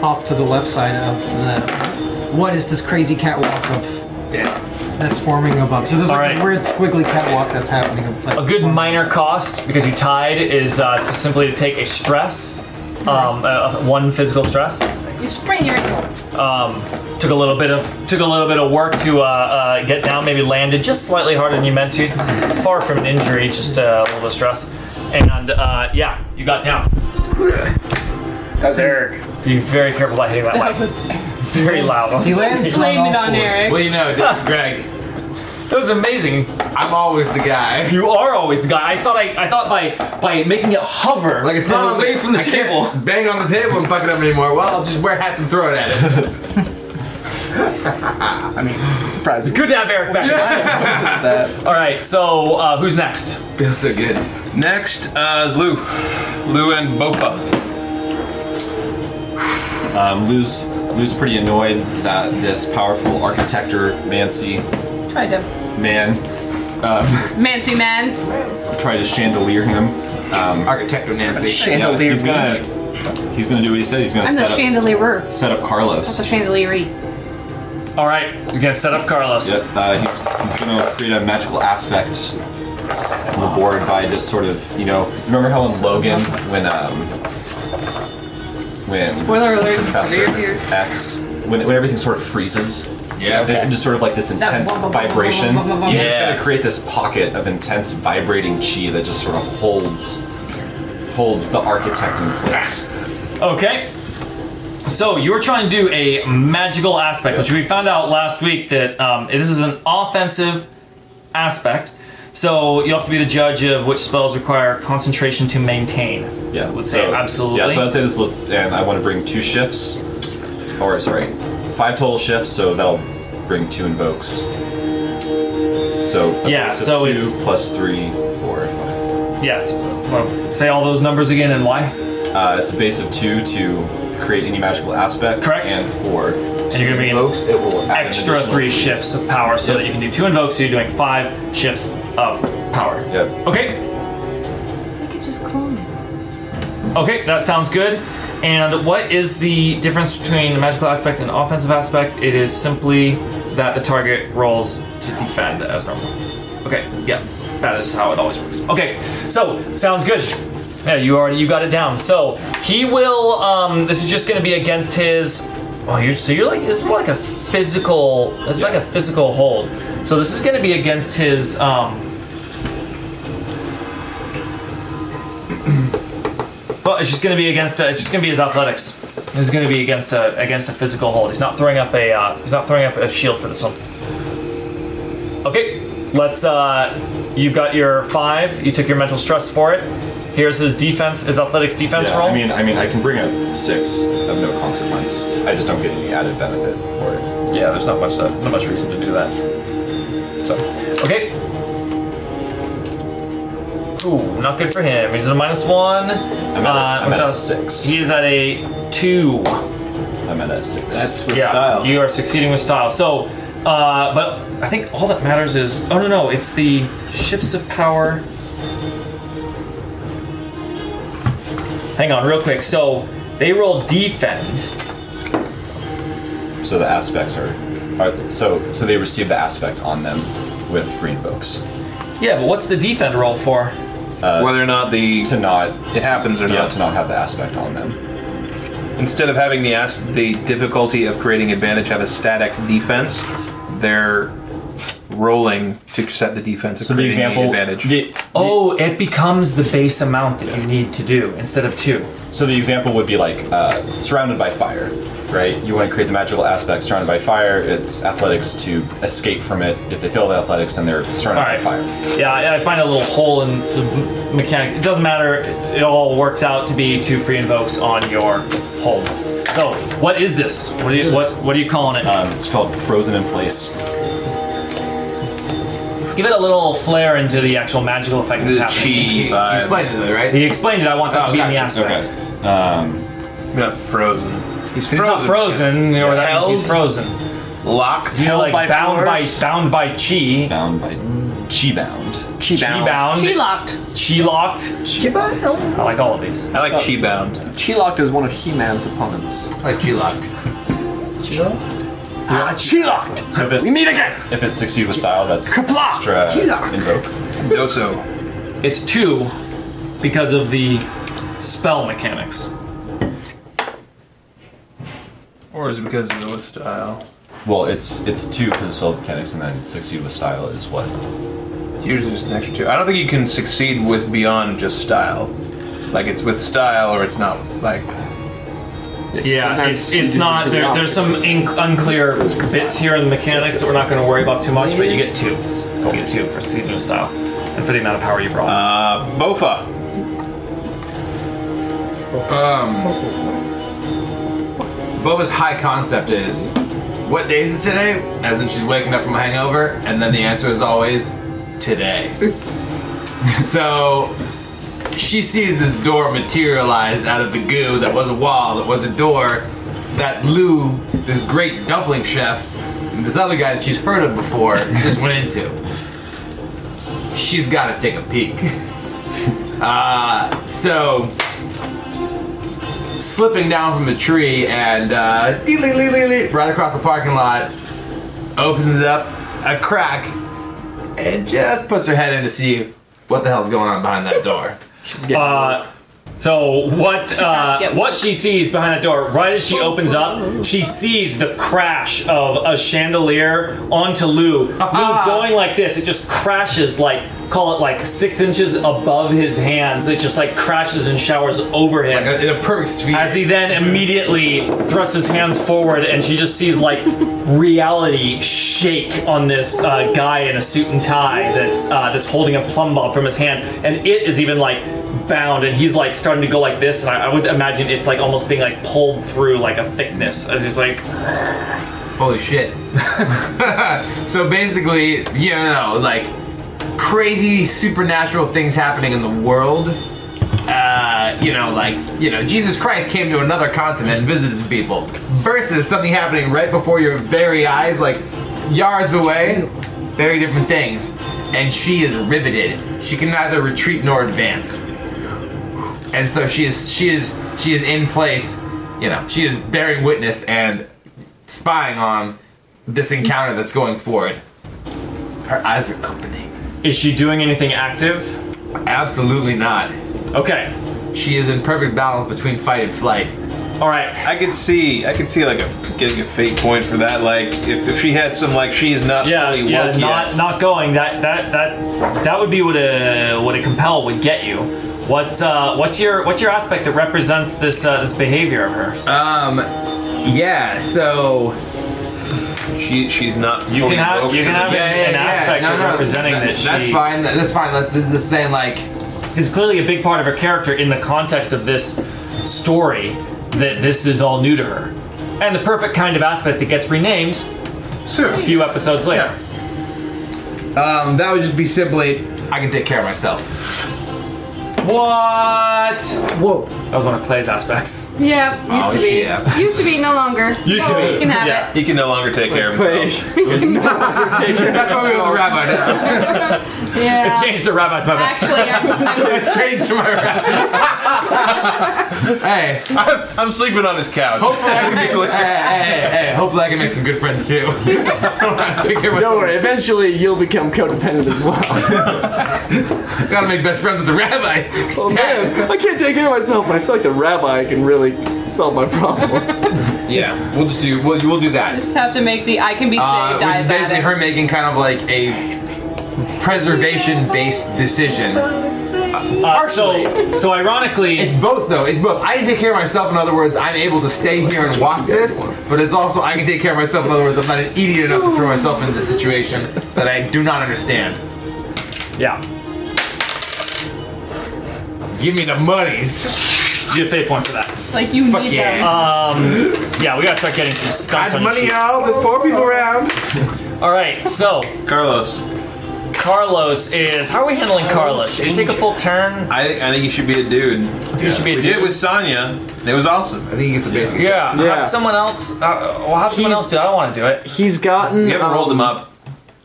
off to the left side of the. What is this crazy catwalk of? That's forming above. So there's like
Alright.
this weird squiggly catwalk that's happening. Like,
a good minor cost because you tied is uh, to simply to take a stress um, uh, one physical stress
You sprain your ankle.
took a little bit of took a little bit of work to uh, uh, get down. Maybe landed just slightly harder than you meant to. Far from an injury, just uh, a little bit of stress. And uh, yeah, you got down.
That's Eric.
Be very careful about hitting that
That [laughs]
light.
was
Very loud.
He lands on
blame it
all
on
fours.
Eric.
Well, you know, dude, Greg,
That was amazing.
I'm always the guy.
You are always the guy. I thought I, I thought by by making it hover
[laughs] Like it's
and
not
away from the
I can't
table.
Bang on the table and fuck it up anymore. Well, I'll just wear hats and throw it at it.
[laughs]
Surprise.
Good to have Eric back. [laughs] All right, so uh, who's next?
Feels so good.
Next uh, is Lou, Lou and Bofa.
Um, Lou's, Lou's pretty annoyed that this powerful architector, Mancy,
Tried to.
man,
Mancy man.
tried to chandelier him.
Architector Nancy.
Yeah,
Chandelier.
he's gonna he's gonna do what he said. He's gonna
I'm the
set up
chandelierer.
set up
That's
Carlos.
a chandelier.
All right, we're gonna set up Carlos.
Yep, uh, he's, he's gonna create a magical aspect the board by just sort of, you know, remember how in Logan when um when
Spoiler alert,
Professor
cover your ears.
X when, when everything sort of freezes. Yeah, and just sort of like this
That
intense
wub- wub- wub-
vibration.
wub- wub- wub- wub-
He's just
Yeah.
gonna create this pocket of intense vibrating chi that just sort of holds holds the architect in place.
Okay. So you're trying to do a magical aspect, which we found out last week that um, this is an offensive aspect. So you have to be the judge of which spells require concentration to maintain.
Yeah,
would say absolutely.
Yeah, so I'd say this, look, and I want to bring two shifts, or sorry, five total shifts. So that'll bring two invokes. So okay,
Yeah, so
two
it's-
plus three, four, five.
Yes. Well, say all those numbers again and why.
Uh, it's a base of two to create any magical aspect. Correct. And four.
And you're gonna be
invokes. It will add an
Extra
additional-
three shifts of power, so that you can do two invokes. So you're doing five shifts of power.
Yep.
Okay.
We could just clone it.
Okay, that sounds good. And what is the difference between magical aspect and offensive aspect? It is simply that the target rolls to defend as normal. Okay. Yeah. That is how it always works. Okay, so sounds good. Yeah, you already you got it down. So he will. Um, this is just going to be against his. Oh, you're so you're like it's more like a physical. It's like a physical hold. So this is going to be against his. Um, [clears throat] but it's just going to be against. Uh, it's just going to be his athletics. It's going to be against a against a physical hold. He's not throwing up a. Uh, he's not throwing up a shield for this one. Okay, let's. Uh, you've got your five. You took your mental stress for it. Here's his defense, his athletics defense
Yeah,
roll.
I mean, I mean, I can bring a six of no consequence. I just don't get any added benefit for it.
Yeah, there's not much that, not much reason to do that. So, okay. Ooh, not good for him. He's at a minus one. I'm
at a- I'm at a
six. He is at a two.
I'm at a six.
That's with style. You are succeeding with style. So, uh, but I think all that matters is oh no no it's the shifts of power. Hang on, real quick. So they roll defend.
So the aspects are, are so so they receive the aspect on them with free invokes.
Yeah, but what's the defend roll for?
Uh,
Whether or not the
to not it
happens or
yeah,
not.
to not have the aspect on them.
Instead of having the as- the difficulty of creating advantage have a static defense, they're rolling to set the defense. Of
So the
creating
example-
advantage.
Oh, it becomes the base amount that you need to do instead of two.
So the example would be like uh, surrounded by fire, right? You want to create the magical aspect surrounded by fire. It's athletics to escape from it. If they fail the athletics, then they're surrounded by fire.
Yeah, I- I find a little hole in the m- mechanics. It doesn't matter. It it all works out to be two free invokes on your hold. So, what is this? What are you, what, what are you calling it?
Um, it's called frozen in place.
Give it a little flair into the actual magical effect that's
The
happening.
chi vibe.
Explain it though, right?
He explained it. I want that to be in the
gotcha.
aspect.
Okay. Um,
Not frozen. He's
He's not frozen, or that means he's frozen.
Locked.
You're like
by
bound
force?
by bound by chi.
bound by chi bound.
Chi
Chi
bound.
bound.
She locked.
Chi locked. I like all of these.
I like chi bound.
Chilocked is one of He-Man's opponents.
Like G-Locked.
Ah, Chilocked!
So if it's,
We meet again!
if it's succeed with style, that's
Kapla!
extra
Chi-lock.
invoke.
Doso.
It's two because of the spell mechanics.
Or is it because of the style?
Well, it's it's two because it's spell mechanics, and then succeed with style is what.
It's usually just an extra two. I don't think you can succeed with beyond just style. Like it's with style or it's not. Like
Yeah,
Sometimes
it's
you
it's
just
not.
really
There,
off.
there's some in, unclear bits here in the mechanics that we're not going to worry about too much, but you get two. You get two for Seasonal Style and for the amount of power you brought.
uh, Bofa.
Boba's high concept is, what day is it today? As in she's waking up from a hangover, and then the answer is always, today. [laughs] so she sees this door materialize out of the goo that was a wall, that was a door, that Lou, this great dumpling chef, and this other guy that she's heard of before, just went into. She's gotta take a peek. [laughs] Uh, so slipping down from a tree and uh, dee-lee-lee-lee-lee, right across the parking lot, opens it up, a crack, and just puts her head in to see what the hell's going on behind that door.
Uh, so what uh, what she sees behind that door, right as she opens up, she sees the crash of a chandelier onto Lou.
[laughs]
Lou going like this, it just crashes like call it like six inches above his hands. It just like crashes and showers over him
in a perfect sphere.
As he then immediately thrusts his hands forward, and she just sees like reality shake on this uh, guy in a suit and tie that's uh, that's holding a plumb bob from his hand, and it is even like bound, and he's like starting to go like this, and I, I would imagine it's like almost being like pulled through like a thickness as he's like.
Holy shit. [laughs] so basically, you know, like crazy supernatural things happening in the world. Uh, you know, like, you know, Jesus Christ came to another continent and visited people versus something happening right before your very eyes, like yards away. Very different things. And she is riveted. She can neither retreat nor advance. And so she is she is she is in place, you know, she is bearing witness and spying on this encounter that's going forward. Her eyes are opening.
Is she doing anything active?
Absolutely not.
Okay.
She is in perfect balance between fight and flight.
All right.
I could see, I could see like a, getting a fake point for that. Like if, if she had some like she's not
Yeah,
fully
yeah,
woke
not
yet.
not going. That that that that would be what a what a compel would get you. What's uh what's your what's your aspect that represents this uh, this behavior of hers?
Um, yeah. So
she she's not. Fully
you can have
woke
you
to
can
the-
have
yeah,
an,
yeah,
an
yeah.
aspect
No,
of
no,
representing
that-
that, she
That's fine. that- That's fine. That's just saying like
is clearly a big part of her character in the context of this story that this is all new to her, and the perfect kind of aspect that gets renamed
Sure.
a few episodes later.
Yeah.
um, that would just be simply I can take care of
[laughs]
myself.
What? Whoa! That was one of Clay's aspects. [laughs]
Yeah, used
Oh,
to be.
yeah.
[laughs] Used to be, no longer. So
Used to be.
You can have
Yeah.
it.
He can no longer take care of himself.
That's why we have the rabbi
[laughs]
now.
Yeah.
Changed to rabbis, my best.
Actually, I'm, I'm,
Change my rabbi. hey,
I'm, I'm sleeping on his couch.
hopefully I can be hey, hey, hey, hey, hopefully I can make some good friends too. [laughs] I don't have to take care of myself.
Don't worry, eventually you'll become codependent as well.
Gotta make best friends with the [laughs] rabbi.
oh man, I can't take care of myself, but I feel like the rabbi can really solve my problems.
Yeah, we'll just do we'll, we'll do that.
just have to make the I can be saved
Uh, which
eyes
is basically
at
her making kind of like a preservation-based decision.
Uh, so, so ironically,
It's both though. It's both. I can take care of myself. In other words, I'm able to stay here and watch this. But it's also I can take care of myself. In other words, I'm not an idiot enough to throw myself into the situation that I do not understand.
yeah,
Give me the monies.
you get a fate point for that.
Like you
Fuck
need
yeah.
them.
Yeah, we gotta start getting some stunts
Add
on your
money
sheet.
out. There's four people around.
All right, so
Carlos,
Carlos is. How are we handling Carlos? Did he take a full turn?
I think I think he should be a dude.
He should be a
We did it
dude.
with Sonya. It was awesome.
I think it's a basic.
yeah,
Yeah.
Have someone else. Uh, well, have someone
He's-
else do. it. I don't want to do it.
He's gotten.
You haven't
um,
rolled him up.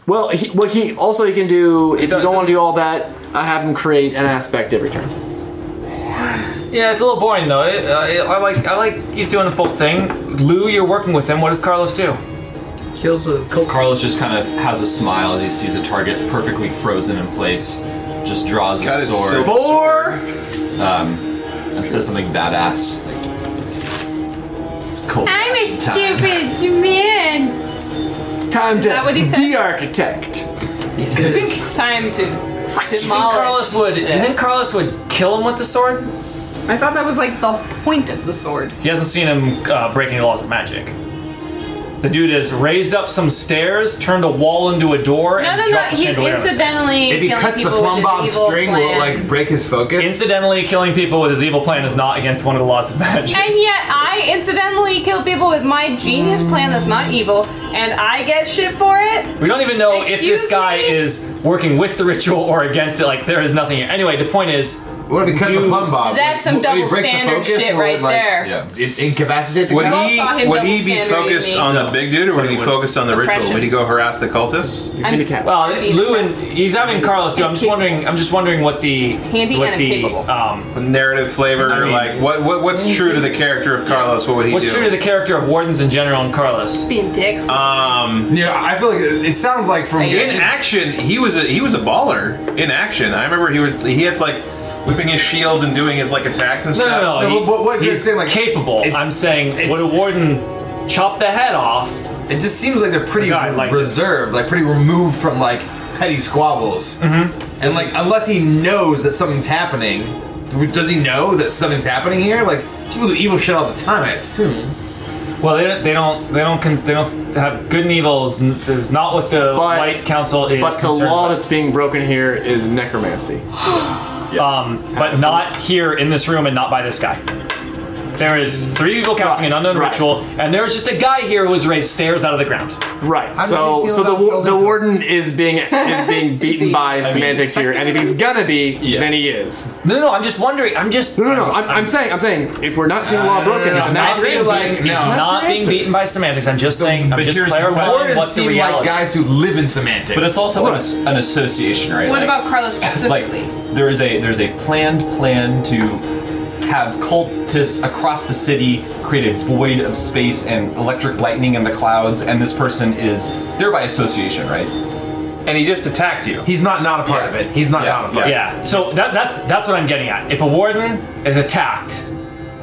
Well, he, what he also he can do if you
does-
don't want to do all that, I have him create an aspect every turn.
Yeah, it's a little boring though. It, uh, it- I like. I like. He's doing a full thing. Lou, you're working with him. What does Carlos do?
Kills the cult.
Carlos just kind of has a smile as he sees a target perfectly frozen in place, just draws
God,
his
it's
sword
so-
Four.
and says something badass. Like, it's cold. action time."
man.
Time to
that what he said?
de-architect.
It's time to
Do you think
demolish.
Carlos would? Do you think Carlos would kill him with the sword?
I thought that was like the point of the sword.
He hasn't seen him uh, break any laws of magic. The dude has raised up some stairs, turned a wall into a door,
No,
and
no, no.
dropped a
He's
chandelier. on his head.
incidentally
If he
killing
cuts the
people
plumb
with
bob
his evil
string,
plan.
will it like break his focus?
Incidentally, killing people with his evil plan is not against one of the laws of magic.
And yet, I incidentally kill people with my genius plan that's not evil, and I get shit for it.
We don't even know if
Excuse
this guy
me?
is working with the ritual or against it. Like, there is nothing here. Anyway, the point is,
What if he cuts the plumb bob?
That's some
Would he
double
break the
standard
focus
shit
or,
right
like,
there.
in- Incapacitate the
Would
guy?
all saw
he
him
would
double
he be
standarding
focused
me.
on the big dude, or would he be focused on the ritual?
oppression.
Would he go harass the cultists?
I'm
Well,
gonna be
Uh, Lou and
impressed.
he's having Carlos do. I'm just wondering. I'm just wondering what the
Handy
what
and
the
incapable.
um,
Narrative flavor,
I mean-
like what, what what's true to the character of Carlos? What would he
what's
do?
true to the character of wardens in general and Carlos.
being dicks.
um,
Yeah, I feel like it, it sounds like from
in action, he was a, he was a baller. In action, I remember he was he had like whipping his shields and doing his like attacks and
No,
stuff.
no, no.
No,
he-
but what you're
he's
saying, like,
capable.
it's-
I'm saying,
it's-
would a warden chop the head off?
It just seems like they're pretty
God, I like this.
reserved, like pretty removed from like petty squabbles. Mm-hmm. And like, unless he knows that something's happening, does he know that something's happening here? Like, people do evil shit all the time. I assume.
Well, they don't. They don't. They don't. Con- they don't have good and evils. There's not what the
But-
White Council is.
But the
concerned
law
with.
that's being broken here is necromancy.
Um, but not here in this room and not by this guy. There is three people casting an unknown
right.
ritual, and there's just a guy here who was raised stairs out of the ground.
Right.
does
so
he feel
so the
about
wa- the
building-
warden is being is
[laughs]
being beaten
he-
by semantics here, and if he's gonna be,
Yeah.
then he is.
No, no, no, I'm just wondering. I'm just
No, no, no. I'm, I'm saying I'm saying if we're not seeing law broken,
no,
it's
no,
not
not being,
your answer.
he's
No, that's
not
your
being
answer.
beaten by semantics. I'm just saying. I'm just clarifying
Wardens
what the
seem like
reality.
guys who live in semantics.
But it's also an, as- an association, right?
what
Like-
about Carlos
[laughs] like
specifically?
there is a there's a planned plan to have cultists across the city create a void of space and electric lightning in the clouds, and this person is there by association, right?
and he just attacked you.
he's not not a part of it. He's not
Yeah,
not a part.
Yeah. So that, that's that's what I'm getting at. If a warden is attacked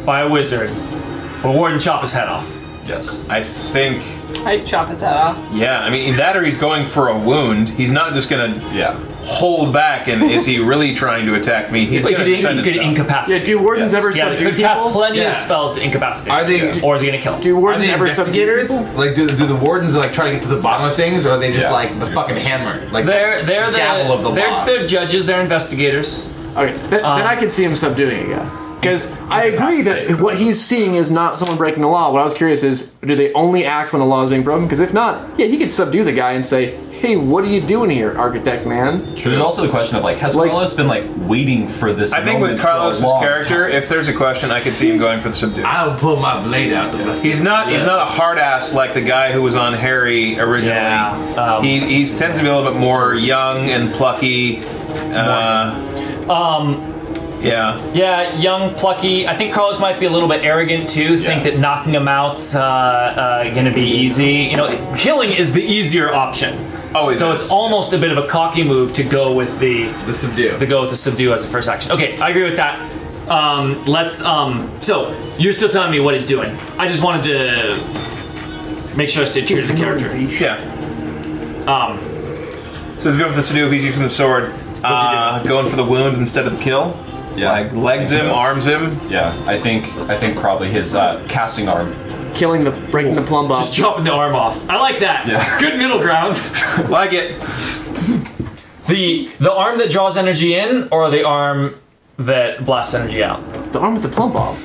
by a wizard, will warden chop his head off?
Yes.
I think,
I'd chop his head off.
yeah. I mean, that or he's going for a wound. He's not just gonna
Yeah.
hold back. And is he really trying to attack me? He's
Like,
gonna
could, he-
try to
could he
stop.
Yeah,
incapacitate.
do wardens
Yes.
ever
Yeah, they
subdue
could cast
people?
plenty
Yeah.
of spells to incapacitate.
Are they-
Yeah. Or is he gonna kill? him?
Do
Are
wardens
they
ever subdue
investigators?
people?
Like, do, do the wardens like try to get to the bottom of things, or are they just
Yeah,
like
that's
the
a good
fucking
question.
hammer? Like
They're they're the,
gavel of the
they're,
law.
they're judges. They're investigators.
Okay, then, then I could see him subduing a guy. Because I agree that what he's seeing is not someone breaking the law. What I was curious is, do they only act when the law is being broken? Because if not, yeah, he could subdue the guy and say, "Hey, what are you doing here, architect man?"
There's also the question of like, has
Like-
Carlos been like waiting for this?
I think with
moment for a
Carlos's
long
character,
time?
if there's a question, I could see him going for the subdue.
I'll pull my blade out. The rest
He's not. He's not a hard ass like the guy who was on Harry originally.
Yeah, um,
he he's tends to be a little bit more young and plucky. Uh,
Um,
yeah.
Yeah, young, plucky. I think Carlos might be a little bit arrogant too. Think
Yeah.
that knocking him out's uh, uh, gonna be easy. You know, killing is the easier option.
Always.
So
is.
it's almost a bit of a cocky move to go with the
the subdue.
to go with the subdue as the first action. Okay, I agree with that. Um, let's. Um, so you're still telling me what he's doing. I just wanted to make sure I stayed true to the character.
yeah.
Um,
So he's going for the subdue. He's using the sword. Uh, going for the wound instead of the kill.
yeah,
Like legs him, [laughs] arms him.
Yeah, I think I think probably his uh, casting arm.
Killing the breaking the plumb off.
just chopping the arm off. I like that.
Yeah.
Good middle
[laughs]
ground.
Like it.
The the arm that draws energy in, or the arm that blasts energy out?
the arm with the plumb bomb.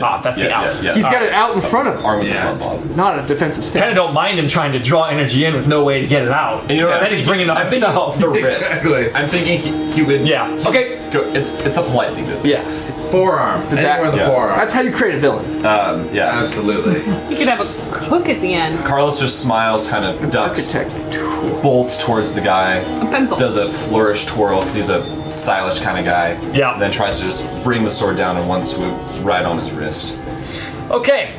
Ah, that's the
Yeah,
out.
yeah, yeah. Uh,
He's got it out in front of him,
Arm with
Yeah,
the club.
not a defensive stance.
Kind of don't mind him trying to draw energy in with no way to get it out. And,
you know what
then
I'm
he's bringing it on
I'm thinking
himself.
the
[laughs]
wrist.
Exactly.
I'm thinking he, he would.
[laughs] Yeah.
he
Okay.
would Go, it's it's a polite thing to do.
Yeah, it's
Forearm. It's
the back-
Anywhere in the
Yeah.
forearm.
that's how you create a villain.
Um, yeah.
Absolutely.
You could have a cook at the end.
Carlos just smiles, kind of ducks,
Architect.
bolts towards the guy,
A pencil.
does a flourish twirl because he's a stylish kind of guy.
Yeah.
Then tries to just bring the sword down in one swoop, right on his wrist,
Okay,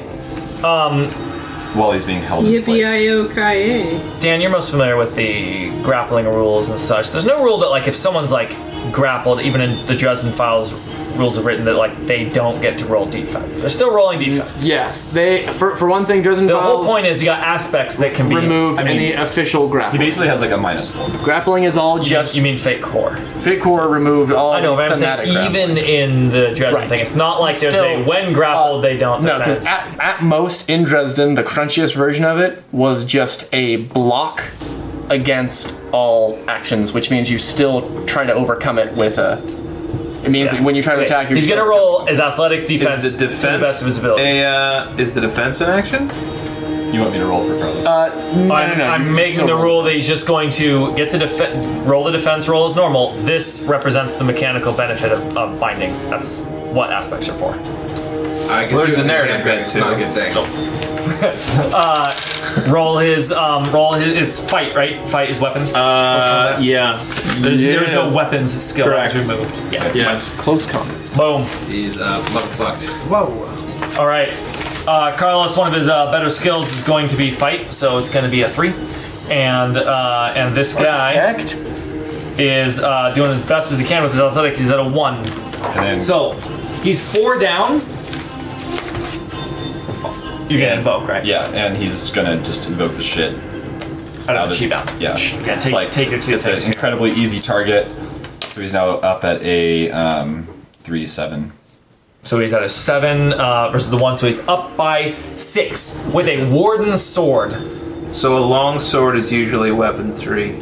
while he's being held in place.
Yippee-yi-yo-ki-yay.
Dan, you're most familiar with the grappling rules and such. There's no rule that like if someone's like grappled, even in the Dresden Files rules are written that like they don't get to roll defense. They're still rolling defense.
Yes, they for, for one thing, Dresden
The
Files
whole point is you got aspects that can be
remove
I mean-
any official
He
grapple.
basically has like a minus one.
Grappling is all
Yes,
just
you mean fake core.
fit core removed all.
I know, but I'm saying
thematic grappling.
even in the Dresden
Right.
thing, it's not like there's
Still,
a when grappled they don't.
No,
defend.
because at, at most in Dresden, the crunchiest version of it was just a block against all actions, which means you still try to overcome it with a. It means that when you try to
Wait,
attack, you're
he's gonna
still-
roll his athletics
Is
defense,
the defense
to the best of his ability.
A, uh, is the defense an action?
You want me to roll for Carlos?
I'm, I'm making the rule that he's just going to get to def- roll the defense roll as normal. This represents the mechanical benefit of, of binding. That's what aspects are for.
I can
There's
see
the
the
narrative,
narrative bit
it's
too.
not a good thing.
Roll his, um, roll his. It's fight, right? Fight is weapons.
Uh, yeah.
there's, there's no
yeah.
weapons skill that
Correct.
was removed. Yeah.
Yes.
Close combat.
Boom.
He's uh, motherfucked.
Whoa.
All right. Uh, Carlos, one of his uh, better skills is going to be fight, so it's going to be a three. And uh, and this guy
Act.
is uh, doing as best as he can with his athletics. He's at a one.
And then
So he's four down. You're gonna invoke, right?
yeah, and he's gonna just invoke the shit.
Out of
out
the
of-
cheap out.
Yeah.
Yeah,
It's
take- take your two
It's an
attacks.
incredibly easy target. So he's now up at a um, three seven.
So he's at a seven uh, versus the one, so he's up by six with a warden sword.
So a long sword is usually weapon three.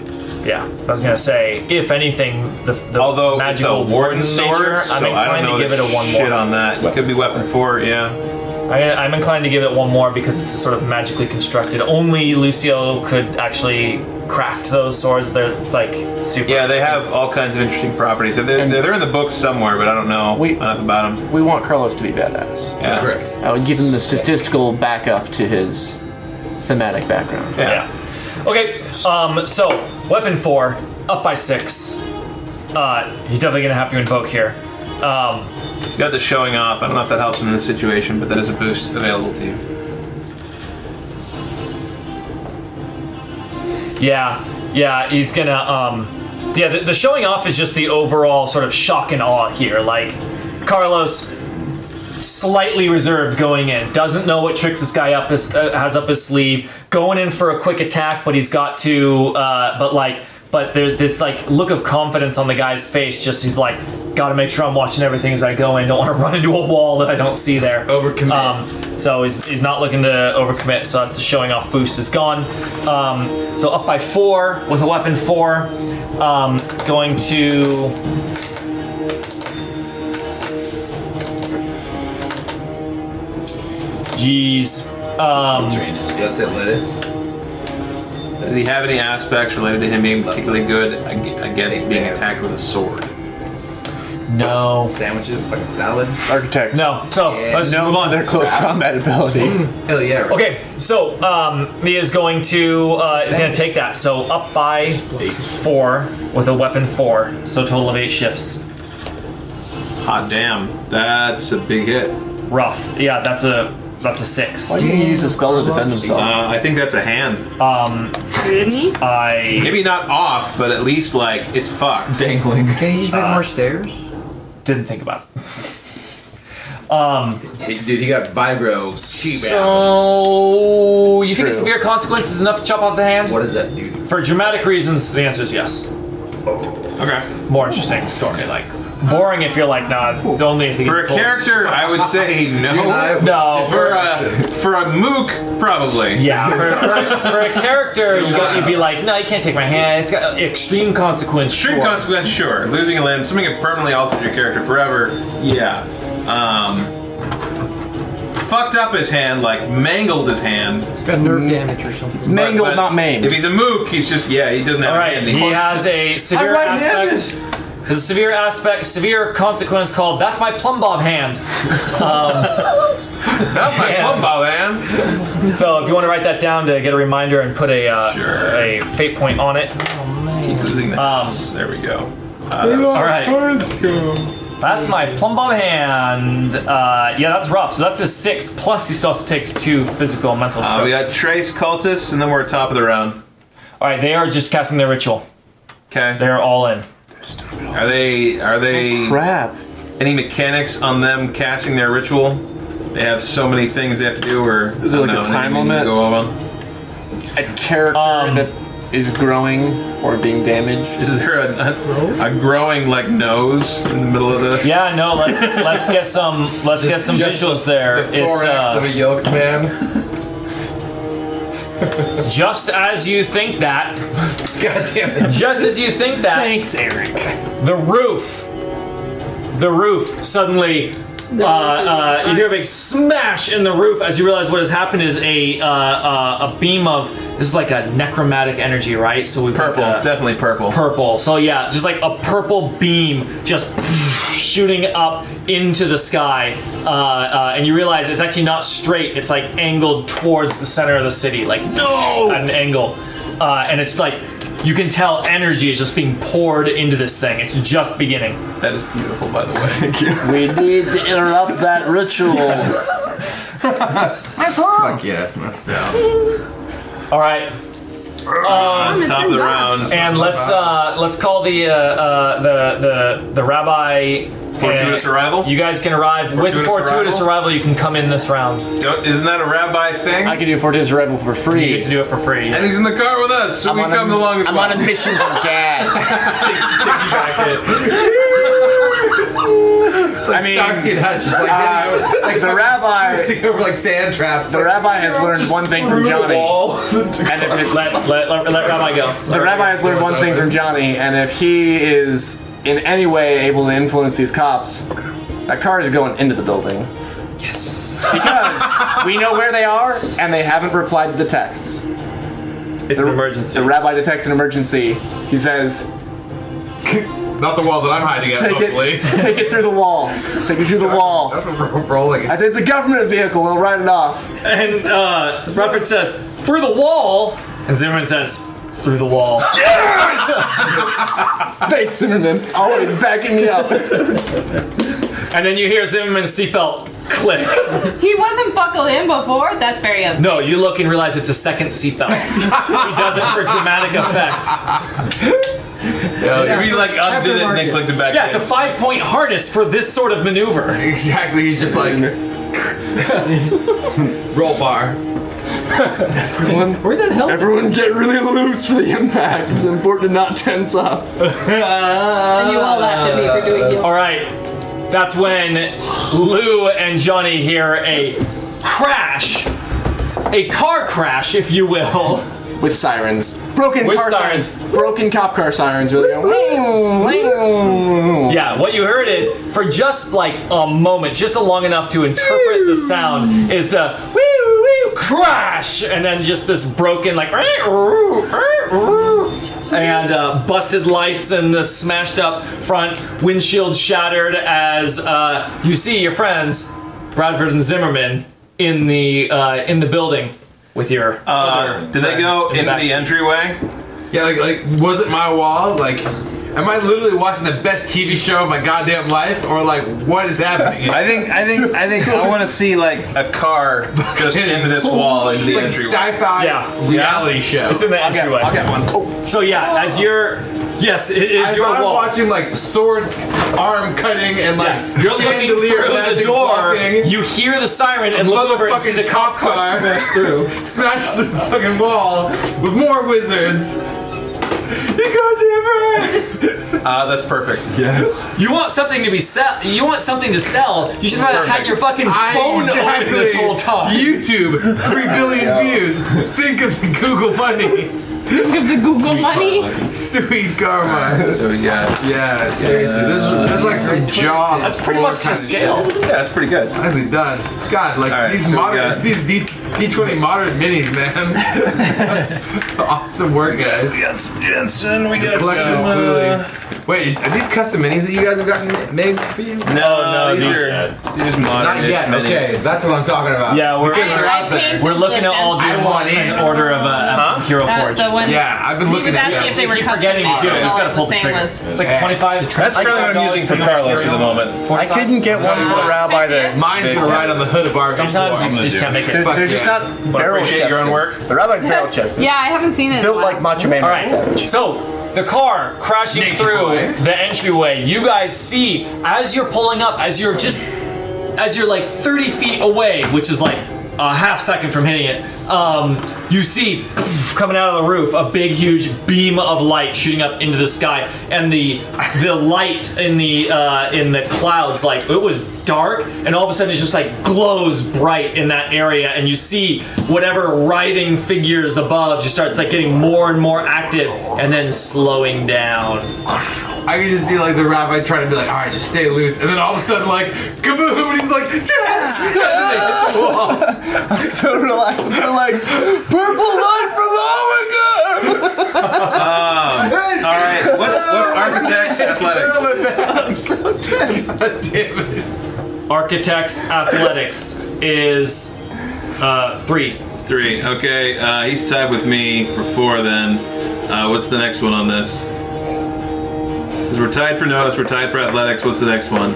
Yeah, I was gonna say, if anything, the, the
Although it's a
magical
warden sword,
nature,
so
I'm
I
inclined
don't know
to give it
the
a one
shit
more.
on that. It could be weapon four. Yeah.
I, I'm inclined to give it one more because it's sort of magically constructed. Only Lucio could actually craft those swords. There's it's like super.
Yeah, they have all kinds of interesting properties. They're, they're, they're in the books somewhere, but I don't know
We-
enough about them.
We want Carlos to be badass.
Yeah.
Correct.
I would give him the statistical backup to his thematic background.
Yeah.
Yeah. Okay. Um. So weapon four, up by six. Uh, he's definitely gonna have to invoke here. Um,
He's got the showing off. I don't know if that helps him in this situation, but that is a boost available to you.
yeah, yeah. He's gonna. Um, yeah. The, the showing off is just the overall sort of shock and awe here. Like Carlos, slightly reserved going in, doesn't know what tricks this guy up his, uh, has up his sleeve. Going in for a quick attack, but he's got to. Uh, but like, but there's this like look of confidence on the guy's face. Just he's like, got to make sure I'm watching everything as I go in. Don't want to [laughs] run into a wall that I don't see there.
Overcommit.
Um, so he's, he's not looking to overcommit. So that's the showing off boost is gone. Um, so up by four with a weapon four. Um, going to. Jeez. Um,
That's it, Liz.
Does he have any aspects related to him being particularly good ag- against being attacked with a sword?
no.
Sandwiches, fucking salad.
Architects.
No. So let's
No
move
for
on.
their close combat ability.
Hell yeah. Right.
Okay, so um, Mia is going to uh, is going to take that. So up by four with a weapon four. So total of eight shifts.
Hot damn, that's a big hit.
Rough. Yeah, that's a that's a six.
Do you use a spell to defend himself?
Uh, I think that's a hand.
Didn't he?
Uh, I
Maybe not off, but at least like it's fucked.
Dangling.
Can you just make more stairs?
didn't think about it.
Hey, dude, he got vibro.
So Oh, you think a
true.
severe consequence is enough to chop off the hand?
What does that do?
For dramatic reasons, the answer is yes.
Okay.
More interesting story, like boring if you're like, nah, it's only if you
For a
pull-
character, I would [laughs] say no.
No,
For [laughs] a for a mook, probably.
Yeah, for, for, for a character, you got, you'd be like, no, you can't take my hand. It's got extreme consequence.
Extreme
sure.
consequence, sure. Losing a limb, something that permanently altered your character forever. Yeah. Um, fucked up his hand, like mangled his hand.
Got
Mm.
nerve damage or something.
But-
Mangled,
but
not maimed.
If he's a mook, he's just yeah, he doesn't have
All
a
right,
hand.
he
[laughs]
has a severe aspect. There's a severe aspect, severe consequence called "That's my plumb bob hand."
not my
hand.
plumb bob hand.
So if you want to write that down to get a reminder and put a uh,
Sure.
a fate point on it.
Keep losing that.
Um,
there we go. Uh, that was-
All right. That's my plumb bob hand. Uh, yeah, that's rough. So that's a six. Plus, he still has to take two physical and mental
uh,
stress.
we got Trace Cultists, and then we're at top of the round.
All right, they are just casting their ritual.
Okay.
They're all in.
Are they? Are they?
Crap.
any mechanics on them casting their ritual? They have so many things they have to do, or is
there, like, a time limit?
Go over.
A character
Um,
that is growing or being damaged.
Is there a, a, a growing like nose in the middle of this?
Yeah, no.
[laughs]
Let's let's get some let's get some
just
visuals there. uh,
The thorax of a yoke man.
Just as you think that.
God damn it.
Just as you think that. Thanks, Eric. The roof. The roof suddenly Uh, uh, you hear a big smash in the roof as you realize what has happened is a uh, uh, a beam of this is like a necromantic energy, right? So we've got,
Purple,
uh,
definitely purple.
purple. So yeah, just like a purple beam just shooting up into the sky, uh, uh, and you realize it's actually not straight. It's like angled towards the center of the city, like no, at an angle, uh, and it's like you can tell energy is just being poured into this thing. It's just beginning.
That is beautiful, by the way.
[laughs] We need to interrupt that ritual.
Fuck yeah. That's down.
All right,
Top of the round.
and let's uh, let's call the uh, uh, the the the rabbi.
Fortuitous
and-
arrival?
You guys can arrive with
Fortuitous
fortuitous
arrival?
arrival. You can come in this round.
Don't, isn't that a rabbi thing?
I can do Fortis Rebel for
You
free.
get to do it for free.
and he's in the car with us, so we
on a-
come along as
I'm on
well.
a mission [laughs] from God.
I mean, Starsky and Hutch, just like, [laughs]
[laughs] like uh, the rabbi,
over like sand traps.
the rabbi has learned one thing from
[laughs]
Johnny, and if it's
Let, let, let, let rabbi go.
the rabbi has learned one thing from Johnny, and if he is in any way able to influence these cops, that car is going into the building. Yes. Because we know where they are, and they haven't replied to the texts.
It's an emergency.
The rabbi detects an emergency. He says,
Not the wall that I'm hiding at,
[laughs]
"Take it, [laughs] take it through the wall. Take it through the wall."
rolling.
I say, "It's a government vehicle. They'll write it off."
And uh, Rufford says, through the wall. And Zimmerman says, through the wall.
Thanks, Zimmerman. Always backing me up.
And then you hear Zimmerman's seatbelt click.
He wasn't buckled in before. That's very unsafe.
No, you look and realize it's a second seatbelt. he does it for dramatic effect.
we like undid it and then clicked it back
Yeah,
in.
it's a five point harness for this sort of maneuver.
Exactly. He's just like roll bar.
Where the hell?
Everyone get really loose for the impact. It's important to not tense up.
And you all laughed at me for doing it.
All right, that's when Lou and Johnny hear a crash, a car crash, if you will.
With sirens. Broken
With
car
sirens.
Broken cop car sirens. Really.
Yeah, what you heard is for just like a moment, just long enough to interpret the sound, is the wee wee crash, and then just this broken like and uh, busted lights and the smashed up front windshield shattered as uh, you see your friends Bradford and Zimmerman in the uh, in the building with your.
Uh, did they go
in
into
the
the
backseat.
entryway?
Yeah, like, like was it my wall? Like, am I literally watching the best TV show of my goddamn life, or like what is happening?
I think, I think, I think I want to see like a car just into this wall into the
like
entryway.
sci-fi
Yeah.
reality show.
it's in the entryway.
I'll get one. Oh,
So yeah, as you're, yes, it
I
is your
thought I'm
wall.
watching like sword arm cutting and like
Yeah. [laughs] You're looking
chandelier
through the
magic
door.
blocking.
You hear the siren and look over and see
motherfucking
the cop
cop
car
car.
smash through.
smash the fucking wall with more wizards. You goddamn right.
Uh, that's perfect.
Yes.
You want something to be sell. You want something to sell. You should have had your fucking phone open this whole time.
YouTube, three billion views. Think of the Google money. [laughs]
Give the Google money.
Sweet
[laughs]
karma.
So we got.
Yeah, seriously, this is there's like some jaw.
That's pretty much to scale.
Yeah, that's pretty good.
Nicely done. God, like
All right,
these
so we
modern,
got-
these D D20 modern minis, man. [laughs] awesome work, guys.
got some Jensen. We got uh,
Collection is
uh,
clearly. Wait, are these custom minis that you guys have gotten made for you?
No,
no,
uh, these,
these
are these are
Not
modern.
yet.
minis.
Okay, that's what I'm talking about.
Yeah, we're
Because they're out there.
we're looking at all
I
the
want in.
in order of a uh, Hero
Uh,
Forge.
the one
Yeah, I've been
he was
looking at
asking
them.
if they were
Keep
custom
forgetting to
made.
do it. We just
All
gotta
I
pull
was
the
saying
trigger.
was-
It's like twenty-five.
That's probably what I'm using for Carlos at the moment.
I couldn't get one for the rabbi
[laughs]
that.
Mine's gonna ride on the hood of our
Sometimes you
before.
just can't make it.
They're,
Fuck
they're just
yeah.
not barrel
appreciate
chested.
your own work.
The rabbi's barrel chested.
Yeah, I haven't seen it. in a
Built
while.
like Macho Man
All
Randy
right.
Savage.
So the car crashing through
way.
the entryway. You guys see as you're pulling up, as you're just, as you're like 30 feet away, which is like a half second from hitting it. Um, you see coming out of the roof a big, huge beam of light shooting up into the sky, and the the light in the uh, in the clouds like it was dark, and all of a sudden it just like glows bright in that area, and you see whatever writhing figures above just starts like getting more and more active, and then slowing down.
I can just see like the rabbi trying to be like, all right, just stay loose, and then all of a sudden like kaboom, and he's like, tense. [laughs] And they hit the wall.
I'm so relaxed. They're like, purple light from Omega!
Um, all right. What's, what's architects athletics?
I'm so tense.
[laughs] God damn it.
Architects athletics is uh, three.
Three. Okay. Uh, he's tied with me for four. Then, uh, what's the next one on this? 'Cause we're tied for notice. We're tied for athletics. What's the next one?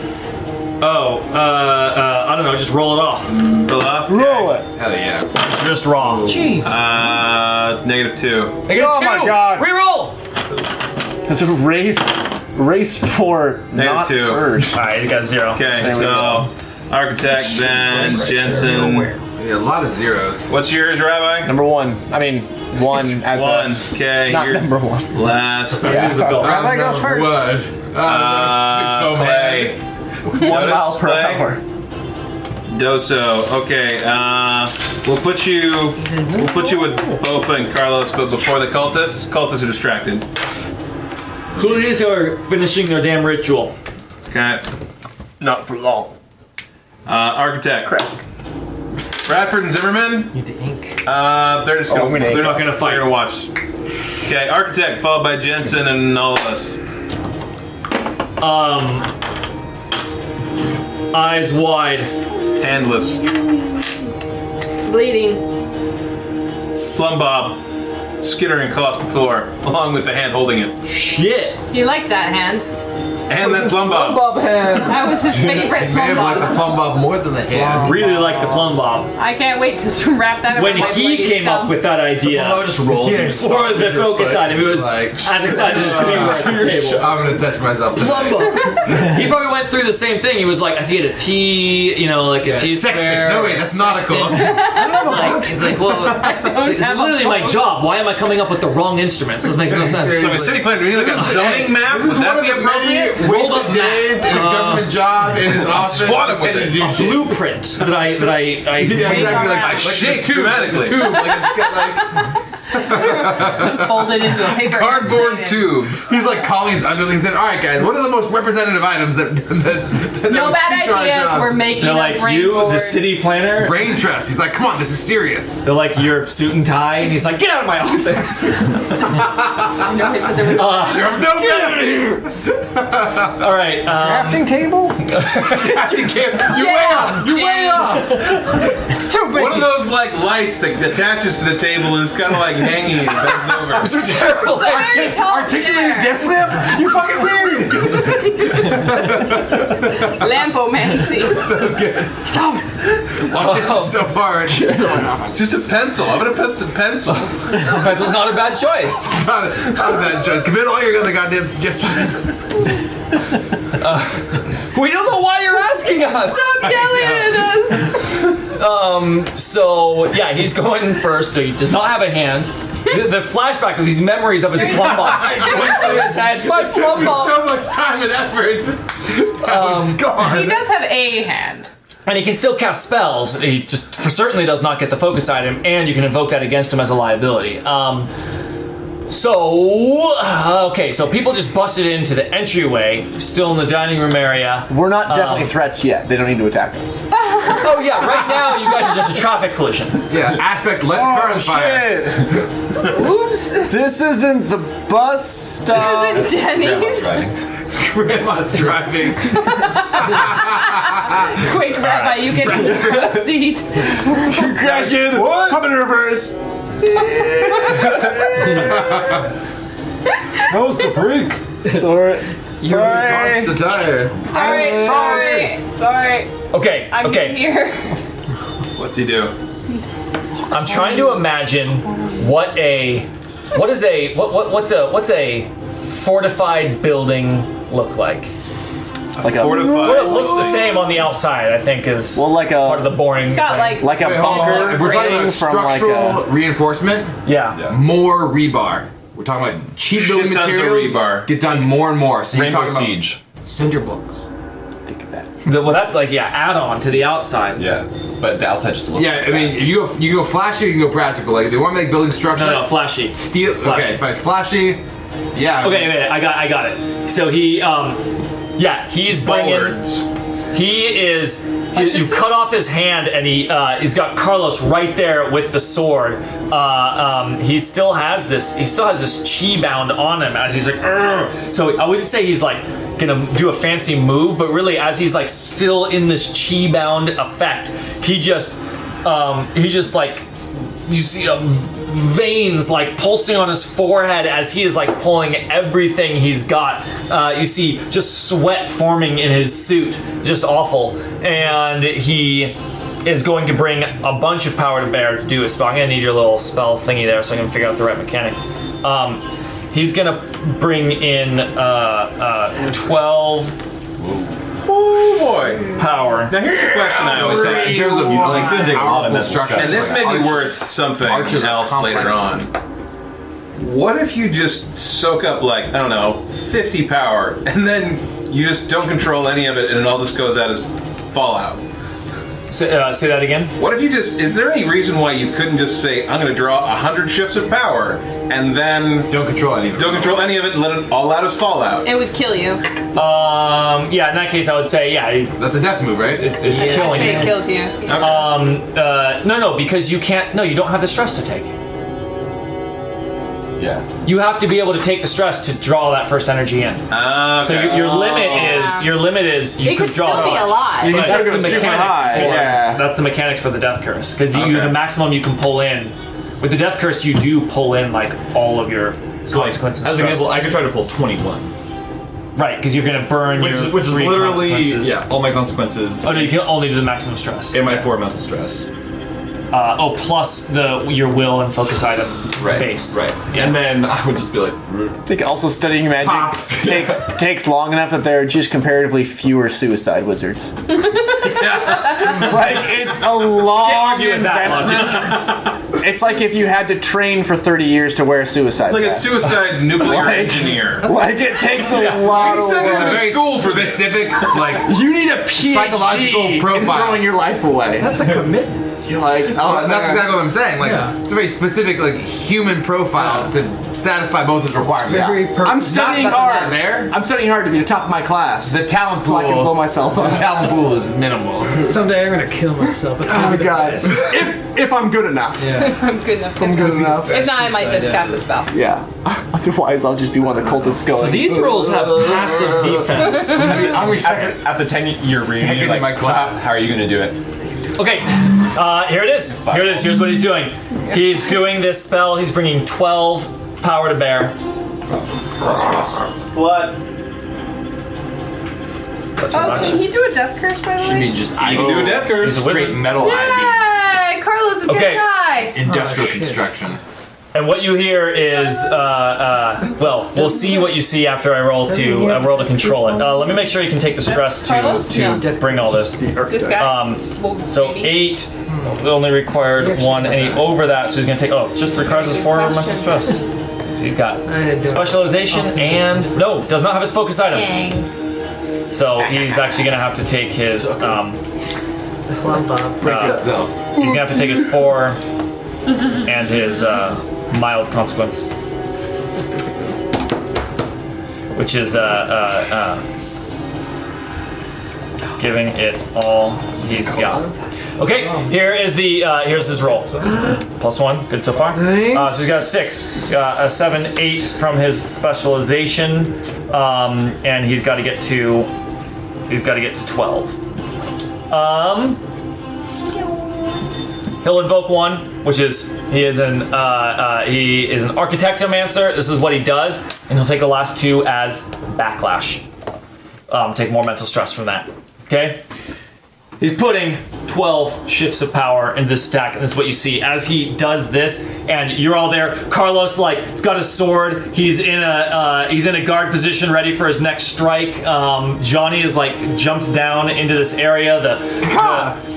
Oh, uh, uh, I don't know. Just roll it off.
Roll off.
Roll it.
Hell yeah.
Just wrong.
Jeez.
Uh, negative two.
oh my god.
Reroll.
That's a race, race for not
two.
first.
All right, you got zero.
Okay.
Stay
So, architect then Jensen.
Yeah, a lot of zeros.
What's yours, Rabbi?
Number one. I mean, one as
One.
a
Okay.
not
you're
number
[laughs]
one.
Last.
Rabbi goes first.
What?
Uh, play.
One
Notice
mile per
play.
hour.
Doso. Okay, uh, we'll put you we'll put you with Bofa and Carlos, but before the cultists, cultists are distracted.
Coolies are finishing their damn ritual.
Okay.
Not for long.
Uh, architect. Bradford and Zimmerman.
Need to ink.
Uh, they're just gonna,
Oh, I'm gonna-
they're not
I'm gonna fight.
They're gonna watch. Okay, architect followed by Jensen and all of us.
Um, eyes wide.
Handless.
Bleeding.
Plumbob skittering across the floor, along with the hand holding it.
Shit.
You like that hand?
And then Plumbob.
Bob hand.
That was
[laughs]
his favorite
May have liked the plumb
plumb
bob more than the hand.
Really like the plumb bob.
I can't wait to [laughs] wrap that up.
When
in my
he
bloody
came
scum.
up with that idea,
just rolls.
or the focus item, it was
like, uh,
as excited as we were at
[laughs]
the table.
I'm gonna touch myself. [laughs]
Plumbo. he probably went through the same thing. He was like, I could get a T, you know, like a T square.
No wait, that's not a
sextant. [laughs]
club.
It's like, it's
[laughs]
like, well, it's
have
literally
a
my job. Why am I coming up with the wrong instruments? This makes no sense.
So if a city planner, do you need like a zoning map? Would that be appropriate?
up
wasted days in a
Uh,
government job in his office.
swat him with
pretending
it.
to do
A
shit.
blueprint that I that I, I
Yeah, exactly. Like, like
I
the
shake
tube,
dramatically.
The tube, like, it's got, [laughs] like,
folded into
[laughs]
a paper.
Cardboard tube.
he's like calling his underlings in. All right, guys, what are the most representative items that [laughs] that, that
No
would
bad
feature on
ideas.
jobs?
We're making
They're
up
like
brain
you, the
board." [laughs]
city planner.
brain trust. He's like, come on, this is serious.
They're like your suit and tie, and he's like, "Get out of my office." [laughs]
I know, I said there were-
You have no benefit.
All right, um,
Crafting table.
You can't- you
Damn,
You're way
dude.
off.
It's too big.
One of those like lights that attaches to the table and it's kind of like hanging and bends
[laughs]
over.
They're terrible.
Why are you telling
Articulated
there?
death slip? You're fucking
[laughs]
weird.
Lampomancy.
This is so
[laughs]
hard.
Just a pencil. I'm gonna put some pencil.
Pencil's not a bad choice.
[laughs] Not a, not a bad choice. Commit all your other goddamn suggestions.
We don't know why you're asking us.
Stop yelling at us.
So
yeah, he's going first. So he does not have a hand. The, the flashback of these memories
[laughs]
of his plumb bob went through his head. My plumb bob,
so much time and effort. Um,
He does have a hand.
and he can still cast spells. He just for certainly does not get the focus item, and you can invoke that against him as a liability. Um, so uh, okay, so people just busted into the entryway, still in the dining room area.
We're not definitely
Um,
threats yet. They don't need to attack us.
Oh yeah, right now you guys are just a traffic collision.
yeah, aspect let
Oh
current fire. [laughs]
shit!
Oops. This
This isn't the bus stop.
isn't Denny's.
Grandma's driving.
Quick, Rabbi, you get in the front [laughs] seat.
Crashing. What? Come in
[laughs]
reverse.
That was the break.
Sorry.
Punch
Sorry.
the tire.
Sorry, sorry, sorry.
Okay,
I'm
okay.
here.
What's he do?
I'm trying to imagine what a what is a what, what what's a what's a fortified building look like?
Like a
Sort of
Fortified.
looks the same on the outside, I think, is
well, like
part of the
a
boring.
Got like,
like a
Wait, hold on, hold on.
bunker
If we're talking
thing
about
from like
structural
a.
reinforcement,
yeah.
more rebar. We're talking about cheap building
tons of
materials.
rebar.
Get done more and more. So you're
Rainbow
talking about
Siege.
Cinder blocks.
Think of that.
The- well, that's like yeah, add on to the outside.
Yeah, but the outside just looks.
Yeah, I mean, if you go, you go flashy, you can go practical. Like, if they want to make building structure.
No, no, flashy.
Steel.
Flashy.
Okay, if it's flashy, Yeah.
Okay, wait, I got, I got it. So he, um, yeah, he's bringing. He is. He, you cut off his hand, and he, uh, he's got Carlos right there with the sword. Uh, um, he still has this. He still has this chi bound on him as he's like. "Urgh." So I wouldn't say he's like gonna do a fancy move, but really, as he's like still in this chi bound effect, he just, um, he just like you see uh, veins like pulsing on his forehead as he is like pulling everything he's got. Uh, you see just sweat forming in his suit, just awful. And he is going to bring a bunch of power to bear to do his spell. I'm gonna need your little spell thingy there so I can figure out the right mechanic. Um, he's gonna bring in uh, uh, 12
Oh boy!
power.
Now here's a question I always have in terms of
Three,
like
one. It's gonna take a lot of
powerful
mental stress.
structure. And this
Like
may be
arches.
worth something
Arches are
else later on.
complex.
What if you just soak up like I don't know, fifty power, and then you just don't control any of it, and it all just goes out as fallout?
Say, uh, say that again.
What if you just? Is there any reason why you couldn't just say, "I'm going to draw hundred shifts of power," and then
don't control any of it?
Don't control any of it, and let it all out as fallout.
It would kill you.
Um, yeah, in that case, I would say, yeah.
That's a death move, right?
It's, it's
I'd
killing
say it
you.
kills you.
Um, uh, no, no, because you can't. No, you don't have the stress to take.
Yeah.
You have to be able to take the stress to draw that first energy in.
uh,
Okay.
So your, your limit is your limit is you
It
could
could
draw.
still be
much.
a lot. So you
But
can
that's
still
the
go super
mechanics.
high,
for-
yeah.
That's the mechanics for the death curse because you
Okay.
the maximum you can pull in. With the death curse, you do pull in like all of your consequences.
As an example, I could try to pull 21,
right? Because you're going to burn
which
your
is which is
three
literally
consequences.
yeah, all my consequences
Oh no, you can only do the maximum stress.
and my four mental stress.
Uh, oh, plus the your will and focus item
Right.
base.
Right.
Yeah.
And then I would just be like, "Rude."
I think also studying magic takes takes long enough that there are just comparatively fewer suicide wizards. like it's a long
argue with that
investment. [laughs] it's like if you had to train for 30 years to wear a suicide
like a
vest.
suicide nuclear engineer.
[laughs] like it takes a lot of
Send him
work.
to school for this.
Specific, [laughs] like
You need a PhD
Psychological
in
profile.
throwing your life away.
That's a commitment.
You're like, oh,
and that's
man.
exactly what I'm saying. Like
Yeah.
it's a very specific, like human profile to satisfy both his requirements.
Very per-
I'm studying
Not that I'm
hard.
not there.
I'm studying hard to be the top of my class.
The talent
so I can
pool-
blow myself
The
up.
[laughs] talent pool is [laughs] minimal.
Someday I'm gonna kill myself. It's gonna
Oh
be the
god.
best.
if if I'm good enough.
Yeah.
[laughs] I'm good enough.
I'm
If
good enough.
not, I might just cast a spell.
Yeah. [laughs] Otherwise, I'll just be one of the cultists going.
These rules have passive defense.
I'm
At,
respecting.
at the 10 year reunion,
Second
you're
in
like,
my class.
"So how are you going to do it?
Okay, uh, here it is. Here it is. Here's what he's doing. He's doing this spell. He's bringing 12 power to bear.
Flood.
Oh, can he do a death curse by the way?
just I
can do a death curse.
He's a straight metal ivy.
Yay! Carlos is
Okay.
gonna die.
Industrial
Oh, shit.
construction.
And what you hear is, uh, uh, well, we'll see what you see after I roll to uh, roll to control it. Uh, let me make sure you can take the stress to to bring all this.
This guy.
Um,
Well,
so
maybe.
eight we only required one, and he over that, so he's gonna take. Oh, it just requires his four mental stress. So he's got specialization and no, does not have his focus item.
Dang.
So he's actually gonna have to take his. Um,
Break
Uh,
yourself.
He's gonna have to take his four
[laughs]
and his uh, mild consequence, which is uh, uh, uh, giving it all he's got. Okay, here is the uh, here's his roll. Plus one, good so far. Uh, so he's got a six, uh, a seven, eight from his specialization, um, and he's got to get to he's got to get to twelve. Um, He'll invoke one, which is he is an uh, uh, he is an architectomancer. This is what he does, and he'll take the last two as backlash. Um, take more mental stress from that. Okay. He's putting 12 shifts of power into this stack, and this is what you see as he does this. And you're all there. Carlos, like, it's got a sword. He's in a uh, he's in a guard position, ready for his next strike. Um, Johnny is like jumped down into this area. The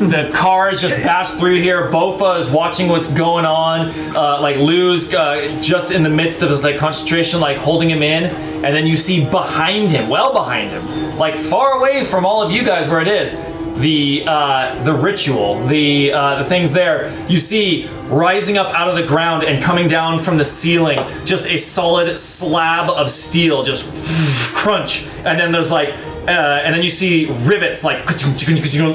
the, the cars just passed through here. Bofa is watching what's going on. Uh, like Lou's uh, just in the midst of his like concentration, like holding him in. And then you see behind him, well behind him, like far away from all of you guys, where it is the uh, the ritual, the uh, the things there. You see rising up out of the ground and coming down from the ceiling, just a solid slab of steel, just crunch, and then there's like. Uh, and then you see rivets like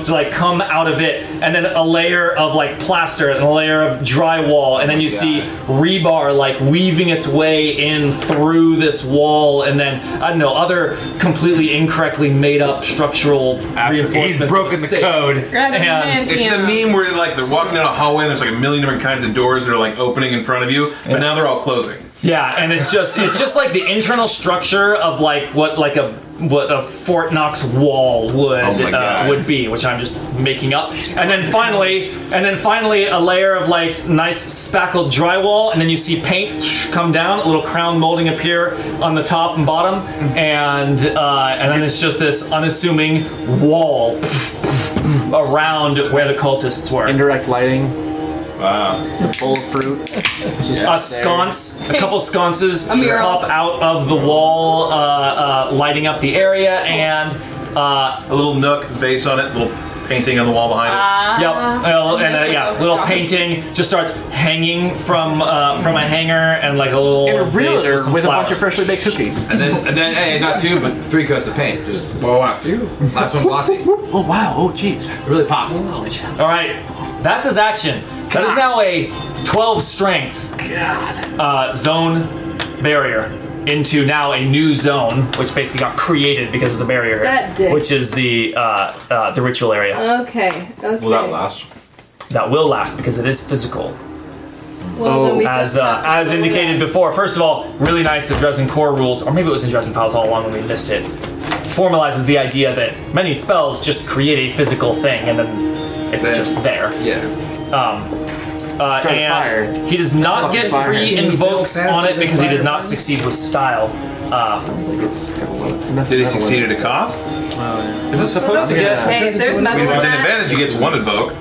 like come out of it, and then a layer of like plaster and a layer of drywall, and then you
Oh,
see rebar like weaving its way in through this wall, and then I don't know other completely incorrectly made up structural reinforcements.
He's broken the
code.
it's the meme where like they're walking down a hallway and there's like a million different kinds of doors that are like opening in front of you, but now they're all closing.
Yeah, and it's just it's just like the internal structure of like what like a what a Fort Knox wall would
Oh my
uh,
God.
would be, which I'm just making up. And then finally, and then finally, a layer of like s- nice spackled drywall, and then you see paint come down, a little crown molding appear on the top and bottom, and uh, and then it's just this unassuming wall [laughs] around where the cultists were.
Indirect lighting.
Wow.
It's a bowl of fruit. Just
a
there.
sconce, a couple sconces
A mural.
pop out of the wall, uh, uh, lighting up the area, and uh,
a little nook, vase on it, little painting on the wall behind it.
Yep,
Uh-huh.
well, and uh, yeah,
Sconce.
little painting just starts hanging from uh, from a hanger and like a little
And a
vase
realtor
some
with a
flowers.
bunch of freshly baked cookies.
And then, and then, hey, not two, but three coats of paint. Just whoa, wow. Last one [laughs] glossy.
Oh wow! Oh jeez.
It really pops.
All right, that's his action. That is now a 12 strength uh, zone barrier into now a new zone, which basically got created because there's a barrier here,
That dick.
which is the uh, uh, the ritual area.
Okay. Okay.
last? That will last because it is physical.
Well, then we
as
just
uh, as indicated before, first of all, really nice the Dresden Core rules, or maybe it was in Dresden Files all along and we missed it. Formalizes the idea that many spells just create a physical thing and then it's just there.
Yeah.
Um, uh,
Start a
and
fire.
he does not
Start a
get
fire.
free
Can you build
invokes on
faster
it because he
than
did
fire?
not succeed with style. Uh,
Did he succeed at a cost?
Is it supposed to get?
Hey, if there's metal in
With an
that,
advantage, he gets one invoke.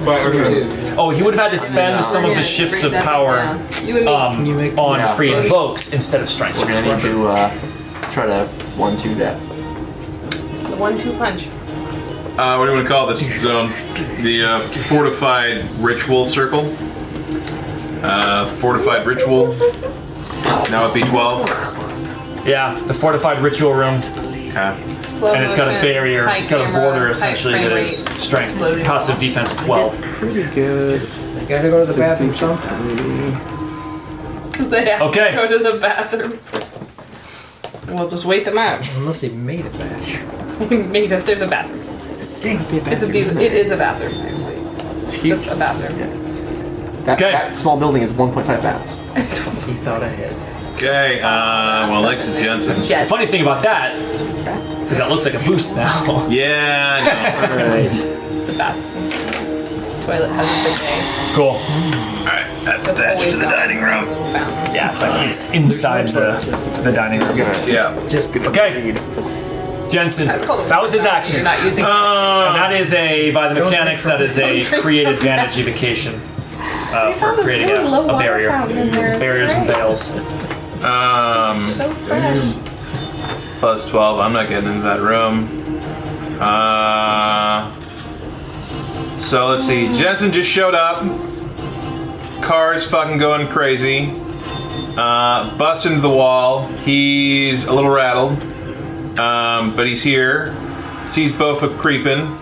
Oh, he would have had to spend some of the shifts of power
you and me.
um, on
Yeah.
free invokes instead of strength.
We're gonna need to uh, try to one two that.
The one-two punch.
Uh, what do you want to call this zone? The uh, fortified ritual circle. Uh, fortified ritual. Now it'd be twelve.
Yeah, the fortified ritual room.
Slow
and it's got a
motion,
barrier,
high
it's got a
camera,
border
high
essentially
frame
that
rate.
is strength, passive defense 12.
Pretty good.
I gotta go to the bathroom sometime.
[laughs] They have
Okay.
to go to the bathroom. We'll just wait them out.
Unless he made a bathroom.
We [laughs] made it. There's a bathroom. It's a beautiful. It is a bathroom actually. It's just a bathroom.
That, that small building is 1.5 baths.
we thought ahead.
Okay. Uh, well, Alexa Jensen.
The funny thing about that is that looks like a boost now.
Yeah.
right.
The bathroom. Toilet has a
[laughs]
bidet.
Cool.
Alright, that's
attached to the dining room.
Yeah, it's like it's [laughs] inside the, the dining room.
Yeah.
Okay. Jensen,
That's called a-
that was his action.
You're not using-
and that is a by the mechanics. That is a
Don't drink
create [laughs]
from
advantage evocation uh, for
this
creating
really
a,
low
a
water
barrier,
fountain in there. It's
barriers and veils.
Um,
So fresh.
plus twelve. I'm not getting into that room. Uh, so let's
Mm.
see. Jensen just showed up. Cars fucking going crazy. Uh, bust into the wall. He's a little rattled, um, but he's here. Sees Bofa creeping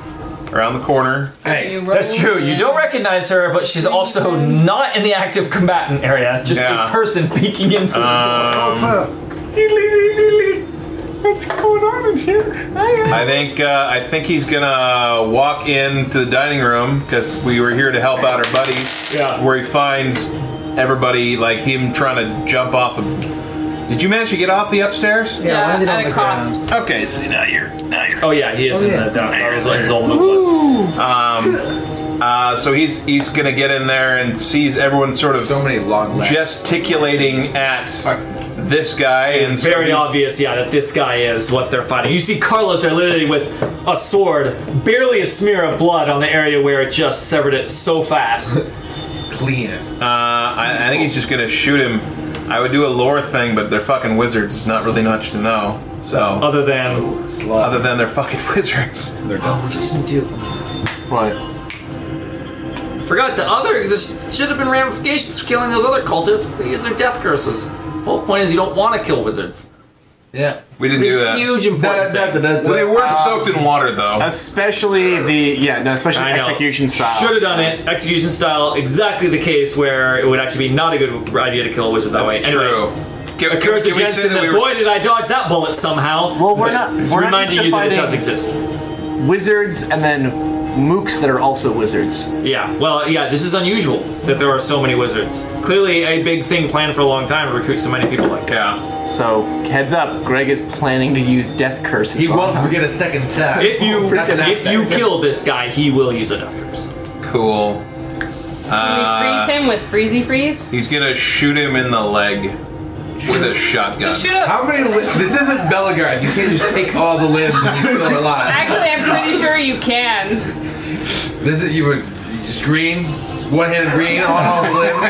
around the corner.
Hey, that's true. You don't recognize her, but she's also not in the active combatant area. Just
Yeah.
a person peeking in through the door.
Um,
What's going on in here?
I think uh, I think he's gonna walk into the dining room because we were here to help out our buddies.
Yeah.
Where he finds everybody, like him trying to jump off. Of, did you manage to get off the upstairs?
Yeah, I landed on the ground.
Okay, so now you're now you're.
Oh yeah, he is
Oh,
in
yeah.
the down. That was what his old move was.
Um, uh, so he's he's gonna get in there and sees everyone sort of so
many long
gesticulating at this guy. and
It's
so
very
he's-
obvious, yeah, that this guy is what they're fighting. You see Carlos there literally with a sword, barely a smear of blood on the area where it just
[laughs]
severed it so fast.
Clean it.
Uh, I, I think he's just gonna shoot him. I would do a lore thing, but they're fucking wizards. There's not really much to know. So
other than
other than they're fucking [laughs] wizards, they're
we didn't do. What?
Forgot the other. This should have been ramifications for killing those other cultists. They use their death curses. whole point is you don't want to kill wizards.
Yeah,
we didn't do that.
Huge important thing.
Well, they were soaked in water though.
Especially the yeah, no, especially
I know.
execution style.
Should have done it. Execution style, exactly the case where it would actually be not a good idea to kill a wizard that
That's
way.
true. Can-
Anyway, occurs to
can we say
Jensen
that
that,
we were
boy, did I dodge that bullet somehow.
Well, we're
But
not- we're not
reminding you that it does
justifying-
exist.
Wizards and then mooks that are also wizards.
Yeah, well, yeah, this is unusual that there are so many wizards. Clearly, a big thing planned for a long time to recruit so many people like this.
Yeah.
So, heads up, Greg is planning to use death curses.
He
on
won't
us.
forget a
second
time. If you- if you kill this guy, he will use a death curse.
Cool.
Can
Uh,
we freeze him with freezy freeze?
he's gonna shoot him in the leg with a shotgun.
Just shoot him.
How many? Li- this isn't Bellegarde. You can't just take all the limbs and you're still alive.
Actually, I'm pretty sure you can.
This is you would you just green, one-handed green on all the limbs.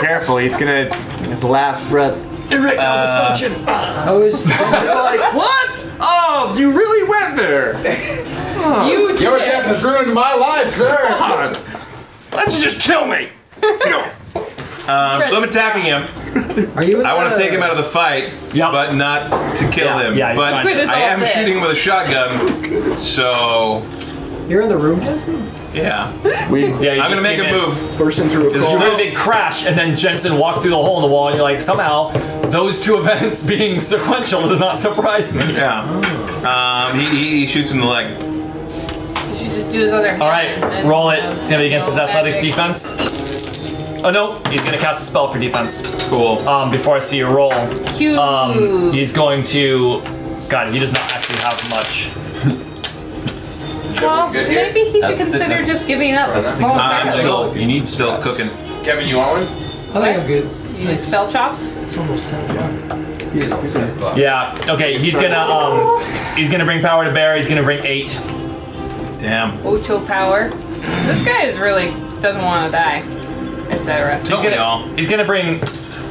Careful, he's gonna his last breath. Erectile dysfunction.
I was
like, what? Oh, you really went there.
You
Your death has ruined my life, sir.
Why don't you just kill me? um, so I'm attacking him.
Are you?
I want to take him out of the fight, but not to kill him.
yeah, you're
but
trying to- Good as
I
all
am
this.
shooting him with a shotgun, so
You're in the room, Jensen.
yeah.
We,
yeah you
I'm gonna
just
make
came
a
in.
move.
Burst him through
There's a really big crash, and then Jensen walked through the hole in the wall, and you're like, somehow those two [laughs] events being sequential does not surprise me.
Yeah. Um, he, he, he shoots him in the leg.
You should just do his other hand.
All right,
and- uh,
roll it. It's gonna be against his
No
athletics
magic.
defense. Oh no, he's gonna cast a spell for defense.
Cool.
Um, before I see you roll,
Cute.
um, he's going to. God, he does not actually have much.
well, maybe he should
That's the-
consider
that's-
just giving up. Well,
I'm still. You need still cooking. Kevin, you want one?
I think I'm good.
You need spell chops.
It's almost ten o'clock.
Yeah. Okay. He's gonna um, he's gonna bring power to bear. He's gonna bring eight.
Damn.
Ocho power. This guy is really doesn't want to die, etc.
He's gonna he's gonna bring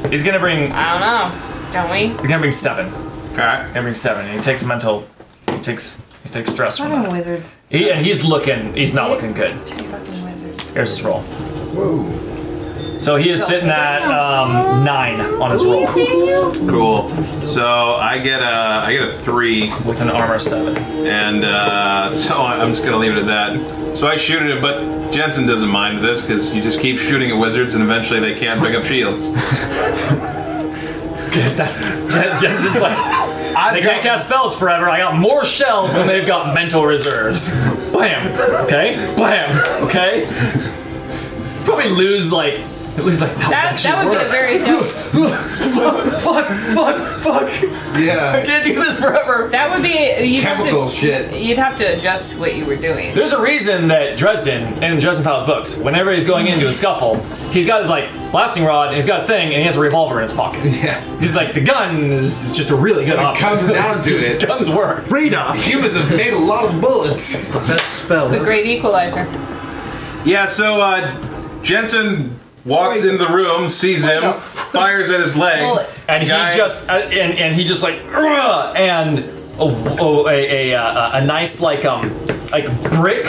he's gonna bring
I don't know. Don't we?
he's gonna bring seven.
Okay.
He's gonna bring seven. And he takes mental. He takes he takes stress from
Fucking
that.
wizards.
He, and he's looking. He's not looking good.
Fucking wizards.
Here's his roll. So he is sitting at um, nine on his roll.
Cool. So I get a I get a three
[laughs] with an armor seven, [laughs]
and uh, so I- I'm just gonna leave it at that. So I shoot at him, but Jensen doesn't mind this because you just keep shooting at wizards and eventually they can't pick up shields.
That's Jen, Jensen's like. they can't cast spells forever. I got more shells than they've got mental reserves. Blam. Okay. Blam. Okay. Probably lose like at least like
That that would be a very
[laughs]
dope.
fuck, fuck, fuck, fuck.
Yeah.
I can't do this forever.
That would be you'd
Chemical
have to,
shit.
You'd have to adjust what you were doing.
There's a reason that Dresden in Dresden Files books, whenever he's going into a scuffle, he's got his like blasting rod and he's got his thing and he has a revolver in his pocket.
Yeah.
He's like the gun is just a really good
When it
option.
comes
[laughs]
down to it,
guns work. Radar.
Humans have made a lot of bullets. It's the best spell.
It's the great equalizer.
Yeah. So uh, Jensen walks in the room, sees him, fires at his leg,
and he
Guy-
just uh, and, and he just like "Urgh!" and a oh, a, a, uh, a nice like um like brick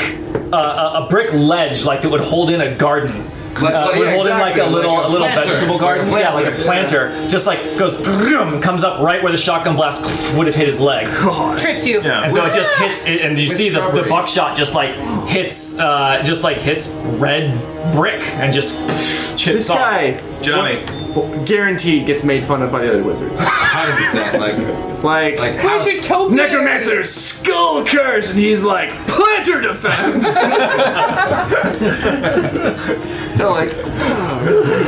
uh, a- a brick ledge like that would hold in a garden.
Like-
uh,
like-
would
yeah,
hold in
exactly,
like a little
like a
a, little
planter,
vegetable
like a
garden, yeah, like
planter,
a planter. Just like goes, "Vroom," comes up right where the shotgun blast [laughs] would have hit his leg.
Trips you.
And so it just hits, it, and you see the, the buckshot just like hits, uh, just like hits red brick and just [laughs] chips
This
off.
guy,
Johnny,
guaranteed gets made fun of by the other wizards.
Hundred percent. Like,
like,
like
Where's your topiary?
necromancer's skull curse, and he's like planter defense. They're like,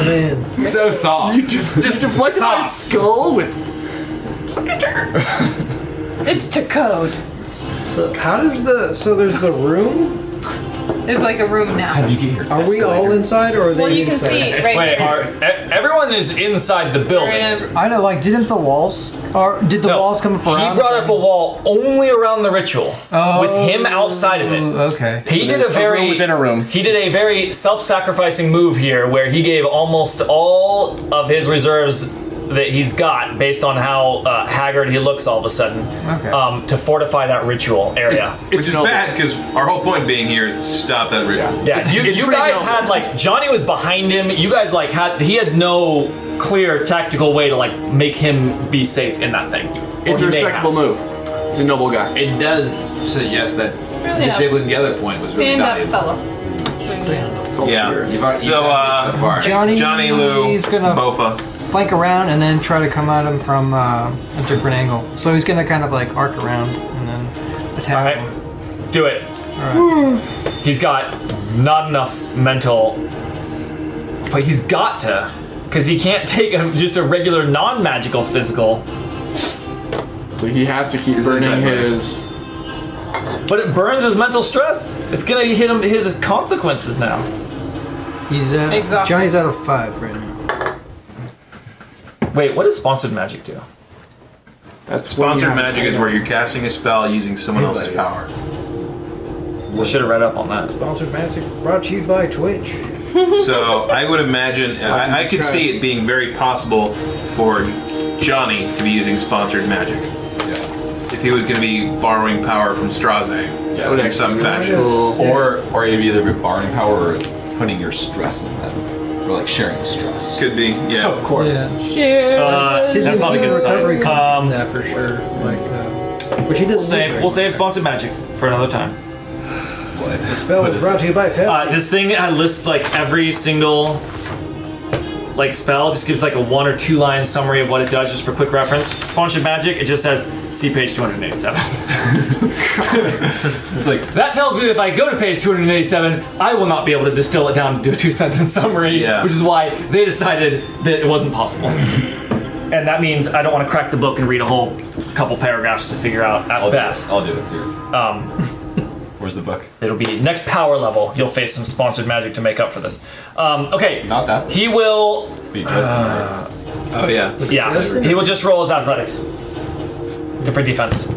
Man,
so soft.
you just just deflected my skull with
It's to code.
so how does the so there's the room,
There's like a room now.
do you get here?
Are we all inside, or are they
Well, you can
inside?
see right
Wait,
here.
are, e- everyone is inside the building.
I know, like, didn't the walls, or did the walls come up
He
around?
brought up a wall only around the ritual,
Oh.
with him outside of it.
Okay.
He did a very within a room. He did a very self-sacrificing move here, where he gave almost all of his reserves that he's got, based on how uh, haggard he looks all of a sudden,
Okay.
um, to fortify that ritual area.
Which is bad because our whole point being here is to stop that ritual.
Yeah, you, you guys had like Johnny was behind him. You guys like had he had no clear tactical way to like make him be safe in that thing.
It's a respectable move. He's a noble guy.
It does suggest that
really up.
disabling the other point was really
Stand up,
valuable.
fella.
Yeah.
You've already
So, uh,
Johnny-
Johnny Lou,
he's gonna-
Bofa.
flank around and then try to come at him from uh, a different angle. So he's gonna kind of like arc around and then attack him.
Do it. He's got not enough mental, but he's got to, because he can't [laughs] take a, just a regular non-magical physical.
So he has to keep burning his.
But it burns his mental stress. It's gonna hit him. Hit his consequences now.
He's uh,
Exhausted.
Johnny's out of five right now.
Wait, what does sponsored magic do?
That's [laughs]
Sponsored magic is where you're casting a spell using someone else's
Anybody.
power.
We should have read up on that.
Sponsored magic brought to you by Twitch.
so I would imagine uh, I, I could see it being very possible for Johnny to be using sponsored magic. If he was going to be borrowing power from Straze in some fashion.
Or or you'd be either borrowing power or putting your stress in them. Or like sharing stress.
Could be, yeah.
Of course.
Uh,
His
that's not a
immune
good
recovery
sign.
comes
Um,
from that for sure. Like, uh, which he didn't
We'll save. We'll save sponsored magic for another time.
The spell
What
is
is
brought
it?
to you by Pepsi.
Uh, this thing uh, lists like every single like spell. Just gives like a one or two line summary of what it does, just for quick reference. Sponsored magic. It just says see page two hundred
[laughs]
eighty-seven.
It's like
That tells me that if I go to page 287, I will not be able to distill it down to do a two sentence summary,
Yeah.
which is why they decided that it wasn't possible. and that means I don't want to crack the book and read a whole couple paragraphs to figure out at
I'll
best.
Do it. I'll do it here.
Um,
Where's the book?
it'll be next power level. You'll face some sponsored magic to make up for this. Um, okay.
Not that.
He will.
Be Dresden,
Uh,
right?
Oh yeah.
Yeah. He will just roll his athletics. Different defense.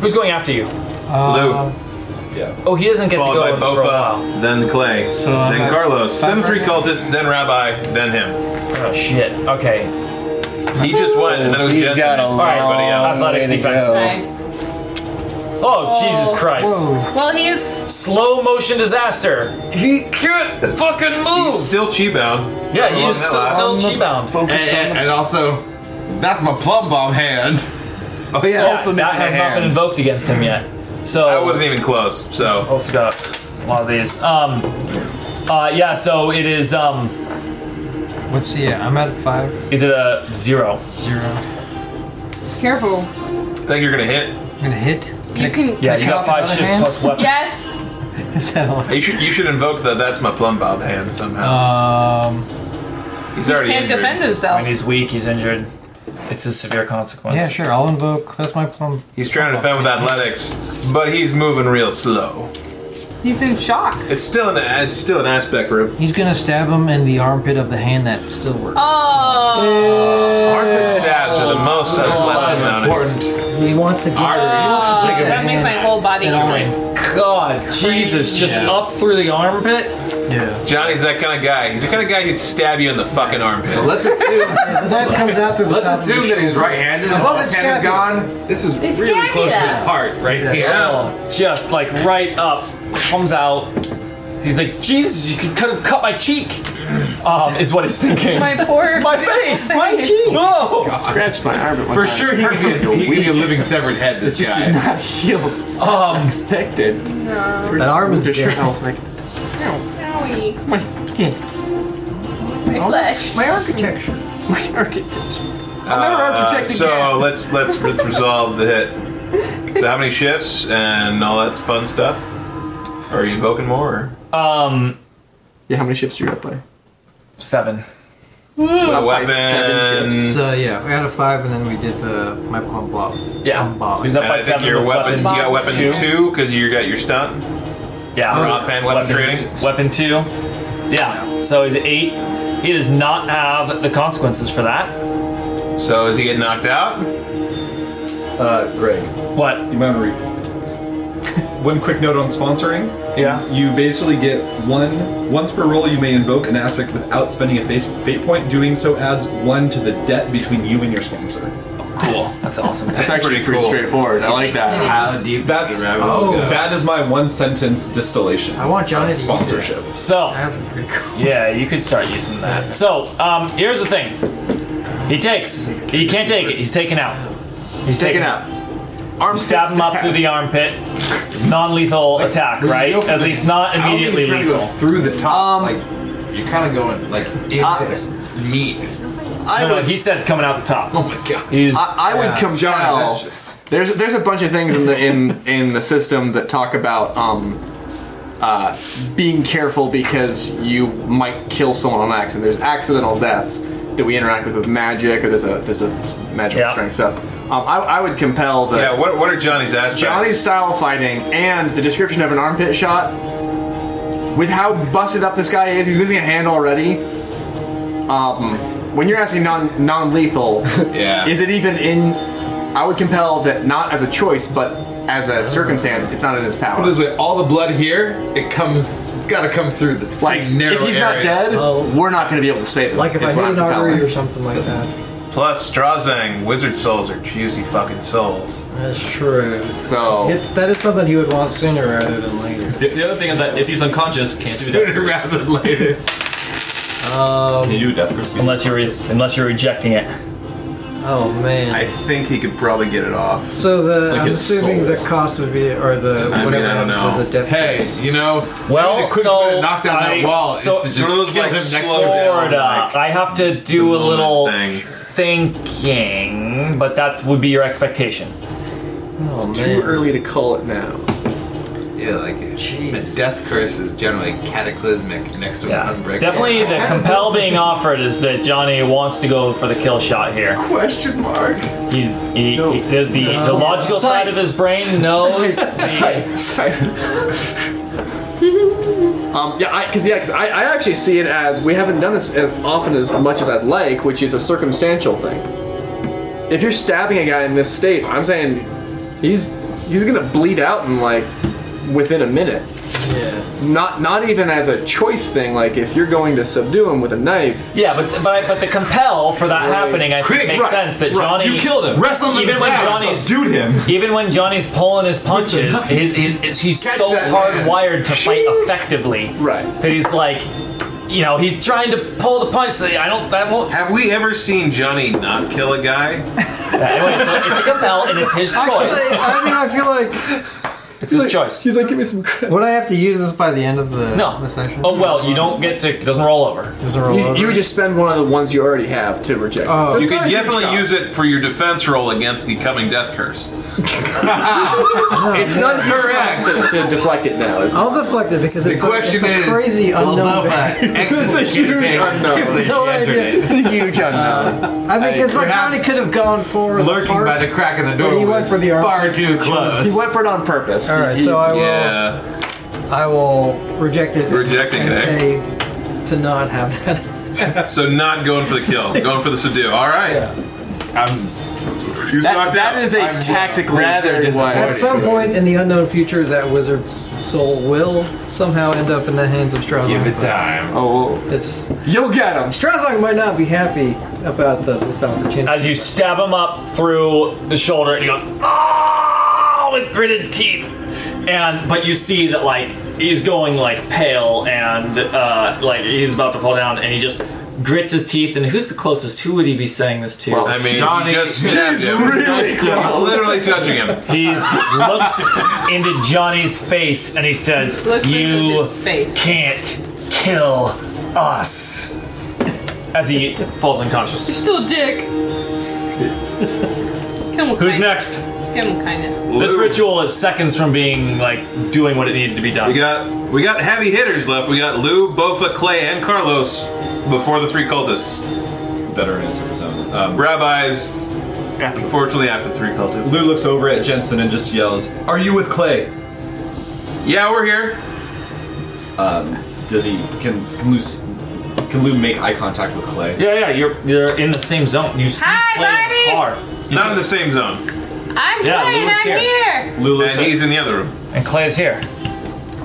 Who's going after you?
Uh,
Lou,
Oh, he doesn't get
followed
to
by
go for a while. uh,
Bofa, then Clay,
I'm
then
at
Carlos,
five
then
right
three
now.
cultists, then Rabbi, then him.
Oh shit. Okay.
He just went, and then it was Jensen. and it's everybody else.
Athletics defense.
Nice.
Oh, Jesus Christ.
Well, he is.
Slow motion disaster. He can't fucking move.
He's still chi bound.
yeah, he's still, still chi bound.
And, and- and also, that's my plum bomb hand.
Oh yeah.
Also that has not been invoked against him yet. So
I wasn't even close. So
also got a lot of these. Um, uh, yeah. So it is. Um,
What's yeah? I'm at five
is it a zero?
zero.
Careful.
I think you're gonna hit.
I'm gonna hit.
You
[laughs]
can.
Yeah, you
Cut
got
off
five
his other
shifts
hand?
plus weapon.
Yes.
Is
[laughs]
that all?
You should you should invoke the that's my plum bob hand somehow.
Um.
He's already
Can't
injured.
defend
When
himself.
he's weak, he's injured. It's a severe consequence.
Yeah, sure. I'll invoke. That's my plum.
He's trying to defend with athletics, but he's moving real slow.
He's in shock.
It's still an it's still an aspect group.
He's gonna stab him in the armpit of the hand that still works.
Oh.
Armpit stabs are the most unpleasant sounding.
Important.
He wants to get
Oh,
Take a
that makes
hand.
my whole body
It
joint.
God, Jesus, just
Yeah.
up through the armpit.
Yeah.
Johnny's that kind of guy. He's the kind of guy who'd stab you in the fucking armpit.
Let's assume.
The knife comes out through the top
let's
of his
assume that he's right-handed. and
love
his
it,
hand is gone. This is
It's
really
scary,
close to his
though.
heart, right here.
Oh, just like right up, comes out. He's like, Jesus, you could could have cut my cheek. Um, is what he's thinking.
My poor.
[laughs] My face, my cheek. Whoa.
Scratched my arm. At one
For
time.
sure, he
[laughs]
could be, a, he could be a living severed head. This
It's just did
guy.
not heal.
Um,
Expected.
That arm is
Just [laughs] sure. I
dead.
was like,
Owie.
my skin,
My flesh.
My architecture.
my architecture.
I'm
never architect
Uh, So let's let's let's resolve the hit. So how many shifts and all that fun stuff? Are you invoking more? Or?
Um,
Yeah, how many shifts are you up by?
seven.
Up by
weapon.
seven shifts.
So Uh, yeah, we had a five, and then we did the my plum blob.
Yeah.
Plum blob.
So he's up
And
by
I think
seven.
your
with
weapon, you got
Bob
weapon two because you got your stunt.
Yeah.
Or offhand weapon trading.
Uh, Weapon two. Yeah. So he's at eight. He does not have the consequences for that.
So is he getting knocked out?
Uh, Greg.
What?
You might re- One quick note on sponsoring.
Yeah.
You basically get one once per roll. You may invoke an aspect without spending a face, fate point. Doing so adds one to the debt between you and your sponsor.
Cool. That's awesome.
That's actually pretty straightforward. I like that.
How deep
That's
did the rabbit
oh,
hole go?
that is my one sentence distillation. I
want Johnny to use it.
sponsorship.
So. Yeah, you could start using that. So, um, here's the thing. He takes. He can't take it. He's taken out. He's taken out. Arm stab him up through the armpit. Non-lethal attack, right? At least not
I don't think
immediately
he's trying to go
lethal.
through the top. like you're kind of going like into the [laughs] meat.
no, no, he said coming out the top. Oh my god. He's,
I, I would compel. There's there's a bunch of things in the in in the system that talk about um, uh, being careful because you might kill someone on accident. There's accidental deaths that we interact with with magic, or there's a there's a magical strength stuff. Um, I, I would compel the
Yeah. What, what are Johnny's aspects?
Johnny's style fighting and the description of an armpit shot. With how busted up this guy is, he's missing a hand already. Um, when you're asking non non [laughs] lethal,
Yeah.
is it even in? I would compel that not as a choice, but as a circumstance. It's not in his
Put
power.
it this way, all the blood here, it comes. It's got to come through this like narrow
If he's not
area. [laughs]
dead, we're not going to be able to save him.
Like if
is what
I hit
I'm
an
compelling.
artery or something like that.
Plus, Strazang, wizard souls are juicy fucking souls.
That's true.
So
It, that is something you would want sooner rather than later.
The, the other thing is that if he's unconscious, can't do death curse.
rather than later.
Um,
Can you do a death curse?
unless you're re- unless you're rejecting it.
Oh man.
I think he could probably get it off.
So the
It's like
I'm
his
assuming the cost would be or the
I
whatever
mean, I don't
happens
know.
is a death.
Hey, you know,
Well,
maybe the quickest
so
way to knock down
I-
that wall
so-
is to
Sort of
[laughs] just
like
give him next
slow
door down.
Sorta. I have to do a
moment
little
thing.
thinking, but that would be your expectation.
Oh,
Too
man.
early to call it now.
Yeah, like the death curse is generally cataclysmic next to
Yeah.
an unbreakable.
Definitely the compel being offered is that Johnny wants to go for the kill shot here.
Question mark.
He, he, he- the, the, the logical side of his brain knows the,
[laughs] Um, yeah, I, cause yeah, 'cause I, I actually see it as we haven't done this as often as much as I'd like, which is a circumstantial thing. If you're stabbing a guy in this state, I'm saying he's he's gonna bleed out in like within a minute.
Yeah.
Not not even as a choice thing. Like if you're going to subdue him with a knife,
yeah, but but I- but the compel for that happening I think
Quick,
makes
right,
sense that
right.
Johnny
You killed him. Wrestle
even when Johnny's
dude him.
even when Johnny's pulling his punches, his, his, his- he's
Catch
so
that man.
hardwired to fight effectively
right?
that he's like, you know, he's trying to pull the punch. That I don't. That won't.
Have we ever seen Johnny not kill a guy?
Anyway, so it's a compel and it's his
Actually,
choice.
[laughs] I mean, I feel like
It's his choice.
He's like, give me some credit.
would I have to use this by the end of the,
No.
the session?
Oh well, you don't get to. It doesn't roll over.
Doesn't roll
You,
over.
you would just spend one of the ones you already have to reject.
Oh.
So it's
You
not
could
a [laughs] huge
definitely
cost.
use it for your defense roll against the coming death curse.
It's not a huge cost to, to deflect it now. Is
I'll deflect it because
The
it's,
question
a, it's
is,
a crazy
will
unknown.
Boba [laughs]
variable.
exit the campaign?
No idea.
it's a huge unknown.
I mean, because like
Perhaps
Johnny could have gone for
Lurking
the heart.
by the crack in the
But
door
he went
was
for the arm.
far too
he
close.
went for it on purpose.
All right, so I will.
Yeah.
I will reject it.
Rejecting
and
it, eh?
pay to not have that.
So not going for the kill, going for the subdue. All right.
I'm
He's
That,
knocked
that
out.
is a
I'm
tactically
rather
very
disappointed.
wise-
At some point in the unknown future, that wizard's soul will somehow end up in the hands of Strelzog.
give it time.
Oh, well,
It's
you'll get him.
Strelzog might not be happy about the, this opportunity.
As you stab him up through the shoulder, and he goes oh with gritted teeth, and but you see that like he's going like pale and uh, like he's about to fall down, and he just grits his teeth. And who's the closest? Who would he be saying this to?
I mean,
Johnny
he just stabbed him.
really
He's literally touching him.
He [laughs] looks into Johnny's face and he says,
Looks
"You
into his face.
can't kill us." As he falls unconscious.
You're still
[laughs]
a dick. Kill him with
Who's
kindness.
next?
Kill him with kindness.
This ritual is seconds from being like doing what it needed to be done.
We got we got heavy hitters left. We got Lou, Bofa, Clay, and Carlos before the three cultists.
That are in his zone. Um,
Rabbis, unfortunately, after the three cultists.
Lou looks over at Jensen and just yells, "Are you with Clay?"
Yeah, we're here.
Um, does he can can Lou s- can Lou make eye contact with Clay?
Yeah, yeah, you're you're in the same zone. You see
Hi, buddy!
Not in the same zone.
I'm
Yeah,
playing.
Lou's
I'm
here.
here.
and he's in the other room.
And Clay is here.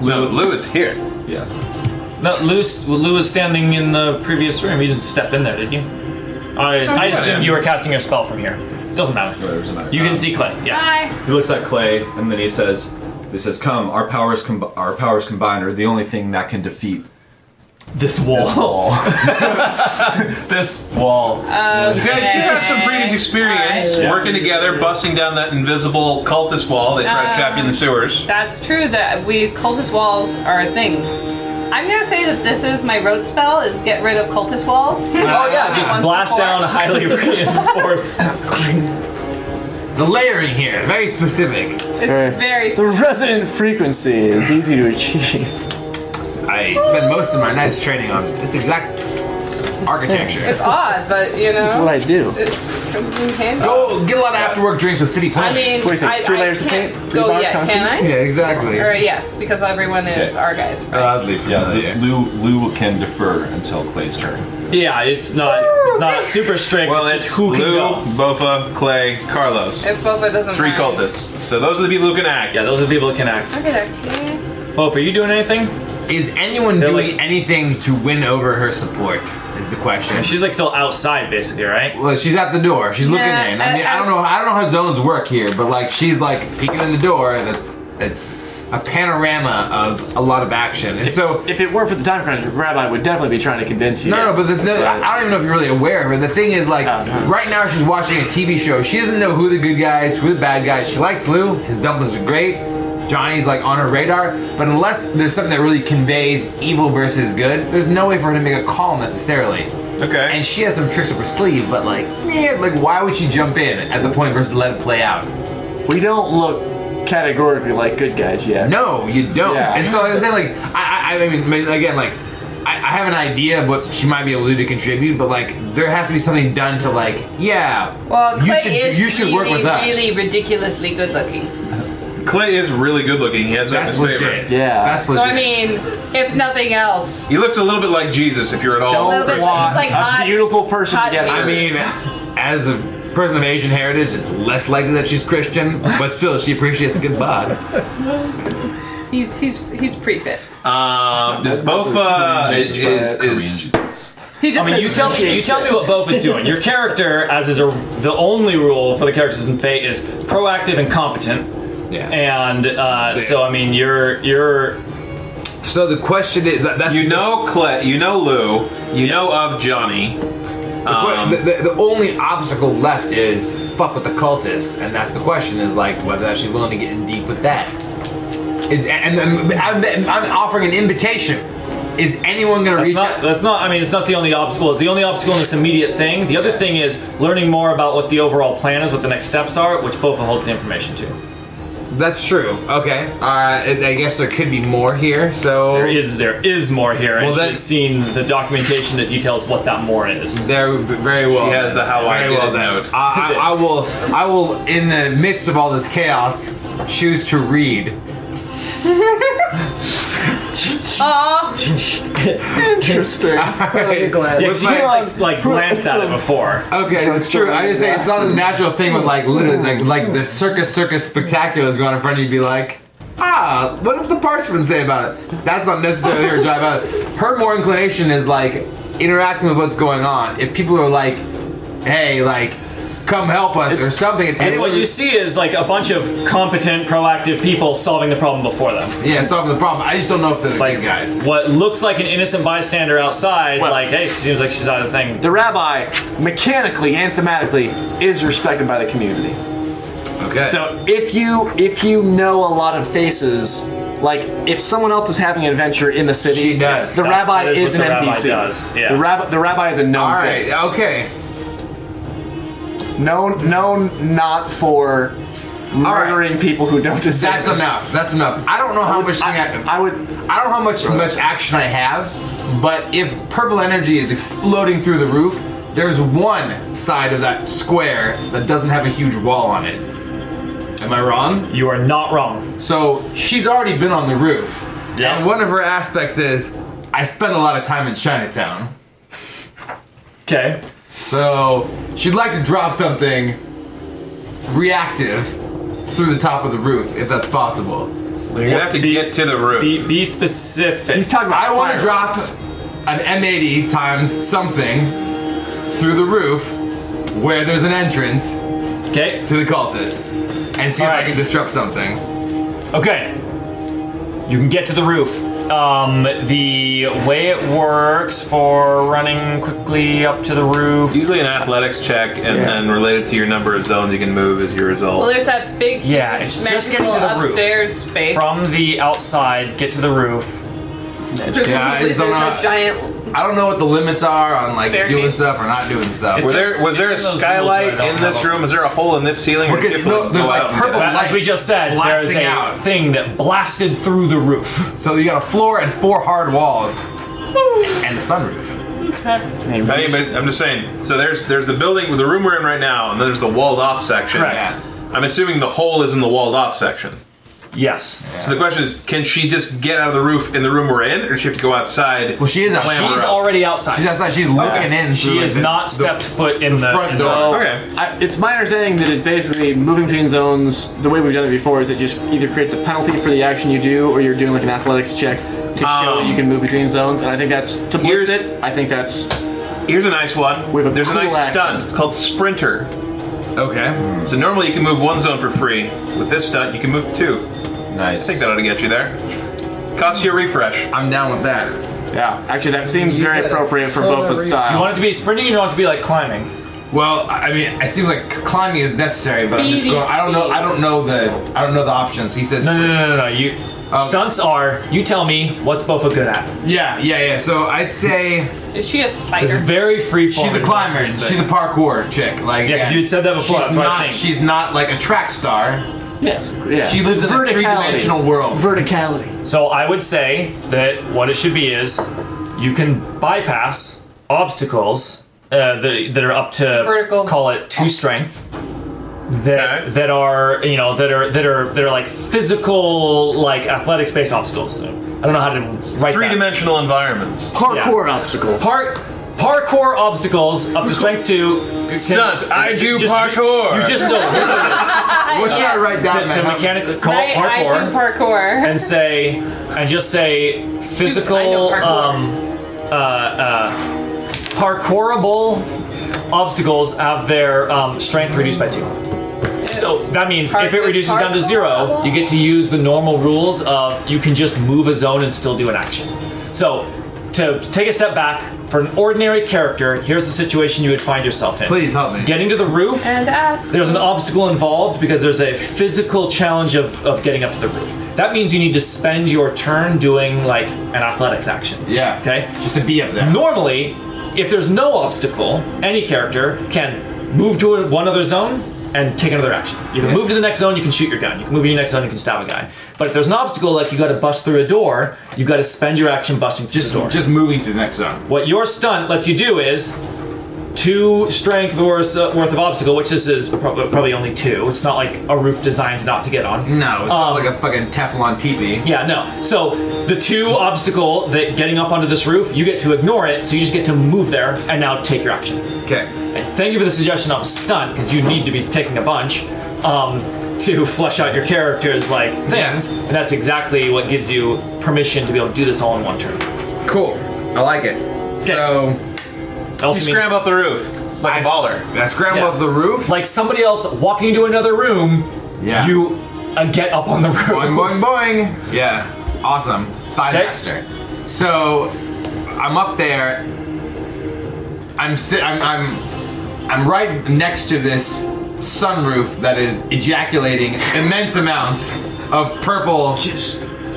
Lou, no, Lou is here.
Yeah.
No, Lou, Lou was standing in the previous room. You didn't step in there, did you? I, I
Yeah.
assumed you were casting a spell from here. Doesn't matter. You can see Clay. Yeah.
Bye.
He looks at Clay and then he says, "He says, come, our powers com- our powers combined are the only thing that can defeat this wall. This wall. this wall.
You guys do have some previous experience
Alright.
working together, busting down that invisible cultist wall that tried to trap you in the sewers.
That's true. That we cultist walls are a thing. I'm gonna say that this is my road spell: is get rid of cultist walls.
Oh, yeah, just
Once
blast
before.
down highly reinforced.
The layering here, very specific.
It's very.
The resonant frequency is easy to achieve. [laughs]
I spend most of my nights training on this exact architecture.
It's odd, but you know.
That's what I do.
It's comes in handy.
Go get a lot of after work drinks with City
I
Planet.
mean,
What is it,
I,
three
I
layers of
can't
paint? Three
go
bar
yet,
concrete?
can I?
yeah, exactly.
Or yes, because everyone is
Okay.
our guys.
Oddly
Yeah,
familiar.
Lou Lou can defer until Clay's turn.
yeah, it's not it's not super strict.
Well,
it's,
it's
just who
Lou,
can go.
Bofa, Clay, Carlos.
If Boba doesn't
Three
mind.
cultists. So those are the people who can act.
Yeah, those are the people that can act.
Okay, okay.
Both, are you doing anything?
Is anyone
They're
doing
like-
anything to win over her support? Is the question.
And she's like still outside, basically, right?
well, she's at the door. She's looking
Yeah, uh,
in. I mean, I
as-
don't know. I don't know how zones work here, but like she's like peeking in the door. That's it's a panorama of a lot of action, and so.
If it were for the time crunch, Rabbi would definitely be trying to convince you.
No, no, but the, the, I don't even know if you're really aware of it. The thing is, like,
Uh-huh.
right now she's watching a TV show. She doesn't know who the good guys, who the bad guys. She likes Lou. His dumplings are great. Johnny's like on her radar. But unless there's something that really conveys evil versus good, there's no way for her to make a call necessarily.
Okay.
And she has some tricks up her sleeve, but like, man, like, why would she jump in at the point versus let it play out?
we don't look categorically like good guys yet.
No, you don't.
Yeah.
And so I was saying, like, I, I, I mean, I mean, again, like, I, I have an idea of what she might be able to do to contribute, but like, there has to be something done to, like, yeah,
Well, Clay
you should,
is
you should
really,
work with us.
really ridiculously good looking.
Clay is really good looking. He has that in
That's
his
legit.
favor.
Yeah.
That's
So
legit.
I mean, if nothing else,
He looks a little bit like Jesus if you're at
a
all.
little bit
walk.
like hot.
Beautiful person
Hot
together.
Jesus.
I mean, as a person of Asian heritage, it's less likely that she's Christian, but still, she appreciates a good bod.
He's he's he's pre-fit.
Um, does Bofa is, is, is
He just
I mean,
said
you tell me. You tell me what Both is doing. Your character, as is a, the only rule for the characters in Fate, is proactive and competent.
Yeah.
And uh, so, I mean, you're you're
so the question is that, that's
you know Clay, uh, you know Lou, you know of Johnny.
Well,
Um,
the, the, the only obstacle left is fuck with the cultists, and that's the question: is like whether she's willing to get in deep with that. Is and I'm, I'm, I'm offering an invitation. Is anyone going to
That's
reach
not,
out?
that's not. I mean, it's not the only obstacle. The only obstacle in this immediate thing. The other thing is learning more about what the overall plan is, what the next steps are, which Bofa holds the information to.
That's true. Okay. Uh, I I guess there could be more here. So
There is there is more here, and
Well, then-
she's seen the documentation that details what that more is.
There, very well.
She has the how I
very
did
well
it
then.
note.
I,
[laughs]
I, I will. I will, in the midst of all this chaos, choose to read.
Interesting.
Yeah,
With
she
my-
like,
[laughs]
like glanced at it before.
Okay, that's true. I just say it's not a natural thing with like literally like like the circus circus spectacular is going in front of you. Be like, ah, what does the parchment say about it? That's not necessarily her drive out. Her more inclination is like interacting with what's going on. If people are like, hey, like, come help us or something. It's,
And what you see is like a bunch of competent, proactive people solving the problem before them.
yeah, solving the problem. I just don't know if they're the
Like
good guys.
what looks like an innocent bystander outside,
Well-
like hey, she seems like she's out of the thing.
[laughs] The rabbi, mechanically and thematically, is respected by the community.
Okay.
So if you if you know a lot of faces, like if someone else is having an adventure in the city,
She does.
the
That's-
rabbi
that is
is,
what
an
the rabbi
NPC.
does, yeah.
The rabbi the rabbi is a known
all right.
face.
Okay.
Known known not for
right.
murdering people who don't deserve.
That's
it.
enough. That's enough. I don't know how much. thing
I, I would.
I don't know how much much action I have, but if purple energy is exploding through the roof, there's one side of that square that doesn't have a huge wall on it. Am I wrong?
You are not wrong.
So she's already been on the roof. And one of her aspects is I spend a lot of time in Chinatown.
Okay.
So she'd like to drop something reactive through the top of the roof, if that's possible.
You're gonna have to get to the roof.
Be, be specific.
He's talking about I want to drop an M80 times something through the roof where there's an entrance
okay.
to the cultists and see if I can disrupt something.
Okay. You can get to the roof. Um, the way it works for running quickly up to the roof.
Usually an athletics check, and
Yeah.
then related to your number of zones you can move is your result.
Well, there's that big,
Yeah, it's just getting
magical
to the roof.
upstairs space.
From the outside, get to the roof.
There's,
Yeah, I
a, complete-
just don't
there's
know.
a giant.
I don't know what the limits are on like
Staircase.
doing stuff or not doing stuff.
was there was there a skylight in this room? Is there a hole in this ceiling? where
Because,
you could,
no, there's,
go
like,
out and
purple
get-
As we just said, there's
blasting
a
out.
thing that blasted through the roof.
So you got a floor and four hard walls and the sunroof.
I mean, but I'm just saying. So there's there's the building, the room we're in right now, and then there's the walled off section.
Correct.
I'm assuming the hole is in the walled off section.
Yes.
So the question is, can she just get out of the roof in the room we're in, or does she have to go outside?
Well, she is
She's
outside.
She's already outside.
She's outside. She's looking in.
she has not stepped foot in the,
front
in the-
door.
So,
Okay.
uh, I, it's my understanding that it's basically moving between zones. The way we've done it before is it just either creates a penalty for the action you do, or you're doing like an athletics check to show that you can move between zones. And I think that's to blitz
Here's-
it. I think that's
Here's a nice one.
We have a
There's
cool
a nice
action.
stunt. It's called Sprinter.
Okay.
So normally you can move one zone for free. With this stunt, you can move two. I
[laughs] Nice.
think that ought to get you there. Costs you a refresh.
I'm down with that.
yeah. Actually, that seems very
gotta
appropriate for
slow
both the
down.
You
style.
want it to be sprinting, you don't want it to be like climbing.
Well, I I mean, it seems like climbing is necessary, but I'm just
Speedy
going. I don't know. I don't know the. I don't know the options. He says.
No, no, no, no, no. You stunts are. You tell me what's Bofa good at.
Yeah, yeah, yeah. So I'd say
Is she a
It's
spider?
very free form.
she's a climber. She's a parkour chick. Like
Yeah, 'cause
again,
you had said that before,
She's
that's what I
not.
think.
She's not like a track star.
Yes. Yeah.
She lives in a
Verticality.
three-dimensional world.
Verticality.
So I would say that what it should be is you can bypass obstacles uh, that, that are up to
Vertical.
Call it two strength. That, that are you know that are that are that are like physical like athletics based obstacles. So I don't know how to write
Three
that.
dimensional environments.
Parkour obstacles.
Park parkour obstacles up to strength two. can-
Stunt. I do
just-
parkour.
You just know what
What should I write down,
it is to, to
man?
mechanically call
I,
it parkour.
I do parkour.
and say and just say
I know
physical
parkour.
um uh uh parkourable obstacles have their um, strength reduced by two so that means
Park-
if it
is
reduces down to zero
parkourable?
you get to use the normal rules of you can just move a zone and still do an action so to take a step back for an ordinary character here's the situation you would find yourself in
Please help me.
getting to the roof
and ask.
there's an obstacle involved because there's a physical challenge of, of getting up to the roof. That means you need to spend your turn doing like an athletics action.
yeah.
Okay?
Just to be up there.
Normally, if there's no obstacle, any character can move to one other zone and take another action. You can move to the next zone, you can shoot your gun. You can move to your next zone, you can stab a guy. But if there's an obstacle, like you gotta bust through a door, you've gotta spend your action busting through
Just,
the door.
just moving to the next zone.
What your stunt lets you do is two strength worth, uh, worth of obstacle, which this is prob- probably only two. It's not like a roof designed not to get on.
No, it's
Um,
like a fucking Teflon teepee.
Yeah, no. So the two obstacle that getting up onto this roof, you get to ignore it, so you just get to move there and now take your action.
Okay.
And thank you for the suggestion of a stunt because you need to be taking a bunch um, to flesh out your characters like things, and that's exactly what gives you permission to be able to do this all in one turn.
Cool. I like it. So
Also
You
means-
scramble up the roof like a baller.
I scramble
Yeah.
up the roof.
like somebody else walking into another room,
Yeah.
you uh, get up on the roof.
Boing, boing, boing. Yeah. Awesome. Thigh
Okay.
master. So I'm up there. I'm, si- I'm I'm I'm right next to this sunroof that is ejaculating immense amounts of purple
[laughs]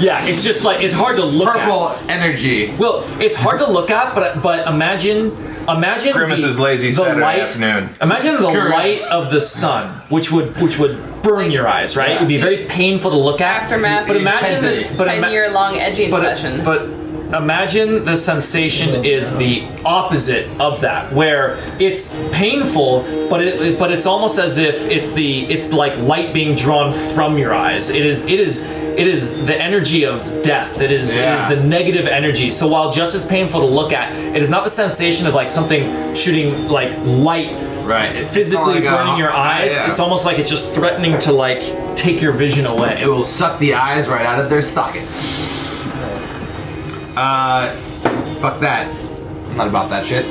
Yeah, it's just like it's hard to look
purple
at.
energy.
Well, it's hard to look at, but but imagine imagine
Grimace's
the,
lazy
the
Saturday
light,
afternoon.
Imagine the
Correct.
light of the sun, which would which would burn your eyes, right? It would be very painful to look at.
Aftermath.
But imagine
Intensity.
this but,
Ten
ima-
year long edging session.
but, but imagine the sensation is the opposite of that, where it's painful, but it but it's almost as if it's the it's like light being drawn from your eyes. It is it is it is the energy of death. It is,
Yeah.
it is the negative energy. So while just as painful to look at, it is not the sensation of like something shooting like light
right.
physically
It's not like a-
burning your eyes.
Yeah.
It's almost like it's just threatening to like take your vision away.
It will suck the eyes right out of their sockets. Uh, fuck that. I'm not about that shit.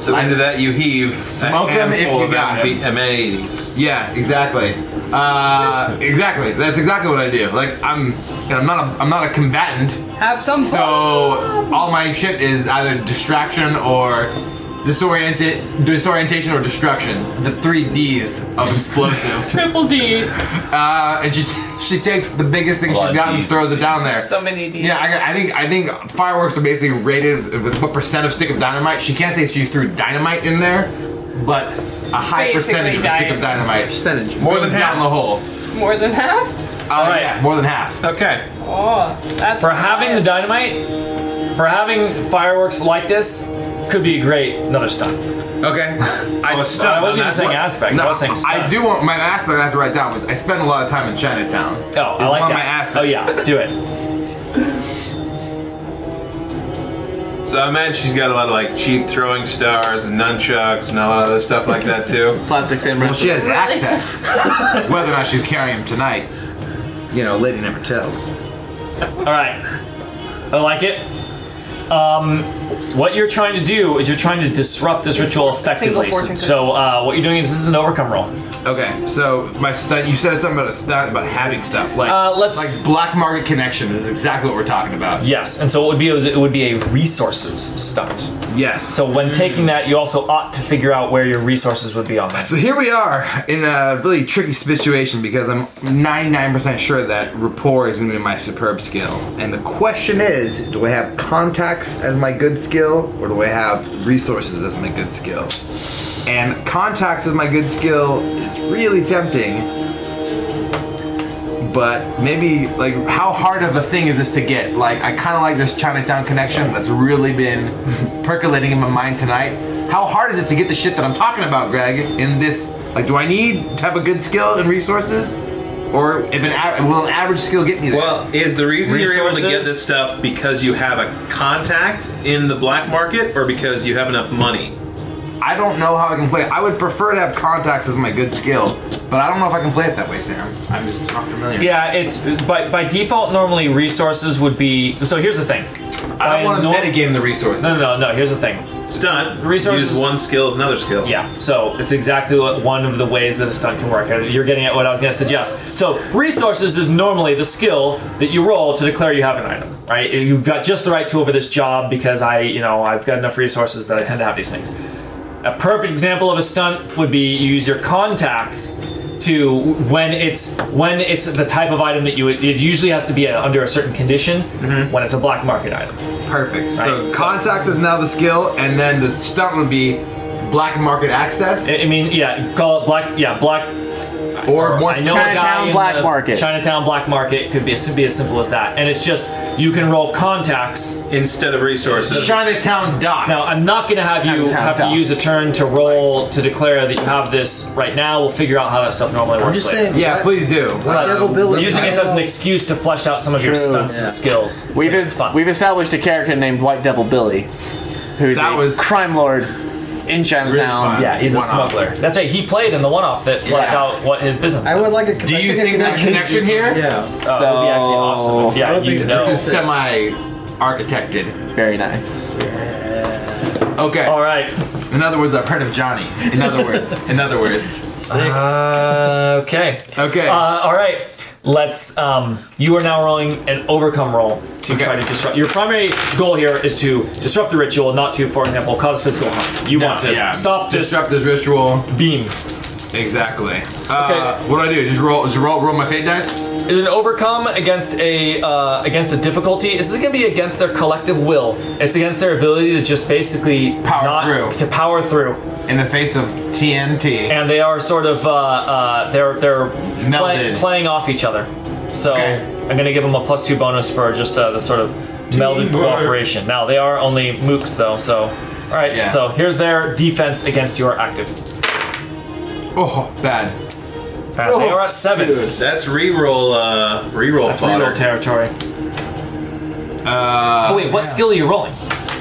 So into that you heave.
Smoke
a
'em if
handful
you
of
got 'em.
MV- M80s.
Yeah, exactly. Uh, exactly. That's exactly what I do. Like I'm, you know, I'm not a, I'm not a combatant.
Have some
So all my shit is either distraction or disoriented, disorientation or destruction. The three D's of
[laughs]
explosives.
Triple D.
Uh, and she she takes the biggest thing
A lot
she's
of
got and
Ds.
throws it down there.
So many Ds.
Yeah, I, got- I think I think fireworks are basically rated with what percent of stick of dynamite. She can't say she threw dynamite in there, but a high percentage of a stick of dynamite. Percentage more than half down the hole.
More than half?
All right, Uh, yeah, more than half.
Okay.
Oh, that's
For having the dynamite, for having fireworks like this, could be great another stunt.
Okay, I
Oh, a stunt. I wasn't even saying aspect, I was saying
I
stunt.
do want my aspect I have to write down was I spend a lot of time in Chinatown.
Oh, I
It's
like
one
that.
of my aspects.
Oh yeah, do it.
So I imagine she's got a lot of like cheap throwing stars and nunchucks and a lot of other stuff like that too.
Plastic sand.
Well, she has
Really?
access. [laughs] Whether or not she's carrying him tonight, you know, lady never tells.
All right, I like it. Um, what you're trying to do is you're trying to disrupt this ritual effectively. So,
fortune
so, uh, what you're doing is this is an overcome roll.
Okay, so my stunt. You said something about a stunt about having stuff like
Uh, let's-
like black market connection is exactly what we're talking about.
Yes, and so what would be is it would be a resources stunt.
Yes.
So when taking that, you also ought to figure out where your resources would be on that.
So here we are in a really tricky situation because I'm 99% sure that rapport is going to be my superb skill. And the question is do I have contacts as my good skill or do I have resources as my good skill? And contacts as my good skill is really tempting. But maybe, like, how hard of a thing is this to get? Like, I kind of like this Chinatown connection that's really been [laughs] percolating in my mind tonight. How hard is it to get the shit that I'm talking about, Greg? In this, like, do I need to have a good skill and resources, or if an a- will an average skill get me there?
Well, is the reason you're able to get
Resources?
this stuff because you have a contact in the black market or because you have enough money?
I don't know how I can play. it. I would prefer to have contacts as my good skill, but I don't know if I can play it that way, Sam. I'm just not familiar.
Yeah, it's by by default normally resources would be. So here's the thing.
I don't want to
nor-
metagame the resources.
No, no, no. Here's the thing.
Stunt.
Resources-
Use one skill as another skill.
Yeah. So it's exactly what one of the ways that a stunt can work. You're getting at what I was going to suggest. So resources is normally the skill that you roll to declare you have an item, right? You've got just the right tool for this job because I, you know, I've got enough resources that I tend to have these things. A perfect example of a stunt would be you use your contacts to when it's when it's the type of item that you it usually has to be uh under a certain condition when it's a black market item.
Perfect. So
Right, so-
contacts is now the skill, and then the stunt would be black market access
I I mean, yeah, call it black, yeah, black
or more.
I know a guy
Chinatown
in
black
the
market.
Chinatown black market could be, could be as simple as that, and it's just you can roll contacts.
Instead of resources.
Chinatown docks.
Now I'm not gonna have you
Chinatown
have to
doc.
use a turn to roll to declare that you have this right now. We'll figure out how that stuff normally
I'm
works
just
later.
saying.
yeah,
what-
please do.
what Devil Bill
We're
is-
using
I
this as an
know-
excuse to flesh out some of your
True.
stunts and skills.
We've
it's fun.
we've established a character named White Devil Billy, who's
That
a
was-
crime lord in Chinatown.
fun.
yeah, he's a
One-off.
smuggler. That's right. He played in the one-off that fleshed
Yeah.
out what his business.
I would
is.
like a.
Do
I
you
a
think that connection here?
Yeah.
Oh, it would be actually awesome. If,
That
yeah,
would be-
you know.
This is semi architected.
Very nice.
Okay.
All right.
In other words, I've heard of Johnny. In
[laughs]
other words. In other words.
Uh, okay.
Okay.
Uh, all right. Let's. Um, you are now rolling an overcome roll to
Okay.
try to disrupt. Your primary goal here is to disrupt the ritual, not to, for example, cause physical harm. You want to stop this
Disrupt this ritual.
beam.
Exactly. Uh, what do I do? Just roll. Just roll. Roll my fate dice.
It is an overcome against a uh, against a difficulty. This is going to be against their collective will. It's against their ability to just basically
Power
not-
through.
to power through.
In the face of TNT.
and they are sort of uh, uh, they're they're play,
Melded.
playing off each other. So
Okay.
I'm gonna give them a plus two bonus for just uh, the sort of melded
Teamwork.
cooperation. Now they are only mooks though, so all right.
Yeah.
So here's their defense against your active.
Oh, bad.
Uh, they are at seven.
That's reroll. Uh, reroll.
That's
fodder.
reroll territory.
Uh,
oh wait, what skill are you rolling?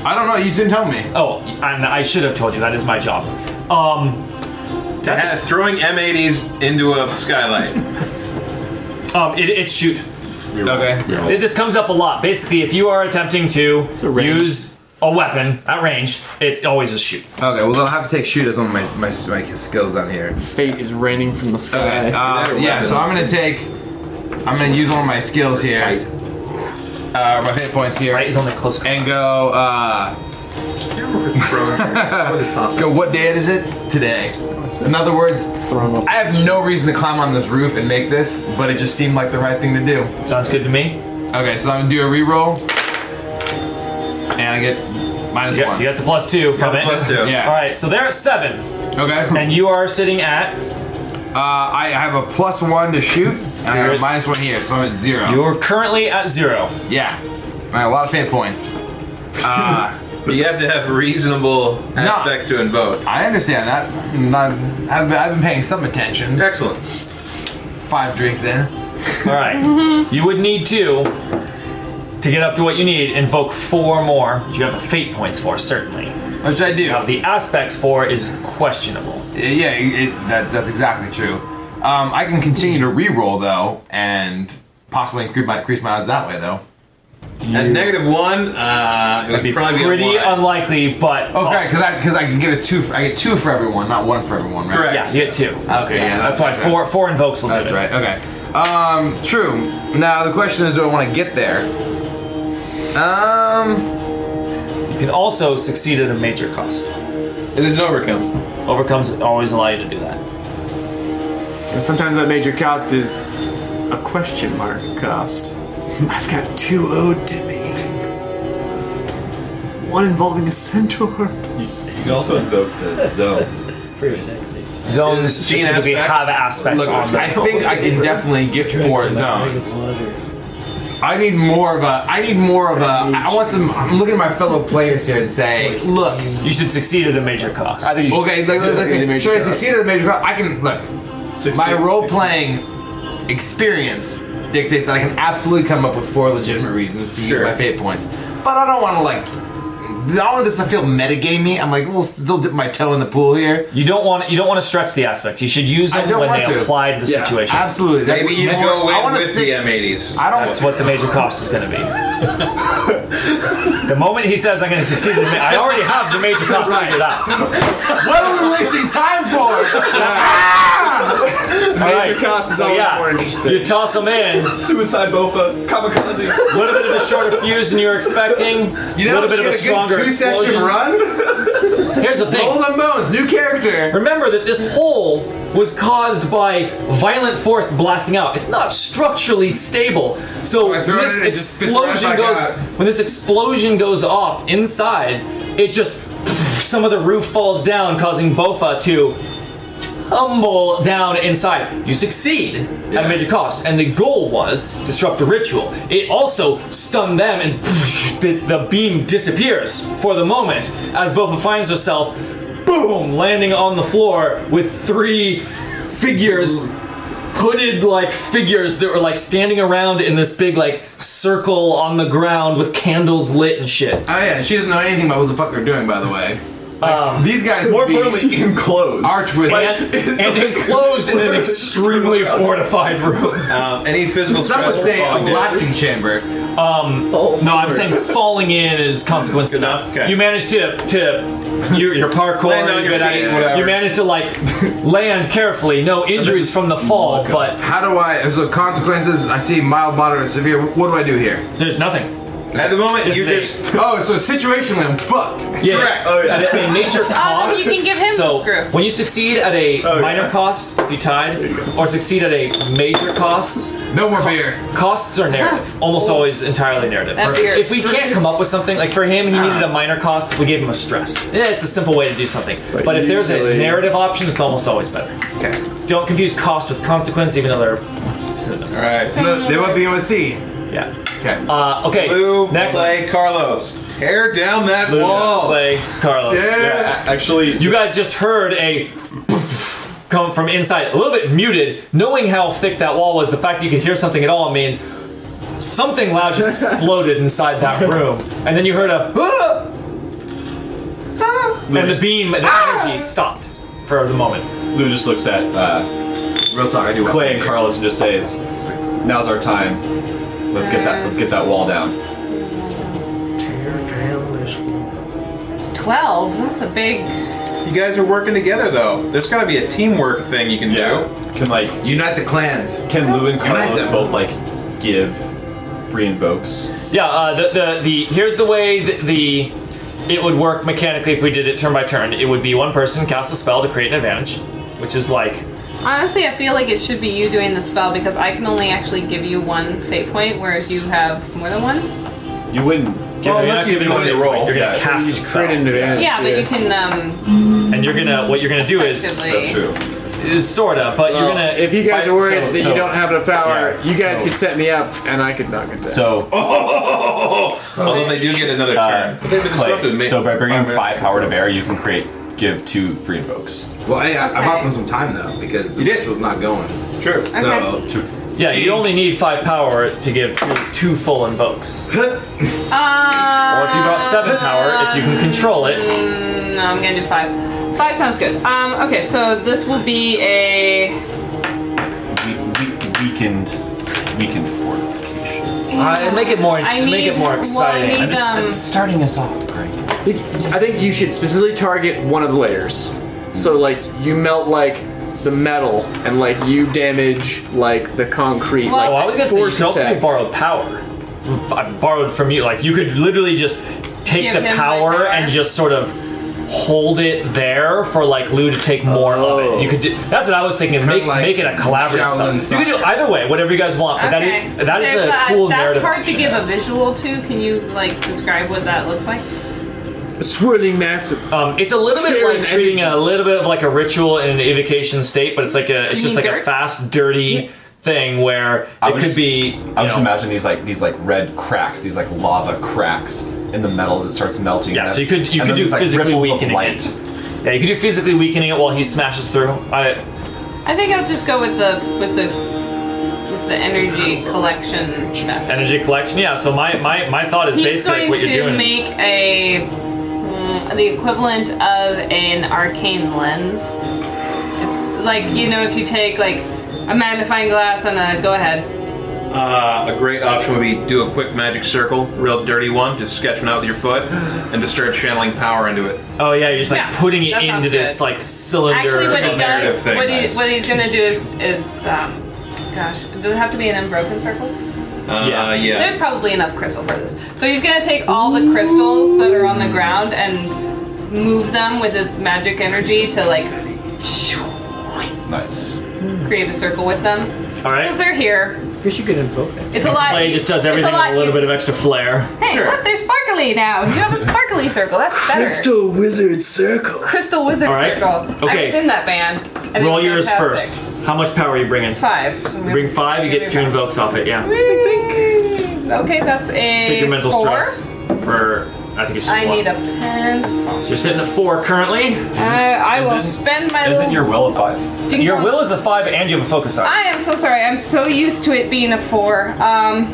I don't know. You didn't tell me.
Oh, and I should have told you. That is my job. Um,
That's throwing M80s into a
[laughs]
skylight.
um, it, it's shoot.
Okay.
It- This comes up a lot. Basically, if you are attempting to use a weapon at range, it always is shoot.
Okay, well, I'll have to take shoot as one of my, my, my skills down here.
Fate is raining from the sky.
Okay, uh, yeah, so I'm gonna take. I'm gonna use one of my skills here. Uh, my hit points here.
Right is only close.
And go, uh. [laughs] go, what day is it? Today. In other words, I have no reason to climb on this roof and make this, but it just seemed like the right thing to do.
Sounds good to me.
Okay, so I'm gonna do a reroll. And I get minus
You got,
one.
you got the plus two from
the
it.
plus two.
Yeah.
All right, so they're at seven,
Okay.
and you are sitting at.
Uh, I have a plus one to shoot, and I have a minus one here, so I'm at zero.
You're currently at zero.
Yeah. All right, a lot of hit points. Uh,
But you have to have reasonable aspects to invoke.
I understand that. I'm Not, I've, been- I've been paying some attention.
Excellent.
Five drinks in.
All right, you would need two to get up to what you need. Invoke four more. You have the fate points for certainly.
What should I do?
Now the aspects for is questionable.
Yeah, it, it, that, that's exactly true. Um, I can continue to re-roll, though, and possibly increase my, increase my odds that way, though.
At negative one, uh, it would
That'd be
probably
pretty
be unwise.
unlikely, but
Okay,
possible.
because I, cause I can get a two. For, I get two for everyone, not one for everyone, right?
Correct.
yeah, you get two.
Okay, yeah,
that's
that
why
makes
four
sense.
four invokes will
That's
do it.
right. Okay. Um, true. Now the question is, do I want to get there? Um,
You can also succeed at a major cost.
This is overkill.
Overcomes always allow you to do that.
And sometimes that major cost is a question mark cost. [laughs] I've got two owed to me. One involving a centaur.
You can also invoke the zone.
Zones
Gene
typically
aspects?
have aspects
look,
on them.
I think I can definitely get four zones. I need more of a. I need more of a. I want some. I'm looking at my fellow players here and say, look,
you should succeed at a major cost.
I think you
Okay, like,
Yeah, yeah,
listen.
major
Should I
cost.
succeed at a major? pro- I can look. my role playing experience dictates that I can absolutely come up with four legitimate reasons to
Sure.
use my fate points, but I don't want to like. I don't want this to feel metagame me. I'm like, we'll still dip my toe in the pool here.
you don't want you don't want to stretch the aspects. You should use
I
them
don't
when
want
they
to.
apply to the
Yeah,
situation.
Absolutely.
Maybe you
more-
go
I
in
wanna
with
stick-
the M80s. [laughs]
I don't.
That's what the major cost is
[laughs]
going to be. the moment he says I'm going to succeed, at the ma- I already have the major cost figured out.
What are we wasting time for? Ah!
All right.
cost is
so
always
yeah,
more interesting.
you toss them in.
Suicide Bofa, kamikaze.
A little bit of a shorter fuse than you're expecting.
You
a
know,
little bit of a stronger
two session
explosion.
run.
Here's the
Roll
thing.
them bones. New character.
Remember that this hole was caused by violent force blasting out. It's not structurally stable. So
I
when
throw it
this
in, it just spits right
explosion
back
goes
out.
when this explosion goes off inside, it just some of the roof falls down, causing Bofa to tumble down inside. You succeed at a major cost, and the goal was disrupt the ritual. It also stunned them, and [laughs] the, the beam disappears for the moment as Bofa finds herself, boom, landing on the floor with three figures. Hooded like figures that were like standing around in this big like circle on the ground with candles lit and shit.
Oh yeah, she doesn't know anything about what the fuck they're doing, by the way. Um, These guys
More
would be
importantly, enclosed.
arch with [laughs]
And, and enclosed in an extremely fortified room.
Um, any physical
Some
stress
would say a
falling down.
blasting chamber.
No, I'm saying falling in is consequence enough.
okay.
You managed to to your your parkour.
Land on
you
your
managed-
feet, whatever.
You managed to like [laughs] land carefully. No injuries from the
Oh
fall, but
How do I? So consequences. I see mild, moderate, severe. What do I do here?
there's nothing.
At the moment,
This
you
is
just
[laughs] Oh, so situationally, I'm fucked.
Yeah.
Correct.
Oh, yeah.
At a major
Oh,
cost.
then you can give him
so
the script.
when you succeed at a
Oh,
yeah.
minor cost, if you tied, or succeed at a major cost,
No more beer.
costs are narrative. Almost always entirely narrative.
That beer
If we
is
can't come up with something, like for him, he needed a minor cost. We gave him a stress. Yeah, it's a simple way to do something. But, if there's a
usually-
narrative option, it's almost always better. Okay. Don't confuse cost with consequence, even though they're synonyms.
Alright. No, they won't be able to see.
Yeah.
Okay.
Uh, okay.
blue
Next.
play
[laughs]
Carlos. Tear down that
Blue
wall.
play Carlos.
Yeah, a- actually,
You guys just heard a come from inside, a little bit muted, knowing how thick that wall was. The fact that you could hear something at all means something loud just exploded inside that room, and then you heard a "Ah!" and the beam, the energy stopped for the moment.
Lou just looks at uh,
Real talk, I do.
Clay and Carlos and just says, "Now's our time. Let's get that. Let's get that wall down."
It's 12. That's a big.
You guys are working together though. There's got to be a teamwork thing you can do.
Can like
Unite the clans.
can Lou and
Unite
Carlos
them.
both like give free invokes?
Yeah, uh, the, the the here's the way the, the it would work mechanically if we did it turn by turn. It would be one person cast a spell to create an advantage, which is like
Honestly, I feel like it should be you doing the spell because I can only actually give you one fate point, whereas you have more than one.
You wouldn't.
Well, unless you do it, you roll.
You're gonna
Yeah,
cast a spell.
Yeah, but you can. um...
and you're gonna what you're gonna do is,
Effectively.
That's true.
is sorta, but you're gonna
if you guys
by-
are worried
so-
that
so-
you don't have enough power,
yeah,
you guys
so-
could set me up, and I could not get that.
So
Although they do get another
Uh,
turn. They've been disrupted,
Clay.
ma-
So by bringing five
minutes.
power to bear, you can create give two free invokes.
Well, hey, I, I bought them some time though because the
You did.
match was not going.
It's true.
So
Yeah, you only need five power to give two, two full invokes.
Uh,
Or if you brought seven power, if you can control it,
no, I'm gonna do five. Five sounds good. Um, okay, so this will be a.
We, we, weakened, weakened fortification.
uh, make it more
I
interesting, make it
need-
more
well, I
exciting.
need-
I'm just
Um,
I'm starting us off, Greg.
I think, I think you should specifically target one of the layers. So like you melt like the metal, and like you damage like the concrete.
Well,
oh, I
like,
was gonna say you
force
could also
attack.
do borrowed power. I borrowed from you. Like you could literally just take
Give
the
him my
power,
power.
and just sort of hold it there for like Lou to take more of it. You could. Do, that's what I was thinking. Make,
like
make it a collaborative
Shaolin
stuff. You could do either way, whatever you guys want. But
Okay.
that is that is
There's
a cool
that's
narrative.
hard to
option.
give a visual to. Can you like describe what that looks like?
swirling massive.
Um, it's a little bit
Tear
like
and
treating
energy.
a little bit of like a ritual in an evocation state, but it's like a it's
You
just like
mean
a
dirt?
fast, dirty thing where
I
it
was
could
just-
be. You
I just
know,
imagine these like these like red cracks, these like lava cracks in the metal as it starts melting.
Yeah,
and
so
then-
you could you
and
could
then
do
these, like,
physically
ripples of
weakening
light.
it. Yeah, you could do physically weakening it while he smashes through. I,
I think I'll just go with the with the with the energy collection method.
energy collection. Yeah. So my my, my thought is
He's
basically
going
like what you're
to
doing.
make a mm, the equivalent of an arcane lens. It's like you know if you take like a magnifying glass and a go ahead.
Uh, a great option would be do a quick magic circle, real dirty one, just sketch one out with your foot, and just start channeling power into it.
oh yeah, you're just like
Yeah,
putting it
that sounds
into this
good.
like cylinder.
Actually, what he
thing.
does,
thing,
what, he,
nice.
what he's gonna do is is um, gosh, does it have to be an unbroken circle?
Uh,
Yeah.
yeah.
There's probably enough crystal for this. So he's gonna take all the crystals that are on the ground and move them with the magic energy to like
Nice.
create a circle with them.
All
Because
right.
they're here.
guess you could invoke it.
It's a lot. e-
Clay just does
it's
everything with
lot
a little bit
easier-
of extra flair.
Hey, look, they're sparkly now. You have a sparkly circle. That's better.
wizard circle.
Crystal Wizard
All right.
Circle.
Okay.
I was in that band. and it
Roll
was
yours
fantastic.
first. How much power are you bringing?
Five. So I'm gonna-
Bring five, you get two invokes off it. Yeah.
Okay, that's a
Take your mental
four.
stress for. I think it's just
I
one.
need a pen.
You're sitting at four currently.
I, I will
isn't-
spend my
Isn't
little
your will a five?
ding
Your
dong.
will is a five, and you have a focus on.
I am so sorry. I'm so used to it being a four. Um,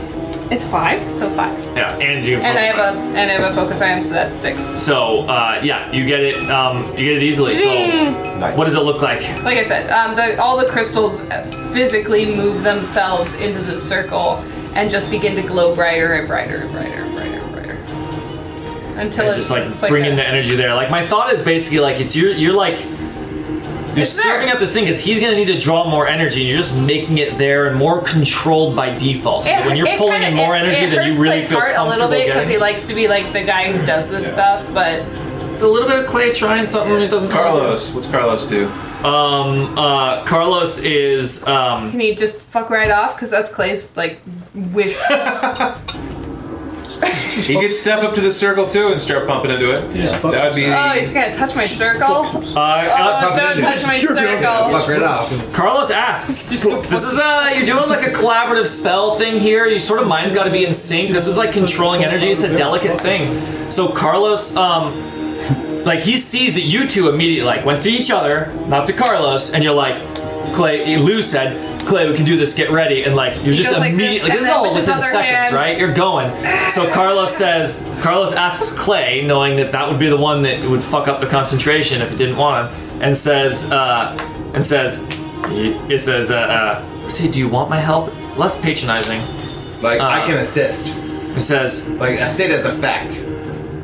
it's five, so five.
Yeah, and you have
And I
focus
have
on.
a and I have a focus item, so that's six.
So uh, yeah, you get it. Um, you get it easily. So
Nice.
what does it look like?
Like I said, um, the, all the crystals physically move themselves into the circle and just begin to glow brighter and brighter and brighter and brighter and brighter until
It's
it's
just like
it's
bringing
a-
the energy there. Like my thought is basically like it's you're you're like you're
It's there.
serving up this thing because he's gonna need to draw more energy. and You're just making it there and more controlled by default. So
It-
when you're
it
pulling
kinda-
in more
it-
energy
it
than
hurts
you really
Clay's
feel
heart a
comfortable
little bit because
getting.
he likes to be like the guy who does this stuff, but
It's a little bit of clay trying something that doesn't
Carlos, what's Carlos do?
um, uh, Carlos is um,
can he just fuck right off? Because that's Clay's like wish.
He could step up to the circle too and start pumping into it.
Yeah.
That would be.
Oh, he's gonna touch my circle. Oh,
uh, uh,
don't touch my circle.
Fuck right off.
Carlos asks. This is uh, you're doing like a collaborative spell thing here. You sort of mind's got to be in sync. This is like controlling energy. It's a delicate thing. So Carlos, um,
Like he sees that you two immediately like went to each other, not to Carlos, and you're like, Clay. Lou said, Clay, we can do this. Get ready, and like you're
He
just
goes like this,
immediately. Like,
and
this,
then
is all
with his
within
other
seconds,
hand.
right? You're going. So Carlos says, Carlos asks Clay, knowing that that would be the one that would fuck up the concentration if it didn't want him, and says, uh, and says, it says, uh, uh, say, do you want my help? Less patronizing.
Like
uh,
I can
assist. It says,
like I say that's a fact.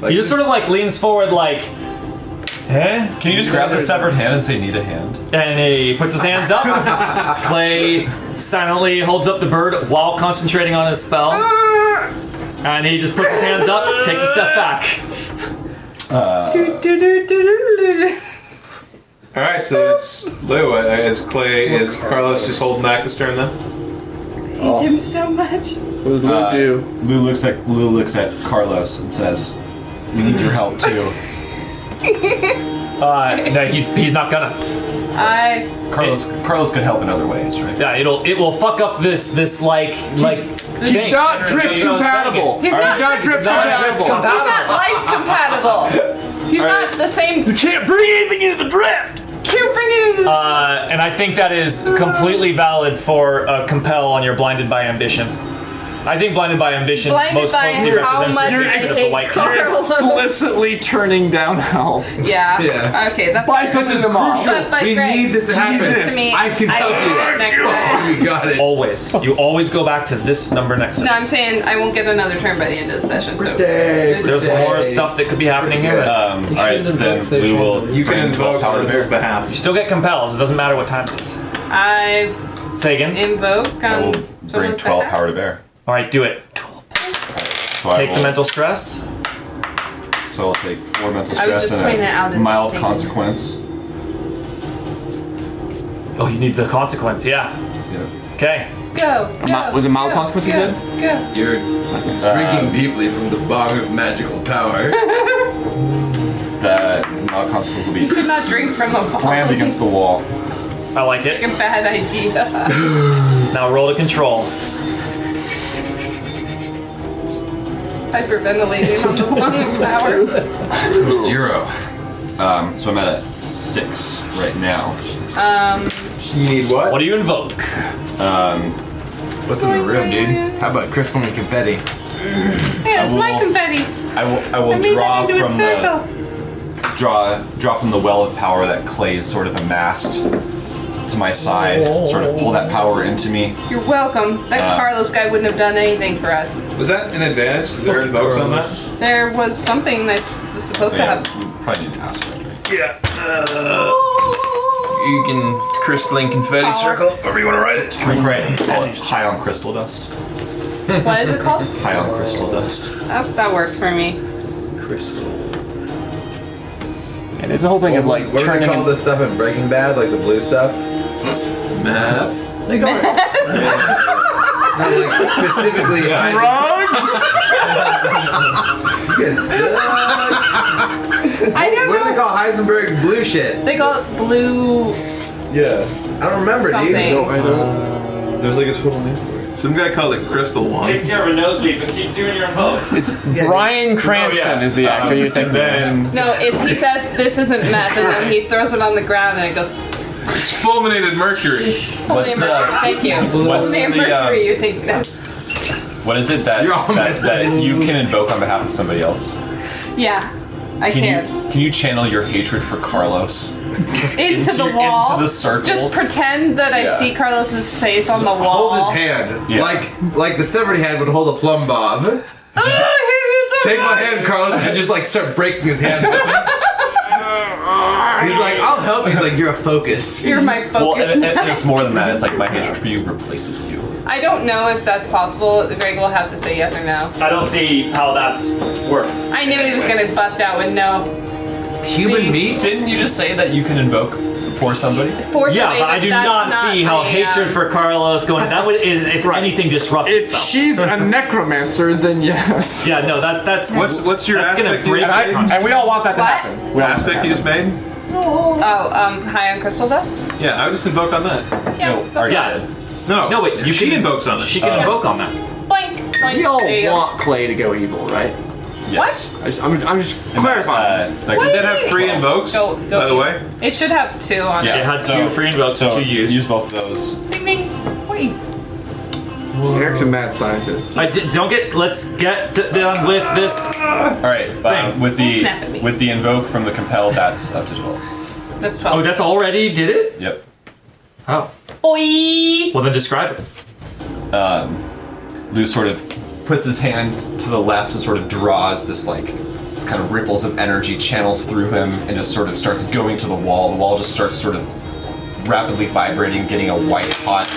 he just sort of like leans forward, like, eh?
Can you just grab the severed hand and say, need a hand?
And he puts his hands up.
[laughs]
Clay silently holds up the bird while concentrating on his spell. And he just puts his hands up, takes a step back.
All right, so it's Lou. uh, Is Clay? Is Carlos just holding back this turn then?
Hate him so much.
What does Lou do? Lou looks at Lou looks at Carlos and says, "We need your help too."
Uh, no, he's he's not gonna.
I.
[laughs] Carlos Carlos could help in other ways, right?
Yeah, it'll it will fuck up this this like like.
he's
thing.
not
drift
You know,
compatible.
He's
All
not,
right.
drift
He's not drift
compatible. He's not life compatible. He's not the same. You
can't bring anything into the drift.
Can't bring it into the
Uh, and I think that is completely valid for a compel on your blinded by ambition. I think blinded by ambition
Blinded
most
by
closely
how
represents
much
the
I
interest of the
hate
white
Carl.
Knight.
explicitly turning down help.
Yeah. Okay, that's
Life
this
is
crucial.
But, but
We
great.
need this to
You
happen.
did
This.
To me.
I can help
did
you.
it Next time.
You got it. Always. You always go back to this number next
No,
time.
I'm saying I won't get another turn by the end of the session. So
There's more stuff that could be happening here.
Um, all right, then we will.
You can invoke
power
on Lou's behalf.
You still get compels. It doesn't matter what time it is.
I
Say again.
invoke um, on
I will bring
someone's
twelve
behalf.
power to bear.
All right, do it.
So I
Take the
will-
mental stress.
So I'll take four mental
I was
stress
just pointing
and
it out
a
as
mild
something.
consequence.
Oh, you need the consequence. Yeah. Okay.
Go.
A
go,
mi- was it mild
go,
consequence you
go,
said?
Go.
You're
Uh,
drinking deeply from the bog of magical power.
That mild consequence will be
You should not drink from a
slammed against the wall.
I like it.
Like a bad idea. [laughs]
Now roll to control.
Hyperventilating on the
[laughs]
lung power.
Zero. Um, so I'm at a six right now.
Um,
You need what? What
do you invoke?
Um,
What's in the room, dude? How about crystal and confetti?
yeah, it's my
will-
confetti.
I will. I will
I made
draw
that into a
from the
circle.
draw draw from the well of power that Clay's sort of amassed to my side. Sort of pull that power into me.
You're welcome. That
Uh,
Carlos guy wouldn't have done anything for us.
Was that an advantage? Is there invokes on that?
There was something that was supposed to
Yeah.
happen.
Probably need to ask. Right?
Yeah. Uh, you can crystalline confetti circle. Whatever you want to write it.
Can we write call it high on crystal dust?
What is it
[laughs]
called?
High on crystal dust.
That, that works for me.
Crystal.
And there's a whole thing of like
what do they
turning
call
and-
this stuff in Breaking Bad, like the blue stuff?
Math.
They call it. [laughs] Not like specifically
I don't
what do they call Heisenberg's blue shit?
They call it blue.
Yeah. I don't remember, dude.
Something. No, I
don't.
There's like a total name for it. Some guy called it crystal
Take
once.
care of a nosebleed, but keep doing your invokes.
It's Brian Cranston is the actor you think.
Then
No, it's he says this isn't meth, and then he throws it on the ground and it goes.
It's fulminated mercury.
What's Thank you.
what's
Holy
the, uh,
mercury, you think that?
What is it that that, that you can invoke on behalf of somebody else?
Yeah, I
can
can.
you can you channel your hatred for Carlos?
Into, the
into-
wall.
into the circle?
Just pretend that I
Yeah.
see Carlos's face on the wall.
Hold his hand.
Yeah.
Like like the severed hand would hold a plumb bob.
Ah,
Take my hand, Carlos, and just like start breaking his hand. He's like, I'll help. He's like, you're a focus.
You're my focus
Well, and, and
now.
it's more than that. It's like my
[laughs]
hatred for you replaces you.
I don't know if that's possible. Greg will have to say yes or no.
I don't see how that works.
I knew he was gonna bust out with no. See?
Human meat? Didn't you just say that you can invoke for somebody?
For
yeah,
somebody,
but I do
that's
not see how
a,
hatred
um,
for Carlos going. That would, if anything, disrupt. If
she's [laughs] a necromancer, then yes.
Yeah, no, that that's
What's- what's your
that's gonna
aspect you-
break.
And I-
and we all want that to
What?
happen.
What aspect you just made?
Oh, um, high on crystal dust.
Yeah, I would just invoke on that.
Yeah, No, that's already
fine.
No, no, wait. You she invokes on it.
She can invoke on that.
Boink. Boink.
We all
There you go.
want Clay to go evil, right?
Yes.
I just, I'm, I'm just
Uh,
clarifying.
What does do it have you- free invokes, Go- go by the you.
way?
It should have two on it.
free votes
so
to use.
Use both of those.
Ding ding. Wait.
Eric's a mad scientist.
I d- don't get. Let's get d- done with this.
All right, uh, with
Don't
the
snap at me.
with the invoke from the compel, that's up to twelve.
That's 12.
Oh, that's already did it.
Yep.
Oh.
Oi.
Well, then describe it.
um, Lou sort of puts his hand to the left and sort of draws this like kind of ripples of energy channels through him and just sort of starts going to the wall. The wall just starts sort of rapidly vibrating, getting a white hot,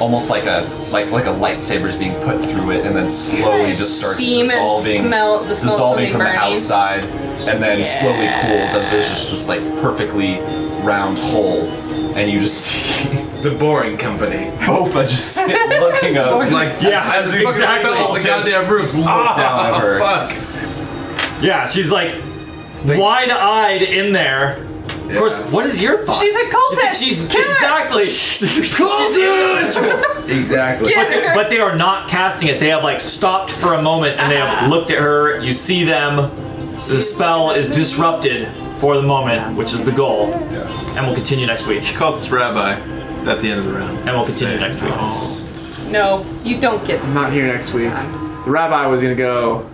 almost like a like like a lightsaber is being put through it, and then slowly just starts
Steam and
dissolving,
smell- the smell of something
dissolving from the
burning.
outside, and then slowly cools as there's just this like perfectly round hole, and you just see the boring company. Bofa
[laughs]
just sit looking up,
Boring.
like
Yeah,
as the
exactly.
fell off the goddamn roof, looked down
[laughs]
at her.
Yeah, she's like wide-eyed in there. Of course, what is your thought?
She's a cultist.
She's
Kill her.
[laughs] exactly.
[laughs]
Cultist.
Exactly.
But they, but they are not casting it. They have like stopped for a moment and they
Ah.
have looked at her. You see them. The spell is disrupted for the moment, which is the goal. And we'll continue next week.
Cultist Rabbi. That's the end of the round.
And we'll continue next week.
No, you don't get to.
I'm not here next week. The rabbi was gonna go.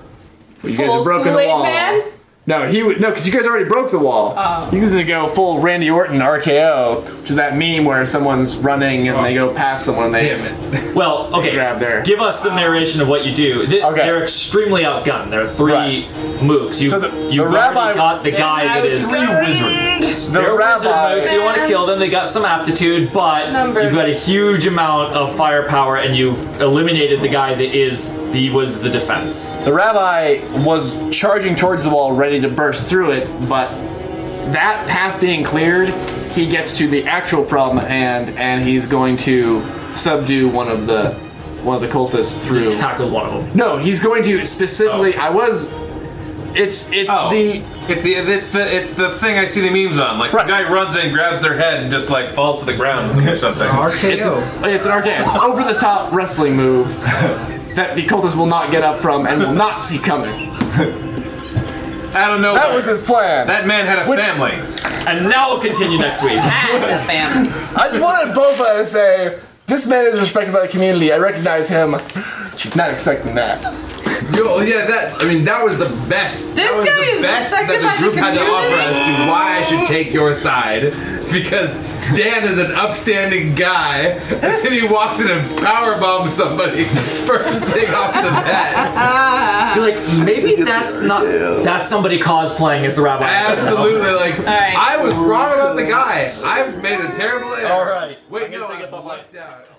Well, you guys
Full
have broken the
Kool-Aid
wall.
Man?
No, he would no, because you guys already broke the wall.
Oh.
He was gonna go full Randy Orton RKO, which is that meme where someone's running and they go past someone and they. Damn
it. Well, okay.
Grab there.
Give us some narration of what you do. Th- They're extremely outgunned. There are three mooks. You, you
the
already
rabbi-
got the
They're
guy that is
three
wizards.
The
They're wizard
rabbi-
mooks. You want to kill them. They got some aptitude, but you've got a huge amount of firepower, and you've eliminated the guy that is the was the defense.
The rabbi was charging towards the wall, ready to burst through it, but that path being cleared, he gets to the actual problem at hand, and he's going to subdue one of the one of the cultists through.
Just tackles one of them.
No, he's going to specifically. I was. It's it's
Oh.
the
It's the it's the it's the thing I see the memes on. Like some guy runs in, grabs their head, and just like falls to the ground with them or something.
It's, it's an RKO, over the top wrestling move that the cultists will not get up from and will not see coming.
I don't know.
That was his plan.
That man had a
Which-
family.
And now we'll continue next
[laughs]
week.
I just wanted Boba to say, this man is respected by the community. I recognize him. She's not expecting that.
Yo, oh, yeah, that. I mean, that was the best.
This
that was
guy
the
is
best that
respected by
the
the
group had to offer
community.
as to why I should take your side. Because Dan is an upstanding guy, and then he walks in and powerbombs somebody [laughs] first thing off the bat.
You're like, maybe that's not that's somebody cosplaying as the rabbi.
Absolutely, like
right.
I was wrong about the guy. I've made a terrible error.
All right.
Wait, no, I blacked out.